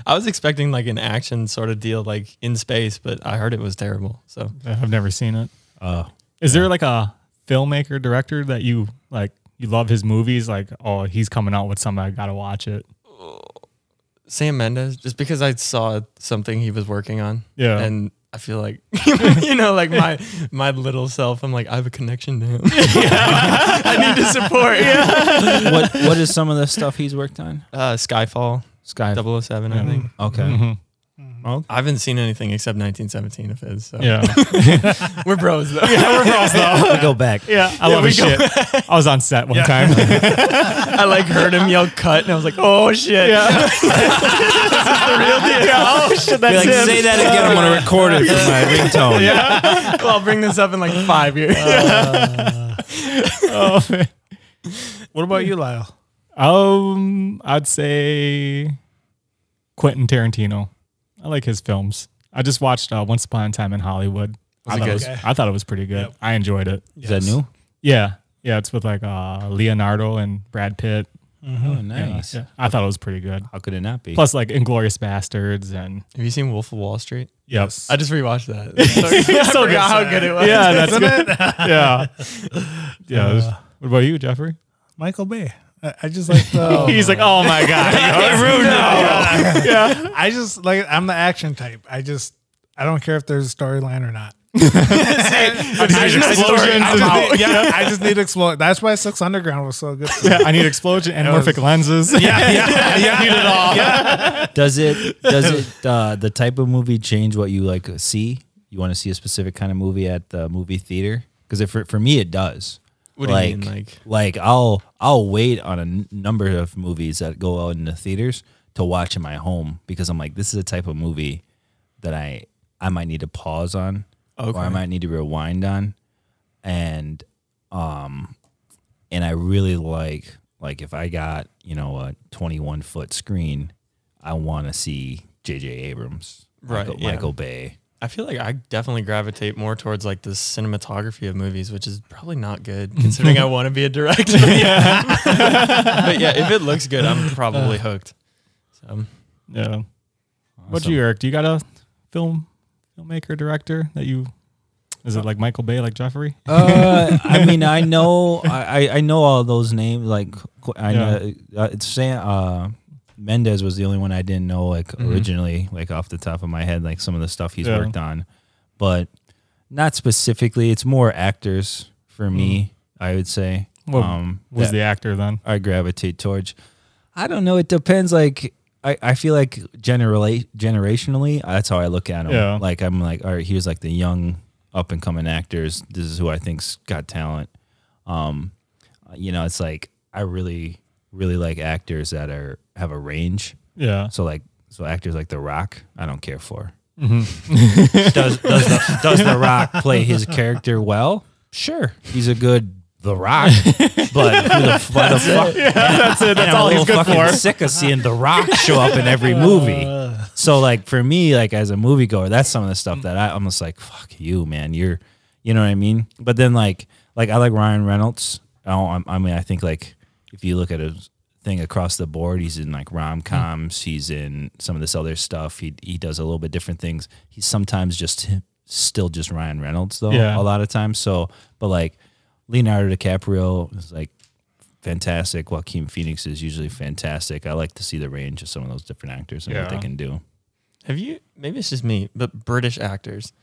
I was expecting like an action sort of deal, like in space, but I heard it was terrible. So
I've never seen it.
Uh,
Is there like a filmmaker director that you like? You love his movies, like oh, he's coming out with something. I gotta watch it.
Sam Mendes, just because I saw something he was working on,
Yeah.
and I feel like you know, like my my little self, I'm like I have a connection to him. I need to support. Yeah.
what what is some of the stuff he's worked on?
Uh, Skyfall,
Sky.
007, I think.
Okay.
I haven't seen anything except 1917 of his. So
Yeah,
we're bros though.
We go back.
yeah, I love his shit. I was on set one time.
I like heard him yell cut, and I was like, oh shit. oh,
yeah,
Be like, say that again. I'm gonna record it for my ringtone.
Well, I'll bring this up in like five years.
Oh, man.
what about you, Lyle?
Um, I'd say Quentin Tarantino. I like his films. I just watched uh, Once Upon a Time in Hollywood. I
it
thought, it
good?
was, I thought it was pretty good.
Yep.
I enjoyed it.
Is that new?
Yeah, yeah. It's with like uh, Leonardo and Brad Pitt.
Oh,
Yeah,
nice.
yeah. I thought it was pretty good.
How could it not be?
Plus, like Inglorious Bastards and
Have you seen Wolf of Wall Street?
yes,
I just rewatched that. I forgot how good it was.
yeah, that's good. yeah, yeah. it was- what about you, Jeffrey?
Michael Bay. I, I just like the.
He's like, oh my god,
I just like I'm the action type. I just I don't care if there's a storyline or not. I, just need
explosions
I
and-
just need, yeah, I just need to explode. That's why Six Underground was so good.
Yeah, I need explosion and
was-
morphic lenses. Yeah, yeah, yeah. I need it all.
Does it does it uh, the type of movie change what you like see? You want to see a specific kind of movie at the movie theater? Because for for me it does.
What do
like,
you mean, like?
like I'll I'll wait on a n- number of movies that go out in the theaters to watch in my home because I'm like this is a type of movie that I I might need to pause on,
Okay.
or I might need to rewind on, and um, and I really like like if I got you know a twenty one foot screen, I want to see J.J. Abrams,
Right,
Michael,
yeah.
Michael Bay.
I feel like I definitely gravitate more towards like the cinematography of movies, which is probably not good considering I want to be a director. yeah. but yeah, if it looks good, I'm probably hooked. So
Yeah. What do you, Eric? Do you got a film filmmaker director that you? Is it like Michael Bay, like Jeffrey?
uh, I mean, I know, I, I- I know all those names. Like, qu- I know uh, it's Sam uh, Mendez was the only one I didn't know, like originally, like off the top of my head, like some of the stuff he's
Mm-hmm. Yeah.
worked on, but not specifically. It's more actors for me. I would say.
Mm. What
um,
was
that
the actor then?
I gravitate towards. I don't know. It depends. Like. I, I feel like generally generationally, that's how I look at them.
Yeah.
Like I'm like, all right, here's like the young up and coming actors. This is who I think's got talent um you know it's like i really really like actors that are have a range
Yeah.
so like so actors like the rock i don't care for
Mhm.
Mm-hmm. does does the, does the rock play his character well sure he's a good the rock but who the, why the fuck
that's it.
and
That's
I'm
all
a
he's
little
good
fucking
for. Uh.
sick of seeing The Rock show up in every movie. So like for me, like as a moviegoer, that's some of the stuff that I, I'm just like, fuck you, man. You're, you know what I mean. But then like like I like Ryan Reynolds. I, don't- I mean, I think like if you look at a thing across the board, he's in like rom coms. He's in some of this other stuff. He he does a little bit different things. He's sometimes just still just Ryan Reynolds though.
Yeah.
A lot of times. So, but like Leonardo DiCaprio is like fantastic. Joaquin Phoenix is usually fantastic. I like to see the range of some of those different actors and what they
Yeah.
can do.
have you maybe it's just me, but British actors.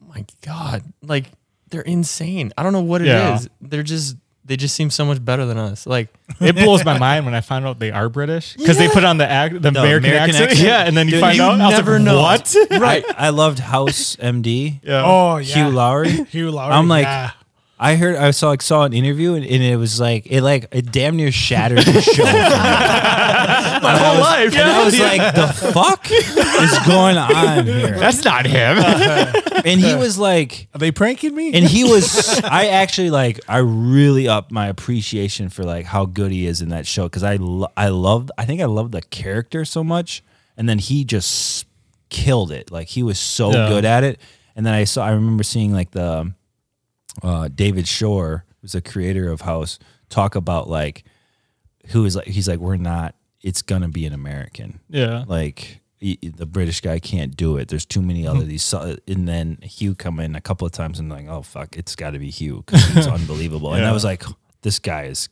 Oh my God. Like they're insane. I don't know what it
Yeah.
is. They're just they just seem so much better than us. Like
It blows my mind when I find out they are British because they put on the act, the, American,
American
accent.
accent.
Yeah, and then you
Dude,
find
you Oh,
out. and I was like,
never know.
What?
Right. I, I loved House MD.
Yeah.
Oh yeah,
Hugh Laurie.
Hugh Laurie.
I'm like,
yeah.
I heard, I saw, like, saw an interview, and, and it was like, it like, it damn near shattered the show. for me.
my whole life.
And I was like, the fuck is going on here?
that's not him.
And he was like,
are they pranking me?
and he was i actually like i really up my appreciation for like how good he is in that show because i lo- i loved i think i loved the character so much and then he just killed it like he was so
Yeah.
good at it and then i saw i remember seeing like the uh david shore who's the creator of house talk about like who is like he's like we're not it's gonna be an american
yeah.
like y- y- the British guy can't do it. There's too many
Hmm.
other these. so- uh, And then Hugh come in a couple of times and like, oh fuck, it's got to be Hugh because it's unbelievable. And I
Yeah.
was like, this guy is,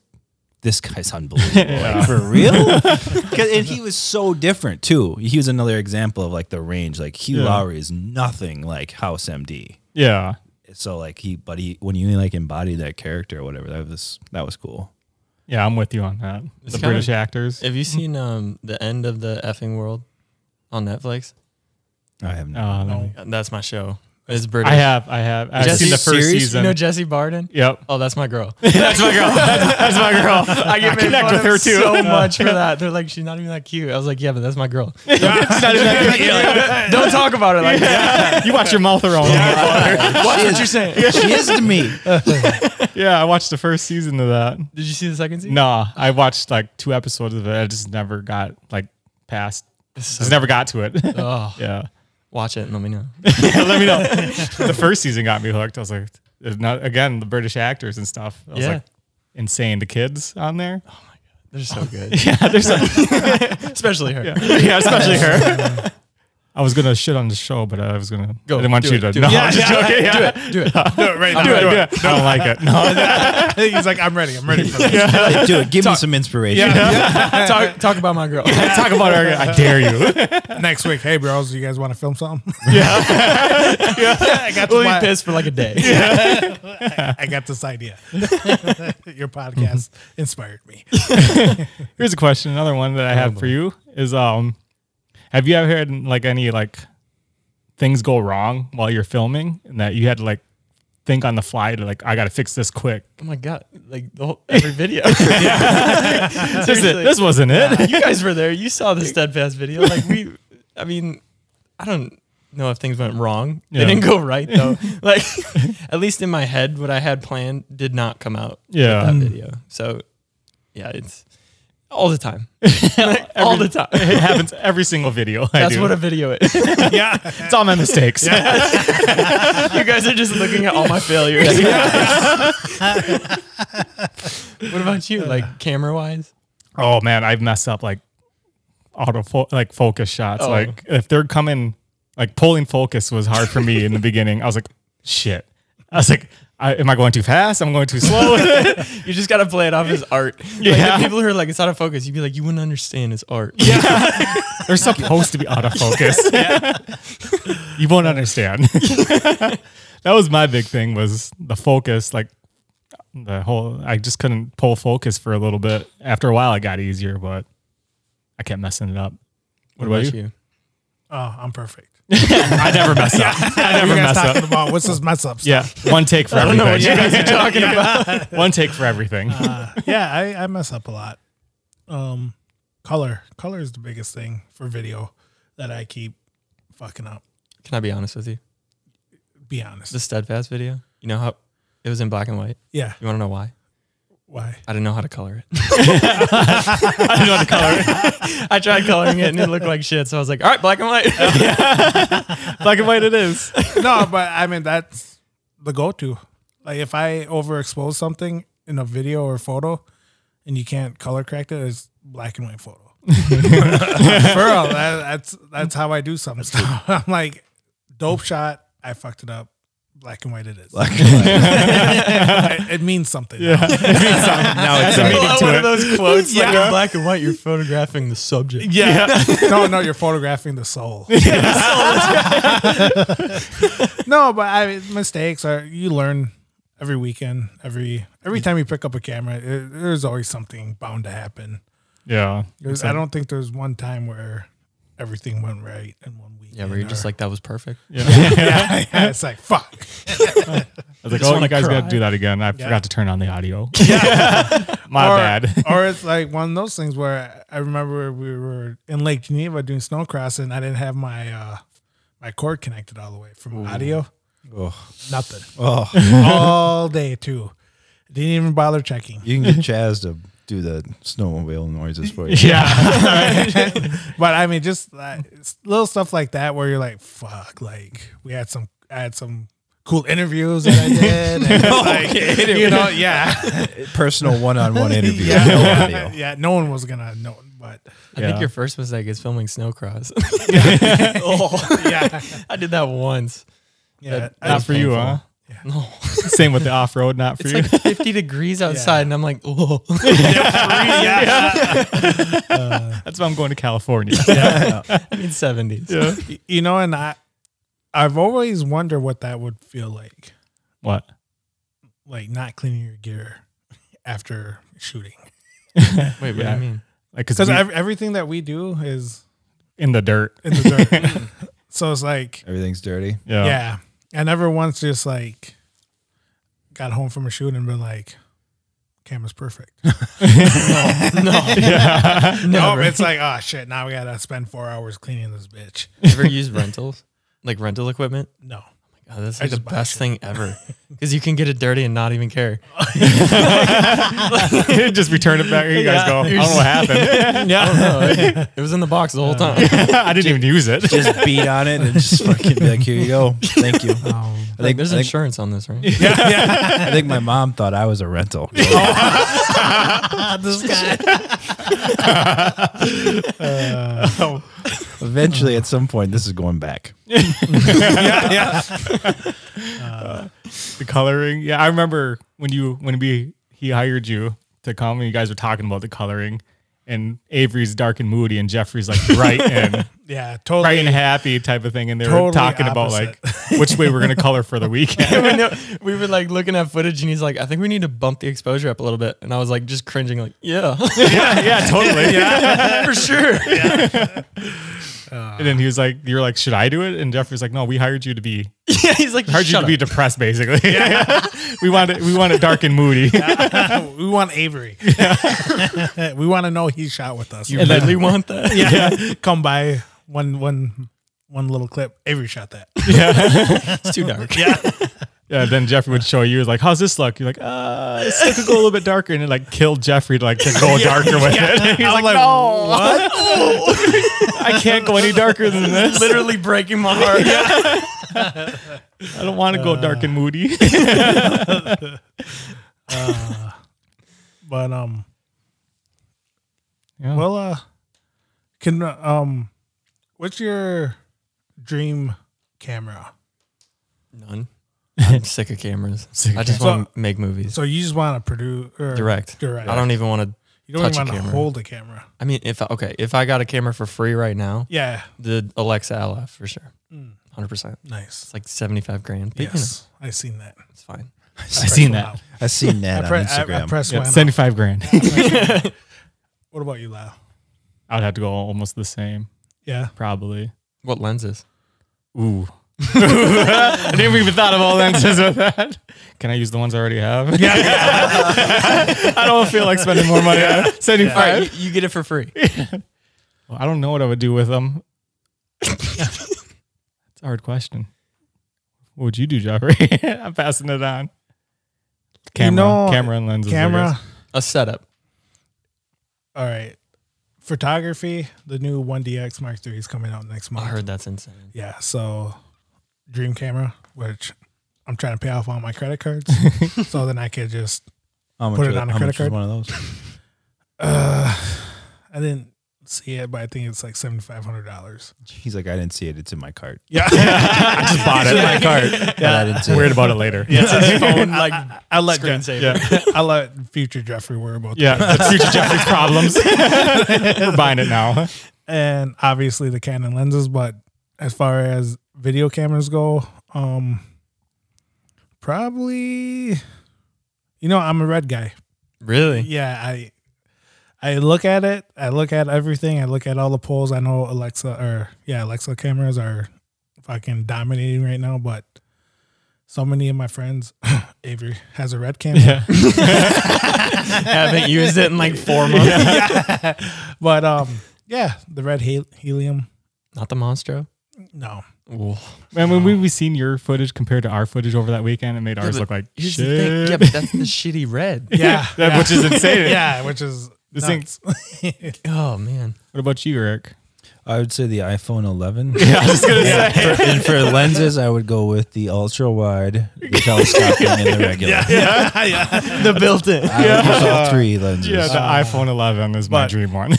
this guy's unbelievable like, for real. 'Cause- and he was so different too. He was another example of like the range. Like Hugh
Yeah.
Lowry is nothing like House MD.
Yeah.
So like he, but he when you like embody that character or whatever, that was that was cool.
Yeah. I'm with you on that.
It's
the
kinda-
British actors.
have you seen um the end of the effing world on Netflix?
I have no.
Um,
No.
That's my show. It's British.
I have. I have. I've
Jesse-
seen the first
serious?
You
season.
know Jesse Barden?
yep.
Oh, that's my girl. that's my girl. That's my girl. I get made
connect
fun
with her
of
too.
So much for that. They're like, she's not even that cute. I was like, yeah, but that's my girl. Don't talk about it like that.
you watch your mouth around. Yeah.
Watch what you're saying.
She is to me.
I watched the first season of that.
Did you see the second season?
Nah, I watched like two episodes of it. I just never got like past. Just never got to it.
Oh,
yeah.
watch it and let me know.
Let me know. the first season got me hooked. I was like, there's not, again, the British actors and stuff. I was
Yeah.
like, insane. The kids on there.
They're so good.
Yeah, there's a,
Especially her.
yeah, yeah, especially her. I was gonna shit on the show, but I was gonna.
Go,
I didn't want
do
you
it,
to.
do it.
No,
Yeah,
I'm just joking. Yeah.
Do it.
right now. Do it. Do it. I don't like it. No,
he's like, I'm ready. I'm ready for this.
Like, dude, give me some inspiration.
Talk, talk about my girl.
talk about her. I dare you.
Next week, hey bros, you guys want to film something?
I got we'll
my-
be pissed for like a day. Yeah.
I got this idea. Your podcast inspired me.
Here's a question. Another one that I have for you is: um, Have you ever had like any like things go wrong while you're filming, and that you had to like think on the fly to like I got to fix this quick?
Oh my god! Like the whole, every video.
This,
Seriously.
this wasn't it.
you guys were there. You saw the steadfast video. Like we, I mean, I don't. know if things went wrong.
Yeah.
They didn't go right though. like at least in my head, what I had planned did not come out
Yeah.
that video. So yeah, it's all the time. all the time.
It happens every single video. I
That's
do.
what a video is.
yeah.
it's all my mistakes.
you guys are just looking at all my failures. what about you? Like camera wise?
Oh man, I've messed up like auto fo- like focus shots.
Oh.
Like if they're coming, like pulling focus was hard for me in the beginning. I was like, shit. I was like, I, am I going too fast? I'm going too slow.
You just gotta play it off as art.
Yeah.
Like, the people who are like it's out of focus, you'd be like, you wouldn't understand it's art.
they're supposed to be out of focus. you won't understand. that was my big thing was the focus. Like the whole, I just couldn't pull focus for a little bit. After a while, it got easier, but I kept messing it up. What, about, you?
Oh, I'm perfect.
I never mess up. I
you
never
guys
mess up.
talking about what's this mess up?
Yeah, one take for everything.
talking about.
One take for everything.
yeah, I, I mess up a lot. Um, color, color is the biggest thing for video that I keep fucking up.
Can I be honest with you?
Be honest.
The steadfast video. You know how it was in black and white.
yeah.
You want to know why?
Why?
I didn't know how to color it. I didn't know how to color it. I tried coloring it and it looked like shit. So I was like, all right, black and white.
Black and white, it is.
no, but I mean that's the go-to. Like if I overexpose something in a video or photo, and you can't color correct it, it's black and white photo. For real, that, that's that's how I do some stuff. I'm like, dope shot. I fucked it up. Black and white it is. it, it means something. Yeah.
now it's
Well,
meaning
one
to
of
it.
those quotes like in black and white, you're photographing the subject.
Yeah. no, no, you're photographing the soul. no, but I mistakes are you learn every weekend, every
Mm.
every time you pick up a camera, it, there's always something bound to happen.
Yeah.
There's, I don't think there's one time where everything went right in one week.
Yeah, where you're just like, that was perfect.
yeah, yeah, it's like fuck.
I was like,
just
oh,
wanna
you guys got to
cry.
do that again. I forgot to turn on the audio. My
or,
bad.
or it's like one of those things where I remember we were in Lake Geneva doing snow crossing. I didn't have my uh my cord connected all the way from audio. Nothing. All day too. Didn't even bother checking.
You can get Chaz to do the snowmobile noises for you.
Yeah.
But I mean, just uh, it's little stuff like that where you're like, "Fuck!" Like we had some, I had some cool interviews that I did. And it's like, you know, yeah,
Personal one-on-one interview. No
yeah,
audio.
yeah. No one was gonna know, but
I
Yeah.
think your first mistake is filming snowcross.
yeah,
Oh, I did that once.
yeah. Uh, I-
Not for you, huh?
No.
Same with the off road, not for
It's
you.
like 50 degrees outside, and I'm like, oh.
That's why I'm going to California.
in 70s.
you know, and I, I've always wondered what that would feel like,
What?
like not cleaning your gear after shooting,
Wait, what
Yeah.
do you mean?
Like, because
because everything that we do is
in the dirt.
in the dirt. so it's like,
Everything's dirty.
Yeah.
yeah, I never once just like got home from a shoot and been like, camera's perfect. no,
Never.
it's like, oh shit, now we gotta spend four hours cleaning this bitch.
Ever used rentals? Like rental equipment?
No.
Oh, this
I
is the
just buy
best
shit.
thing ever. Because you can get it dirty and not even care.
Just return it back. You guys
Yeah.
go. I don't know what happened.
Yeah. I don't know. It was in the box the whole time.
I didn't even use it.
Just beat on it and just fucking be like, here you go. Thank you.
Oh,
I
Like,
think, I
there's
think,
insurance on this, right?
I think my mom thought I was a rental.
this guy.
Eventually, at some point, this is going back.
the coloring. Yeah, I remember when you when we he hired you to come and you guys were talking about the coloring. And Avery's dark and moody, and Jeffrey's like bright and
Yeah, totally.
bright and happy type of thing. And they were
Totally
talking about like which way we're gonna color for the weekend.
we, know, we were like looking at footage, and he's like, I think we need to bump the exposure up a little bit. And I was like, just cringing, like, yeah,
yeah, yeah, totally.
for sure.
And then he was like, "You're like, should I do it?" And Jeffrey's like, "No, we hired you to be
Yeah, he's like,
hired
Hard
you to
shut up.
be depressed, basically. we want it. We want it dark and moody.
we want Avery. we want to know he shot with us.
you really want that?
yeah. Come by one one one little clip. Avery shot that.
It's too dark.
Yeah, then Jeffrey would show you like, "How's this look?" You're like, "Uh, this could go a little bit darker," and it like killed Jeffrey to like to go darker with it. He's like, "No, I can't go any darker than this.
Literally breaking my heart.
I don't want to go dark and moody."
But um,
Yeah.
well, uh, can uh, um, what's your dream camera?
None. I'm sick of cameras. I just want to make movies
So you just want to produce or
direct.
Direct.
I don't even want to.
You don't
touch a
even want to
camera.
hold a camera.
I mean, if I, okay, if I got a camera for free right now,
Yeah.
the Alexa LF for sure, hundred percent.
Nice.
It's like seventy-five grand. But, you know,
Yes, I seen that.
it's fine.
I
seen that.
I seen
I,
that
pre-
on
I,
Instagram.
I pressed
Yeah,
one.
Seventy-five grand.
What about you, Lau?
I would have to go almost the same,
Yeah.
probably.
What lenses?
Ooh. I never even thought of all lenses with that. Can I use the ones I already have? Yeah. I don't feel like spending more money on it. 75.
All right, you, you get it for free.
Well, I don't know what I would do with them. It's a hard question. What would you do, Jeffrey? I'm passing it on. Camera,
know,
camera and lenses. I
Camera.
A setup.
All right. Photography. The new 1DX Mark III is coming out next
I
month.
heard that's insane.
Yeah. So, dream camera, which I'm trying to pay off all my credit cards, so then I could just
How much
Put it
was-
on a
how
credit
much was
card.
One of those.
uh, I didn't see it, but I think it's like seventy five hundred dollars.
He's like, I didn't see it. It's in my cart.
Yeah,
just bought it. my cart.
But I didn't see
Worried
it.
about it later.
Phone, like
I let
screensaver.
I let future Jeffrey worry about that.
Yeah. That's future Jeffrey's problems. We're buying it now.
And obviously the Canon lenses, but as far as video cameras go, um, probably, you know, I'm a red guy.
Really?
Yeah, I I look at it. I look at everything. I look at all the polls. I know Alexa or yeah, Alexa cameras are fucking dominating right now, but so many of my friends, Avery has a red camera,
Yeah.
Haven't used it in like four months.
but um, yeah, the red hel- helium.
Not the Monstro.
No,
Man, when we we seen your footage compared to our footage over that weekend, it made ours
but
look like
Here's
shit.
the thing. Yeah, but that's the shitty red.
yeah,
That-
yeah.
Which is insane.
yeah, which is
This thing-
nuts.
Oh man.
What about you, Eric?
I would say the iPhone 11. Yeah, I was gonna say. and for lenses, I would go with the ultra wide, the telescoping, and the regular.
The built-in.
I would use all three lenses.
Yeah, the
Uh,
iPhone 11 is my
but-
dream one.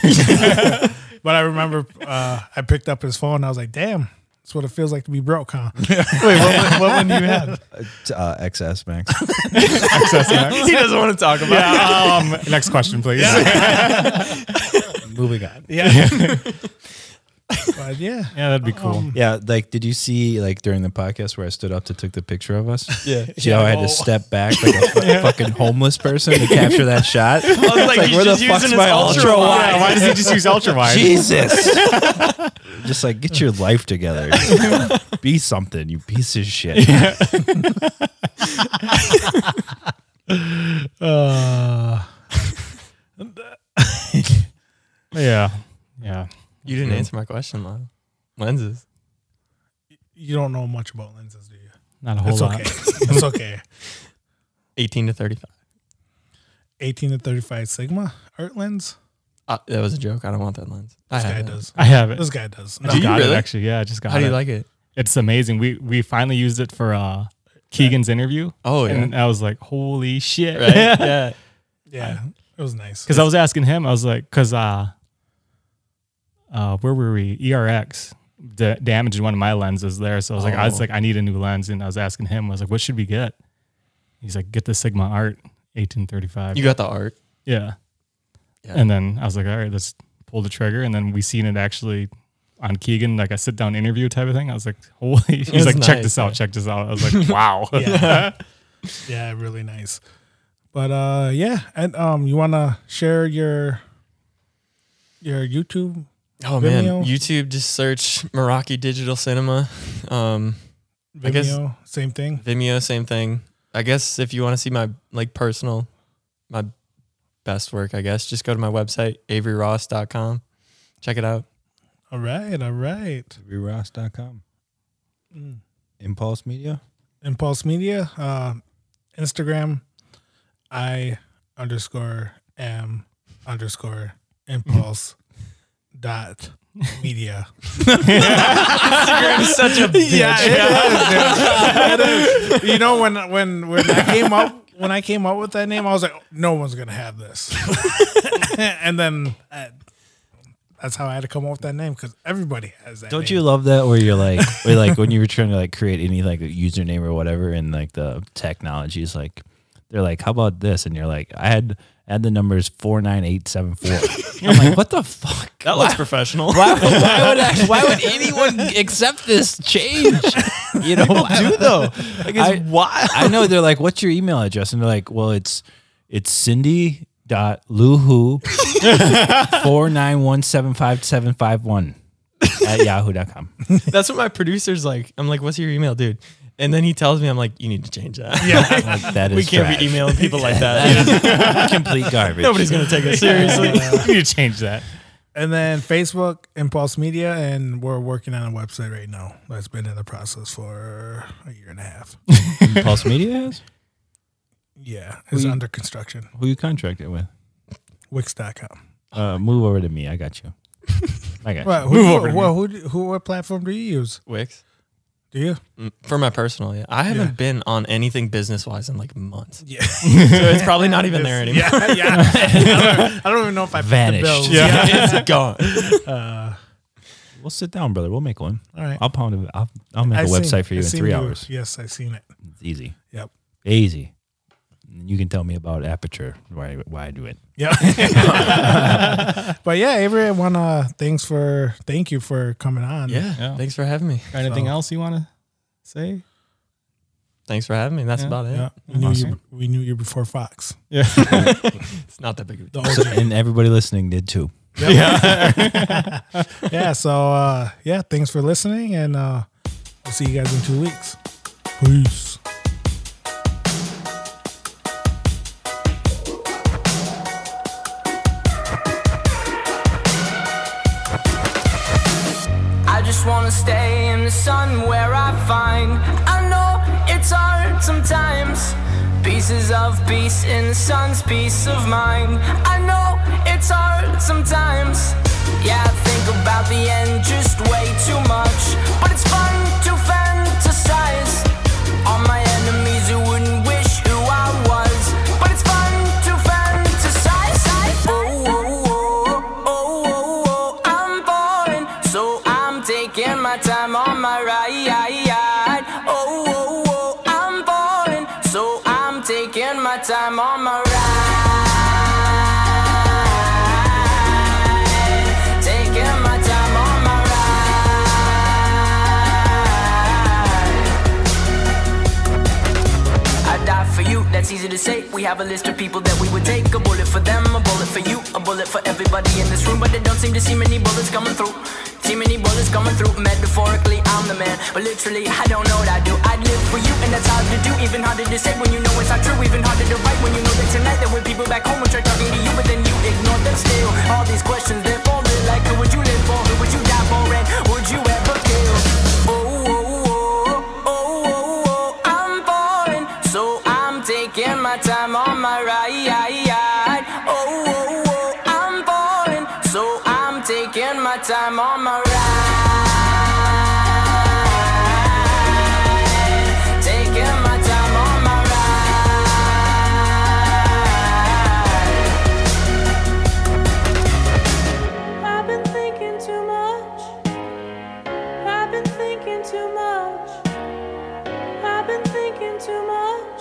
but I remember uh, I picked up his phone. I was like, damn. That's what it feels like to be broke, huh?
Wait, what, what one do you have?
Uh, XS Max.
he doesn't want to talk about it.
Yeah, um, next question, please. Yeah,
Moving on.
But yeah,
that'd
Oh,
be cool.
Yeah, like did you see like during the podcast where I stood up to took the picture of us? Yeah. See how I had to step back like a fu- fucking homeless person to capture that shot? I was
like, he's just using his ultra wide.
yeah, why does he just use ultra wide?
Jesus. just like get your life together. Be something, you piece of shit.
Uh. Yeah, yeah.
You didn't answer my question, Lyle. Lenses.
you don't know much about lenses, do you?
Not a whole
it's
lot.
okay. it's okay.
18 to 35.
18 to 35 Sigma art lens.
Uh, that was a joke. I don't want that lens. I
This guy
have that.
does.
I have it.
This guy does.
I
No,
Do you
got
really?
it actually. Yeah, I just got
How
it.
do you like it?
it's amazing. We we finally used it for uh, Keegan's interview.
Oh, yeah.
and I was like, holy shit.
Right? yeah.
yeah, it was nice.
Because I was asking him, I was like, because uh, uh, where were we? ERX da- damaged one of my lenses there, so I was like, I was
Oh.
like, I need a new lens, and I was asking him, I was like, what should we get? He's like, get the Sigma Art 1835.
You got the art.
yeah.
Yeah.
And then I was like, all right, let's pull the trigger, and then we seen it actually on Keegan, like a sit down interview type of thing. I was like, holy, he's
was
like, check
nice,
this out,
yeah.
check this out. I was like, wow.
yeah. yeah, really nice. But uh yeah, and um you want to share your your YouTube?
Oh, man.
Vimeo.
YouTube, just search Meraki Digital Cinema. Um, I
Vimeo,
guess-
same thing.
Vimeo, same thing. I guess if you want to see my like personal, my best work, I guess, just go to my website, averyross.com. Check it out.
All right, all right.
ReRoss.com. Impulse Media.
Impulse Media, uh, Instagram, I underscore am underscore impulse dot media.
such a bitch.
you know when when when I came up when I came up with that name, I was like, no one's gonna have this. and then uh, that's how I had to come up with that name because everybody has that.
Don't
name.
you love that where you're like, where like when you were trying to like create any like username or whatever, and like the technology is like, they're like, how about this? And you're like, I had add the numbers four nine eight seven four. I'm like, what the fuck?
That looks professional.
Why, why would I, why would anyone accept this change? You know, people do though. Like it's
wild.
I know they're like, "What's your email address?" And they're like, "Well, it's it's Cindy dot Luhu four nine one seven five seven five one at yahoo.com.
That's what my producer's like. I'm like, what's your email, dude? And then he tells me, I'm like, you need to change that.
Yeah.
Like, that is
we can't
trash.
be emailing people like that.
complete garbage.
Nobody's gonna take us seriously.
you need to change that.
And then Facebook, Impulse Media, and we're working on a website right now. That's been in the process for a year and a half.
Pulse Media has
Yeah, it's
We-
under construction.
who you contracted with.
Wix.com.
Uh, move over to me. I got you. I got
Well, who,
Move over to
Well, who, do- who, what platform do you use?
Wix
Do you?
Mm, for my personal. Yeah, I haven't
Yeah.
been on anything business wise in like months,
Yeah.
so it's probably not even there anymore.
yeah, yeah. I don't, I don't even know if I
Vanished.
Bills. uh,
Yeah.
it's gone.
you. We'll sit down, brother. We'll make one.
All right.
I'll pound it. I'll, I'll make a
I've seen-
website for you
I've
in
seen
three hours.
Yes, I've seen it.
It's easy.
Yep.
Easy. And You can tell me about aperture, why, why I do it.
Yeah. but yeah, Avery, I want to thanks for thank you for coming on.
Yeah.
Yeah.
Thanks for having me.
Got anything else you want to say?
Thanks for having me. That's
Yeah.
about it.
Yeah. We knew, you, we knew you before Fox.
Yeah.
It's not that big of a deal.
The
So,
OG.
and everybody listening did too.
yeah. So uh, yeah, thanks for listening, and uh, we'll see you guys in two weeks. Peace.
I just wanna stay in the sun where I find. I know it's hard sometimes. Pieces of peace in the sun's peace of mind. I know it's hard sometimes. Yeah, I think about the end just way too much. But it's fun to fantasize. All my enemies who wouldn't wish who I was. But it's fun to fantasize. Oh, oh, oh, oh, oh, oh. I'm falling, so I'm taking my time on my ride. Oh, oh, oh, I'm falling, so I'm taking my time on my ride. Taking my time on my ride. I die for you, that's easy to say. We have a list of people that we would take. A bullet for them, a bullet for you, a bullet for everybody in this room. But they don't seem to see many bullets coming through. See many bullets coming through. Metaphorically, I'm the man. But literally, I don't know what I do. I'd live for you, and that's hard to do. Even harder to say when you know it's not true. Even harder to write when you know that tonight there were people back home and try talking to you, but then you ignore them still. All these questions, they're falling like who would you live for? Who would you die for? And would you ever kill? Oh, oh, oh, oh, oh, oh, I'm falling, so I'm taking my time on my ride. Oh, oh, oh, I'm falling, so I'm taking my time on my ride. Taking my time on my ride.
I've been thinking too much. I've been thinking too much. I've been thinking too much.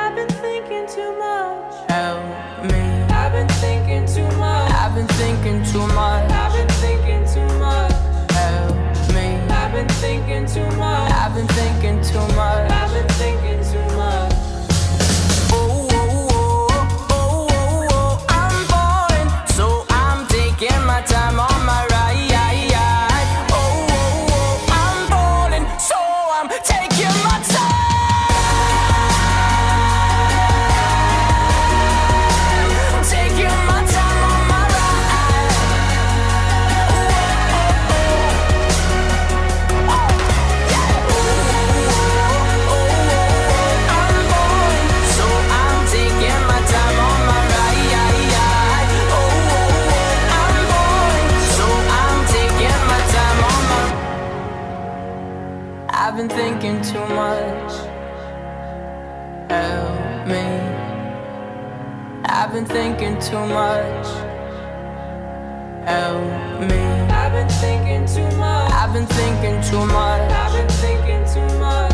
I've been thinking too much.
Help me.
I've been thinking too much.
I've been thinking too much.
I've been thinking too much.
Help me.
I've been thinking too much.
I've been thinking too much.
I've been thinking too much.
Oh, oh, oh, oh, oh, I'm falling, so I'm taking my time on my ride. Oh, oh, oh, I'm falling, so I'm taking my time. Taking my time on my ride. help me. I've been thinking too much. Help me.
I've been thinking too much.
I've been thinking too much.
I've been thinking too much.